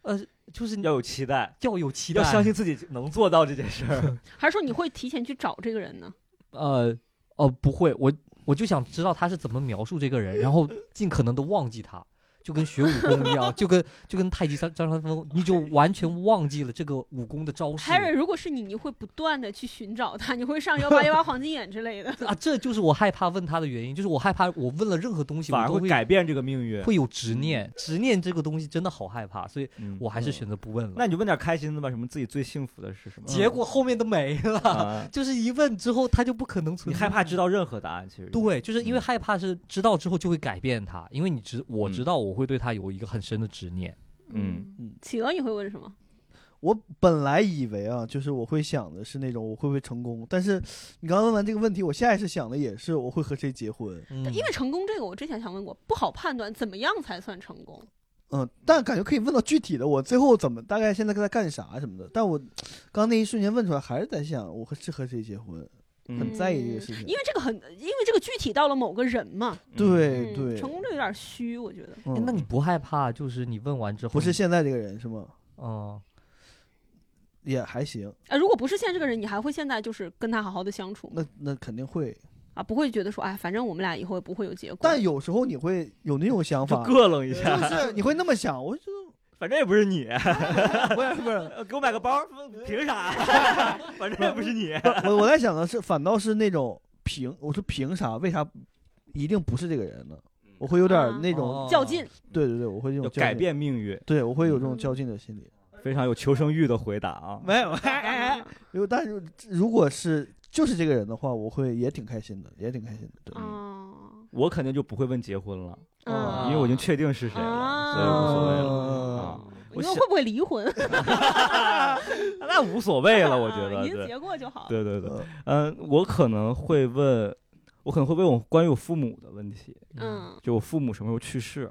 Speaker 4: 呃，就是
Speaker 2: 要有期待，
Speaker 4: 要有期待，
Speaker 2: 要相信自己能做到这件事 儿。
Speaker 1: 嗯还是说你会提前去找这个人呢？
Speaker 4: 呃，哦，不会，我我就想知道他是怎么描述这个人，然后尽可能的忘记他，就跟学武功一样，就跟就跟太极三张三丰，你就完全忘记了这个武功的招式
Speaker 1: Harry，如果是你，你会不断的去寻找他，你会上幺八幺八黄金眼之类的。
Speaker 4: 啊！这就是我害怕问他的原因，就是我害怕我问了任何东西，
Speaker 2: 反
Speaker 4: 我
Speaker 2: 而
Speaker 4: 都
Speaker 2: 会改变这个命运。
Speaker 4: 会有执念，执念这个东西真的好害怕，所以
Speaker 2: 嗯
Speaker 4: 我还是选择不问了。嗯
Speaker 2: 那你就问点开心的吧，什么自己最幸福的是什么？
Speaker 4: 结果后面都没了，
Speaker 2: 啊，
Speaker 4: 就是一问之后他就不可能存
Speaker 2: 你
Speaker 4: 在
Speaker 2: 害怕知道任何答案，其实
Speaker 4: 对，就是因为
Speaker 2: 嗯
Speaker 4: 害怕是知道之后就会改变他，因为你知我
Speaker 2: 嗯
Speaker 4: 知道我会对他有一个很深的执念。
Speaker 2: 嗯
Speaker 3: 嗯
Speaker 1: 企鹅，你会问什么？
Speaker 3: 我本来以为啊，就是我会想的是那种我会不会成功，但是你刚刚问完这个问题，我下意识想的也是我会和谁结婚，
Speaker 4: 嗯
Speaker 1: 因为成功这个，我之前想问过，不好判断怎么样才算成功。
Speaker 3: 嗯，但感觉可以问到具体的，我最后怎么大概现在在干啥什么的，但我刚那一瞬间问出来，还是在想我和是和谁结婚，
Speaker 1: 嗯
Speaker 2: 嗯
Speaker 3: 很在意这个事情
Speaker 1: 因，为这个很，因为这个具体到了某个人嘛。
Speaker 2: 哎
Speaker 1: 嗯
Speaker 3: 对对，
Speaker 1: 成功这有点虚，我觉得。
Speaker 3: 嗯
Speaker 4: 诶那你不害怕？就是你问完之后，
Speaker 3: 不是现在这个人是吗？
Speaker 4: 嗯，
Speaker 3: 也还行，
Speaker 1: 啊，如果不是现在这个人，你还会现在就是跟他好好的相处吗？
Speaker 3: 那那肯定会，
Speaker 1: 啊，不会觉得说，哎，反正我们俩以后也不会有结果。
Speaker 3: 但有时候你会有那种想
Speaker 2: 就
Speaker 3: 法，
Speaker 2: 咯楞一
Speaker 3: 就
Speaker 2: 下，
Speaker 3: 是你会那么想，我就
Speaker 2: 反正也不是你，
Speaker 3: 不是不 是，
Speaker 2: 给我买个包，凭啥？啊 反正也不是你。
Speaker 3: 我我在想的是，反倒是那种凭，我说凭啥？为啥一定不是这个人呢？我会有点儿那种，
Speaker 4: 哦
Speaker 1: 较 劲，
Speaker 3: 对对对，我会这种
Speaker 2: 要
Speaker 3: 较劲
Speaker 2: 嗯哦改，变哦命运，
Speaker 3: 对我会有这种较劲的心理。
Speaker 2: 非常有求生欲的回答啊！
Speaker 3: 没有，有，但是 如果是就是这个人的话，我会也挺开心的，也挺开心的。对，
Speaker 1: 啊，
Speaker 2: 我肯定就不会问结婚了，
Speaker 1: 啊
Speaker 2: 因为我已经确定是谁了，所以无所谓了。
Speaker 3: 啊
Speaker 2: 啊，
Speaker 1: 你说
Speaker 2: 我想
Speaker 1: 会不会离婚？
Speaker 2: 那哦无所谓了，我觉
Speaker 1: 啊
Speaker 2: 得。
Speaker 1: 已经
Speaker 2: 对
Speaker 3: 呃
Speaker 2: 呃
Speaker 1: 结过就好。
Speaker 2: 对对对，嗯，我可能会问，我可能会问我关于我父母的问题，
Speaker 1: 嗯
Speaker 2: 就我父母什么时候去世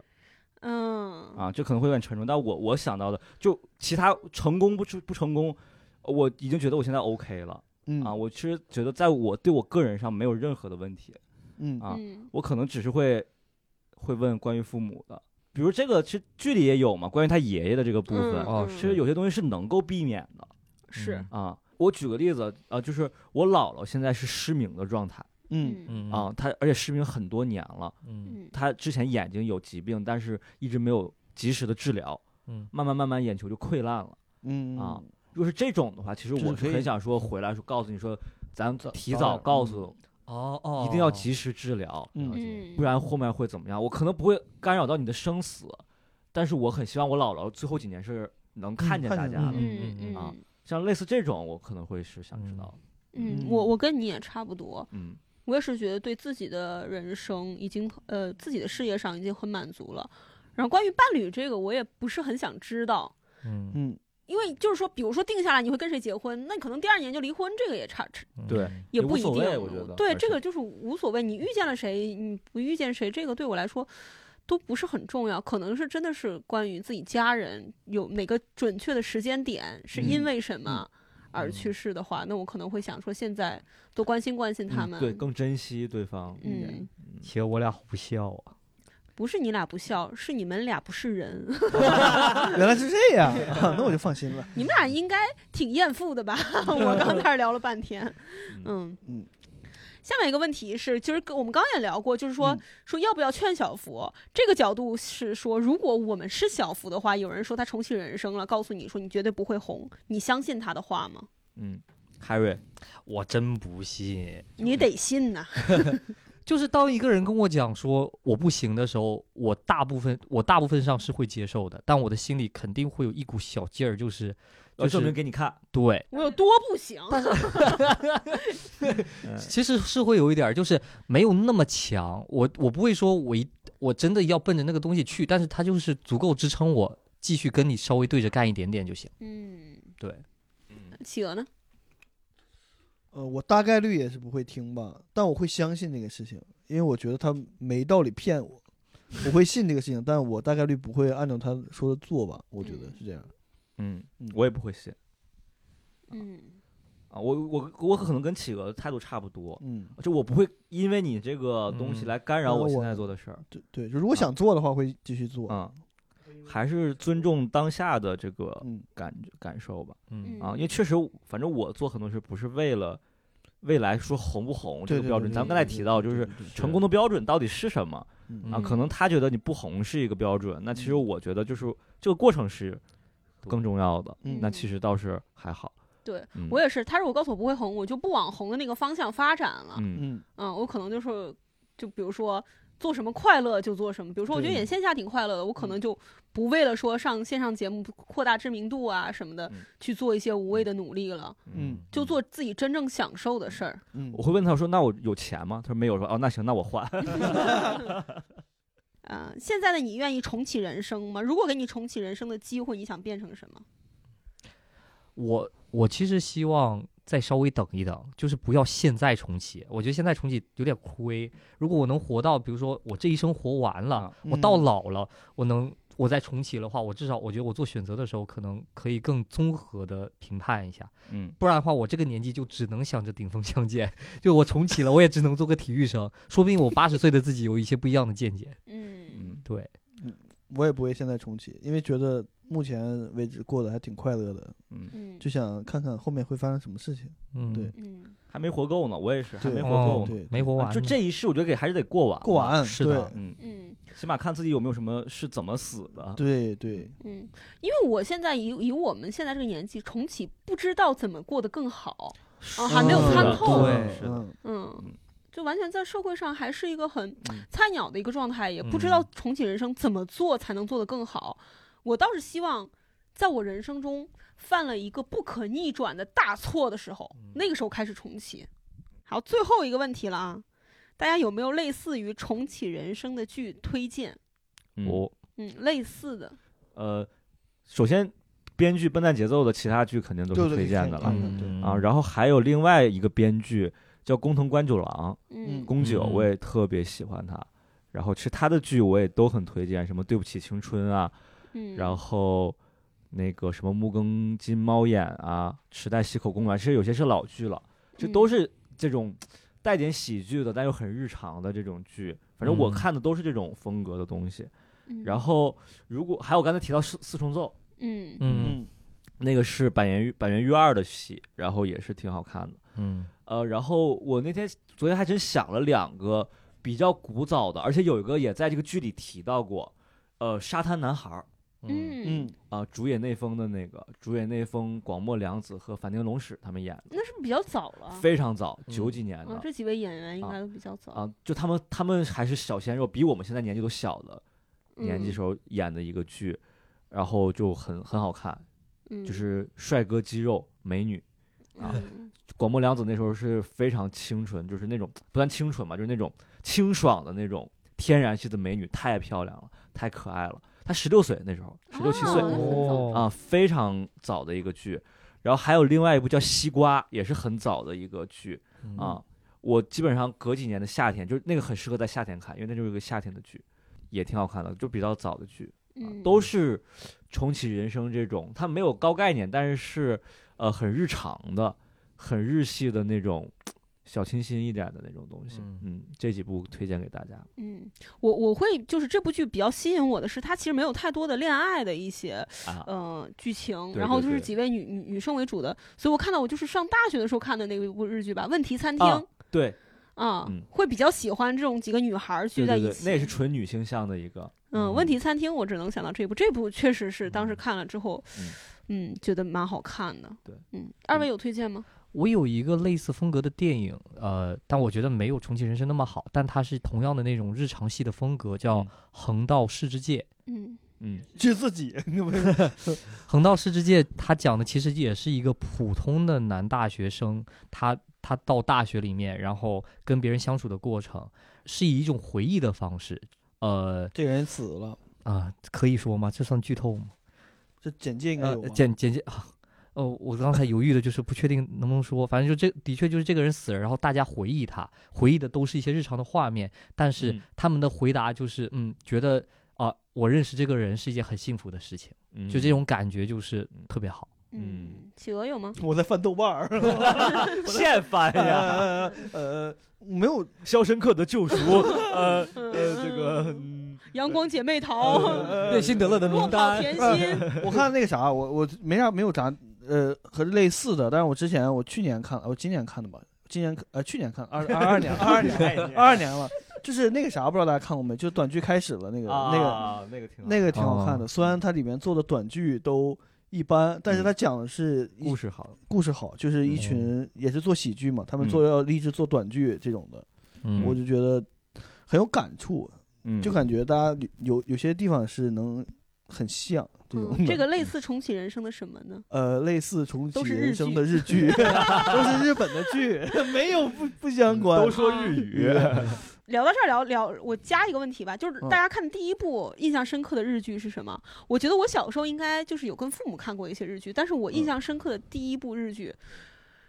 Speaker 1: 嗯
Speaker 2: 啊，这可能会有点沉重。但我我想到的，就其他成功不出不成功，我已经觉得我现在 OK 了
Speaker 3: 嗯
Speaker 2: 啊。我其实觉得在我对我个人上没有任何的问题
Speaker 3: 嗯
Speaker 2: 啊，
Speaker 1: 嗯
Speaker 2: 我可能只是会会问关于父母的，比如这个其实剧里也有嘛，关于他爷爷的这个部分，
Speaker 1: 嗯
Speaker 4: 哦
Speaker 1: 嗯
Speaker 2: 其实有些东西是能够避免的
Speaker 1: 是
Speaker 4: 嗯
Speaker 2: 啊。我举个例子啊，就是我姥姥现在是失明的状态
Speaker 3: 嗯
Speaker 4: 嗯
Speaker 2: 啊，她而且失明很多年了，
Speaker 4: 嗯
Speaker 1: 嗯
Speaker 2: 她之前眼睛有疾病，但是一直没有及时的治疗，
Speaker 4: 嗯
Speaker 2: 慢慢慢慢眼球就溃烂了。
Speaker 3: 嗯
Speaker 2: 啊如果是这种的话，其实
Speaker 3: 就是
Speaker 2: 我
Speaker 3: 可
Speaker 2: 是
Speaker 3: 以
Speaker 2: 很想说回来说告诉你说，咱
Speaker 3: 早
Speaker 2: 提
Speaker 3: 早
Speaker 2: 早
Speaker 3: 点
Speaker 2: 告诉，
Speaker 4: 哦哦，
Speaker 2: 一定要及时治疗，
Speaker 3: 嗯
Speaker 1: 嗯，
Speaker 2: 不然后面会怎么样？我可能不会干扰到你的生死，但是我很希望我姥姥最后几年是能看见
Speaker 3: 看
Speaker 2: 大
Speaker 3: 见
Speaker 2: 家
Speaker 3: 嗯
Speaker 2: 的。
Speaker 1: 嗯
Speaker 4: 嗯
Speaker 1: 嗯
Speaker 2: 啊像类似这种，我可能会是想知道，
Speaker 1: 嗯，我我跟你也差不多，
Speaker 2: 嗯
Speaker 1: 我也是觉得对自己的人生已经呃自己的事业上已经很满足了。然后关于伴侣这个，我也不是很想知道，
Speaker 4: 嗯，嗯
Speaker 3: 嗯
Speaker 1: 因为就是说，比如说定下来你会跟谁结婚，那你可能第二年就离婚，这个也差
Speaker 4: 嗯
Speaker 2: 对
Speaker 4: 嗯
Speaker 1: 也
Speaker 2: 也
Speaker 1: 不
Speaker 2: 无
Speaker 1: 一定
Speaker 2: 所。谓我觉得
Speaker 1: 对
Speaker 2: 而
Speaker 1: 这
Speaker 2: 且
Speaker 1: 个就是无所谓，你遇见了谁，你不遇见谁，这个对我来说都不是很重要。可能是真的是关于自己家人有哪个准确的时间点，是因
Speaker 3: 嗯
Speaker 1: 为什么
Speaker 2: 嗯
Speaker 1: 而去世的话，那我可能会想说，现在多关心关心他们。
Speaker 2: 嗯对，更珍惜对方。
Speaker 1: 嗯。
Speaker 4: 其实我俩好笑啊，
Speaker 1: 不是你俩不孝，是你们俩不是人。
Speaker 3: 原来是这样，啊那我就放心了。
Speaker 1: 你们俩应该挺艳妇的吧？ 我刚才聊了半天，嗯
Speaker 3: 嗯。
Speaker 1: 下面一个问题是，就是跟我们刚刚也聊过，就是说、
Speaker 3: 嗯
Speaker 1: 说要不要劝小福？这个角度是说，如果我们是小福的话，有人说他重启人生了，告诉你说你绝对不会红，你相信他的话吗？
Speaker 2: 嗯，Harry，
Speaker 4: 我真不信。
Speaker 2: 嗯
Speaker 1: 你得信呐、
Speaker 4: 就是当一个人跟我讲说我不行的时候，我大部分我大部分上是会接受的，但我的心里肯定会有一股小劲儿，就是
Speaker 2: 要
Speaker 4: 就
Speaker 2: 证明
Speaker 4: 是
Speaker 2: 给你看。
Speaker 4: 对，
Speaker 1: 我有多不行？
Speaker 3: 嗯
Speaker 2: 嗯
Speaker 4: 其实是会有一点儿，就是没有那么强。我我不会说我一我真的要奔着那个东西去，但是它就是足够支撑我继续跟你稍微对着干一点点就行。
Speaker 1: 嗯，
Speaker 4: 对，
Speaker 1: 企鹅呢？
Speaker 3: 呃，我大概率也是不会听吧，但我会相信这个事情，因为我觉得他没道理骗我，我会信这个事情，但我大概率不会按照他说的做吧，我觉得是这样。
Speaker 2: 嗯
Speaker 3: 嗯，
Speaker 2: 我也不会信
Speaker 1: 嗯
Speaker 2: 啊，我我我可能跟企鹅态度差不多，
Speaker 3: 嗯，
Speaker 2: 就我不会因为你这个东西
Speaker 4: 嗯
Speaker 2: 来干扰
Speaker 3: 干扰
Speaker 2: 我现
Speaker 3: 我
Speaker 2: 在
Speaker 3: 的
Speaker 2: 做的事儿。
Speaker 3: 对对，就如果想做的话，会继续做。
Speaker 2: 嗯，还是尊重当下的这个
Speaker 3: 嗯
Speaker 2: 感觉感受吧。
Speaker 1: 嗯
Speaker 2: 啊，因为确实，反正我做很多事不是为了未来说红不红这
Speaker 3: 对
Speaker 2: 个
Speaker 3: 对
Speaker 2: 标准。咱们刚才提到，就是成功
Speaker 3: 的
Speaker 2: 的标准到底是什么啊？可
Speaker 1: 嗯
Speaker 2: 能他觉得你不红是一个标准，那其实
Speaker 3: 嗯
Speaker 2: 我觉得就是这个过程是更重要的。
Speaker 3: 嗯
Speaker 2: 那其实倒是还好。
Speaker 1: 对、
Speaker 2: 嗯
Speaker 1: 我也是，他如果告诉我不会红，我就不往红的那个方向发展了。
Speaker 2: 嗯
Speaker 3: 嗯
Speaker 1: 嗯，我可能就是就比如说做什么快乐就做什么，比如说我觉得
Speaker 3: 对
Speaker 1: 演线下挺快乐的，我可能就不为了说上线上节目扩大知名度啊什么的、
Speaker 2: 嗯
Speaker 1: 去做一些无谓的努力了，
Speaker 3: 嗯
Speaker 1: 就做自己真正享受的事儿。
Speaker 3: 嗯
Speaker 2: 我会问他说：“那我有钱吗？”他说：“没有。”说：“哦，那行，那我换。
Speaker 1: 啊、现在的你愿意重启人生吗？如果给你重启人生的机会，你想变成什么？
Speaker 4: 我我其实希望再稍微等一等，就是不要现在重启。我觉得现在重启有点亏。如果我能活到，比如说我这一生活完了，
Speaker 2: 啊
Speaker 4: 我到
Speaker 3: 嗯
Speaker 4: 老了，我能我再重启的话，我至少我觉得我做选择的时候，可能可以更综合的评判一下。”
Speaker 2: 嗯
Speaker 4: 不然的话，我这个年纪就只能想着顶峰相见。 就我重启了，我也只能做个体育生。说不定我八十岁的自己有一些不一样的见解。
Speaker 1: 嗯
Speaker 2: 嗯
Speaker 4: 对，
Speaker 3: 我也不会现在重启，因为觉得目前为止过得还挺快乐的，
Speaker 2: 嗯，
Speaker 1: 嗯
Speaker 3: 就想看看后面会发生什么事情。
Speaker 4: 嗯，
Speaker 3: 对，
Speaker 1: 嗯
Speaker 2: 还没活够呢，我也是还
Speaker 3: 对
Speaker 2: 没活
Speaker 4: 哦
Speaker 2: 够呢。，啊
Speaker 4: 没活完呢，
Speaker 2: 就这一世，我觉得给还是得过完。
Speaker 3: 过。完
Speaker 4: 是的
Speaker 2: 嗯，
Speaker 1: 嗯
Speaker 2: 起码看自己有没有什么是怎么死的。
Speaker 3: 对对对，
Speaker 1: 嗯，因为我现在以以我们现在这个年纪重启，不知道怎么过得更好，啊还没有
Speaker 3: 嗯
Speaker 1: 参透。
Speaker 2: 对是的
Speaker 3: 嗯
Speaker 1: 嗯
Speaker 2: 嗯，
Speaker 1: 就完全在社会上还是一个很
Speaker 2: 嗯
Speaker 1: 菜鸟的一个状态，也不知道重启人生怎么做才能做得更好。我倒是希望，在我人生中犯了一个不可逆转的大错的时候，
Speaker 2: 嗯
Speaker 1: 那个时候开始重启。好，最后一个问题了啊，大家有没有类似于重启人生的剧推荐？
Speaker 2: 嗯
Speaker 4: 我
Speaker 1: 嗯，类似的，
Speaker 2: 呃，首先编剧《笨蛋节奏》的其他剧肯定都
Speaker 3: 对
Speaker 2: 是
Speaker 3: 对
Speaker 2: 推荐的了啊
Speaker 3: 嗯
Speaker 2: 啊，然后还有另外一个编剧叫工藤官九郎，
Speaker 1: 嗯
Speaker 2: 宫九
Speaker 4: 嗯
Speaker 2: 我也特别喜欢他，然后其实他的剧我也都很推荐，什么对不起青春啊，
Speaker 1: 嗯，
Speaker 2: 然后那个什么木更津猫眼啊，池袋西口公园，其实有些是老剧了，这都
Speaker 1: 嗯
Speaker 2: 是这种带点喜剧的，但又很日常的这种剧。反正我
Speaker 4: 嗯
Speaker 2: 看的都是这种风格的东西。
Speaker 1: 嗯
Speaker 2: 然后如果还有刚才提到四四重奏，
Speaker 1: 嗯
Speaker 4: 嗯
Speaker 2: 那个是板垣板垣裕二的戏，然后也是挺好看的。
Speaker 4: 嗯
Speaker 2: 呃，然后我那天昨天还真想了两个比较古早的，而且有一个也在这个剧里提到过，呃，沙滩男孩儿。
Speaker 4: 嗯
Speaker 1: 嗯，
Speaker 2: 啊、主演内丰的那个，主演内丰、广末凉子和反町隆史他们演的，
Speaker 1: 那是不是比较早了。
Speaker 2: 非常早，九
Speaker 4: 嗯
Speaker 2: 几年的
Speaker 1: 啊，这几位演员应该都比较早
Speaker 2: 啊、，就他们他们还是小鲜肉，比我们现在年纪都小的
Speaker 1: 嗯
Speaker 2: 年纪时候演的一个剧，然后就很很好看，
Speaker 1: 嗯
Speaker 2: 就是帅哥肌肉美女。啊
Speaker 1: 嗯
Speaker 2: 广末凉子那时候是非常清纯，就是那种不算清纯吧，就是那种清爽的那种天然系的美女，太漂亮了，太可爱了。她十六岁那时候，十六七
Speaker 1: 哦
Speaker 2: 岁，
Speaker 1: 那很早
Speaker 2: 啊，非常早的一个剧。然后还有另外一部叫《西瓜》，也是很早的一个剧
Speaker 4: 嗯
Speaker 2: 啊。我基本上隔几年的夏天，就是那个很适合在夏天看，因为那就是一个夏天的剧，也挺好看的，就比较早的剧，啊
Speaker 1: 嗯
Speaker 2: 都是重启人生这种，它没有高概念，但是是呃很日常的、很日系的那种小清新一点的那种东西。
Speaker 4: 嗯
Speaker 2: 嗯，这几部推荐给大家。
Speaker 1: 嗯，我我会就是这部剧比较吸引我的是，它其实没有太多的恋爱的一些
Speaker 2: 啊
Speaker 1: 呃剧情，
Speaker 2: 对
Speaker 1: 然后
Speaker 2: 对
Speaker 1: 就是
Speaker 2: 对
Speaker 1: 几位女女女生为主的，所以我看到我就是上大学的时候看的那部日剧吧，《问题餐厅》
Speaker 2: 啊 对
Speaker 1: 啊，
Speaker 2: 嗯
Speaker 1: 会比较喜欢这种几个女孩儿聚
Speaker 2: 对
Speaker 1: 在
Speaker 2: 对
Speaker 1: 一起。
Speaker 2: 对，那也是纯女性向的一个。
Speaker 1: 嗯，问题餐厅我只能想到这部，这部确实是当时看了之后，嗯觉得蛮好看的。
Speaker 2: 对，
Speaker 1: 嗯，二位有推荐吗？
Speaker 4: 我有一个类似风格的电影，呃，但我觉得没有《重启人生》那么好，但它是同样的那种日常系的风格，叫
Speaker 2: 嗯
Speaker 4: 《横道世之介》。
Speaker 1: 嗯
Speaker 2: 嗯
Speaker 3: 就自己， 你不是
Speaker 4: 横道世之介，他讲的其实也是一个普通的男大学生，他他到大学里面，然后跟别人相处的过程，是以一种回忆的方式。呃
Speaker 3: 这人死了，
Speaker 4: 啊、可以说吗？这算剧透吗？
Speaker 3: 这简介应该
Speaker 4: 呃
Speaker 3: 有吧，
Speaker 4: 简简介啊，哦，我刚才犹豫的就是不确定能不能说，反正就这的确就是这个人死了，然后大家回忆他，回忆的都是一些日常的画面，但是
Speaker 2: 嗯
Speaker 4: 他们的回答就是，嗯，觉得啊、我认识这个人是一件很幸福的事情，
Speaker 2: 嗯，
Speaker 4: 就这种感觉就是特别好。
Speaker 1: 嗯，企鹅有吗？
Speaker 3: 我在翻豆瓣儿，
Speaker 2: 现 翻呀。
Speaker 3: 呃呃，没有
Speaker 2: 《肖申克的救赎》呃呃这个嗯
Speaker 1: 阳光姐妹淘，
Speaker 3: 嗯
Speaker 4: 瑞辛德勒的
Speaker 1: 落
Speaker 4: 名
Speaker 1: 跑
Speaker 4: 单，
Speaker 1: 甜心。
Speaker 3: 呃我看那个啥，我我没啥没有啥呃和类似的，但是我之前我去年看，我哦今年看的吧，今年呃去年看二二二年 二二年二二年了，就是那个啥，不知道大家看过没？就短剧开始了那个、那个
Speaker 2: 啊那个挺好
Speaker 3: 那个挺好看的，
Speaker 4: 哦嗯
Speaker 3: 虽然它里面做的短剧都一般，但是它讲的是一
Speaker 2: 故事好，
Speaker 3: 故事好，就是一群也是做喜剧嘛，他们做要励志做短剧这种的，
Speaker 4: 嗯
Speaker 3: 我就觉得很有感触，
Speaker 2: 嗯
Speaker 3: 就感觉大家有有有些地方是能很像这种的、
Speaker 1: 嗯，这个类似重启人生的什么呢？
Speaker 3: 呃，类似重启
Speaker 1: 都是日
Speaker 3: 人生的日 剧，都是日本的剧，没有不不相关。
Speaker 2: 嗯都说日语，
Speaker 1: 聊到这儿聊聊，我加一个问题吧，就是
Speaker 3: 嗯
Speaker 1: 大家看第一部印象深刻的日剧是什么？我觉得我小时候应该就是有跟父母看过一些日剧，但是我印象深刻的第一部日剧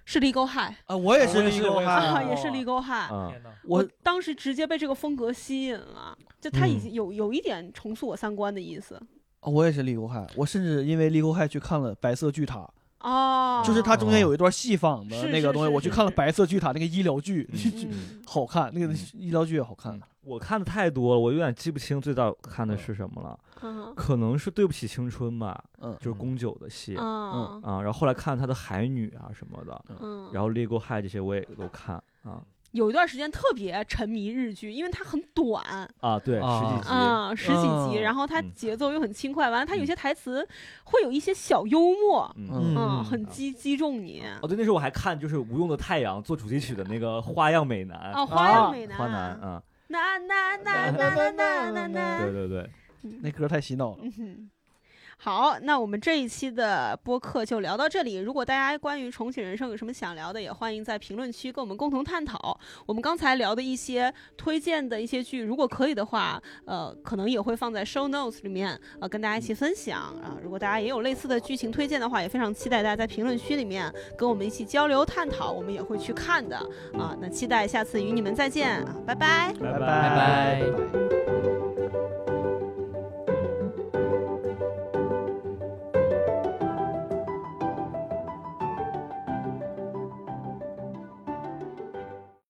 Speaker 1: 是《立沟害
Speaker 3: 啊，我也
Speaker 4: 我
Speaker 3: 是
Speaker 4: 也
Speaker 3: 立
Speaker 4: 是
Speaker 3: 沟
Speaker 4: 我也》，
Speaker 1: 啊，
Speaker 3: 害，
Speaker 1: 也是《立沟害》
Speaker 2: 啊
Speaker 4: 呐，
Speaker 1: 我
Speaker 3: 我
Speaker 1: 当时直接被这个风格吸引了，就他已
Speaker 4: 嗯
Speaker 1: 经有有一点重塑我三观的意思
Speaker 3: 我也是立沟害，我甚至因为立沟害去看了《白色巨塔》，
Speaker 1: 哦，
Speaker 3: 就是它中间有一段戏仿的
Speaker 1: 是
Speaker 3: 那个东西，
Speaker 1: 是是
Speaker 3: 我去看了《白色巨塔》那个医疗剧，
Speaker 1: 嗯
Speaker 3: 好看，那个
Speaker 2: 嗯
Speaker 3: 医疗剧也好看
Speaker 2: 嗯。我看的太多了，我有点记不清最早看的是什么了，
Speaker 1: 嗯
Speaker 2: 可能是《对不起青春》吧，
Speaker 3: 嗯
Speaker 2: 就是宫九的戏啊，
Speaker 1: 啊
Speaker 2: 然后后来看他的《海女》啊什么的，
Speaker 1: 嗯，
Speaker 2: 然后《猎狗害》这些我也都看啊
Speaker 1: 有一段时间特别沉迷日剧，因为它很短，
Speaker 2: 啊，对，
Speaker 4: 啊
Speaker 2: 十几集，
Speaker 1: 啊，十几集，
Speaker 3: 嗯
Speaker 1: 然后它
Speaker 2: 嗯
Speaker 1: 节奏又很轻快，完了它有
Speaker 2: 嗯
Speaker 1: 些台词会有一些小幽默，
Speaker 2: 嗯。
Speaker 1: 嗯，
Speaker 4: 嗯
Speaker 1: 很击击中你
Speaker 2: 哦，对，那时候我还看就是《无用的太阳》做主题曲的那个《花样美男》
Speaker 1: 啊，花样美
Speaker 2: 花
Speaker 1: 男，
Speaker 2: 男
Speaker 1: 嗯
Speaker 2: 啊，
Speaker 1: 那那那那那那那
Speaker 2: 对
Speaker 1: 那，
Speaker 2: 对对，
Speaker 3: 那歌太洗脑了。
Speaker 1: 嗯哼 好，那我们这一期的播客就聊到这里。如果大家关于重启人生有什么想聊的，也欢迎在评论区跟我们共同探讨。我们刚才聊的一些推荐的一些剧，如果可以的话，呃，可能也会放在 show notes 里面，呃，跟大家一起分享啊、如果大家也有类似的剧情推荐的话，也非常期待大家在评论区里面跟我们一起交流探讨，我们也会 去看的啊、那期待下次与你们再见啊，拜拜。
Speaker 2: 拜
Speaker 3: 拜
Speaker 4: 拜拜
Speaker 3: 拜拜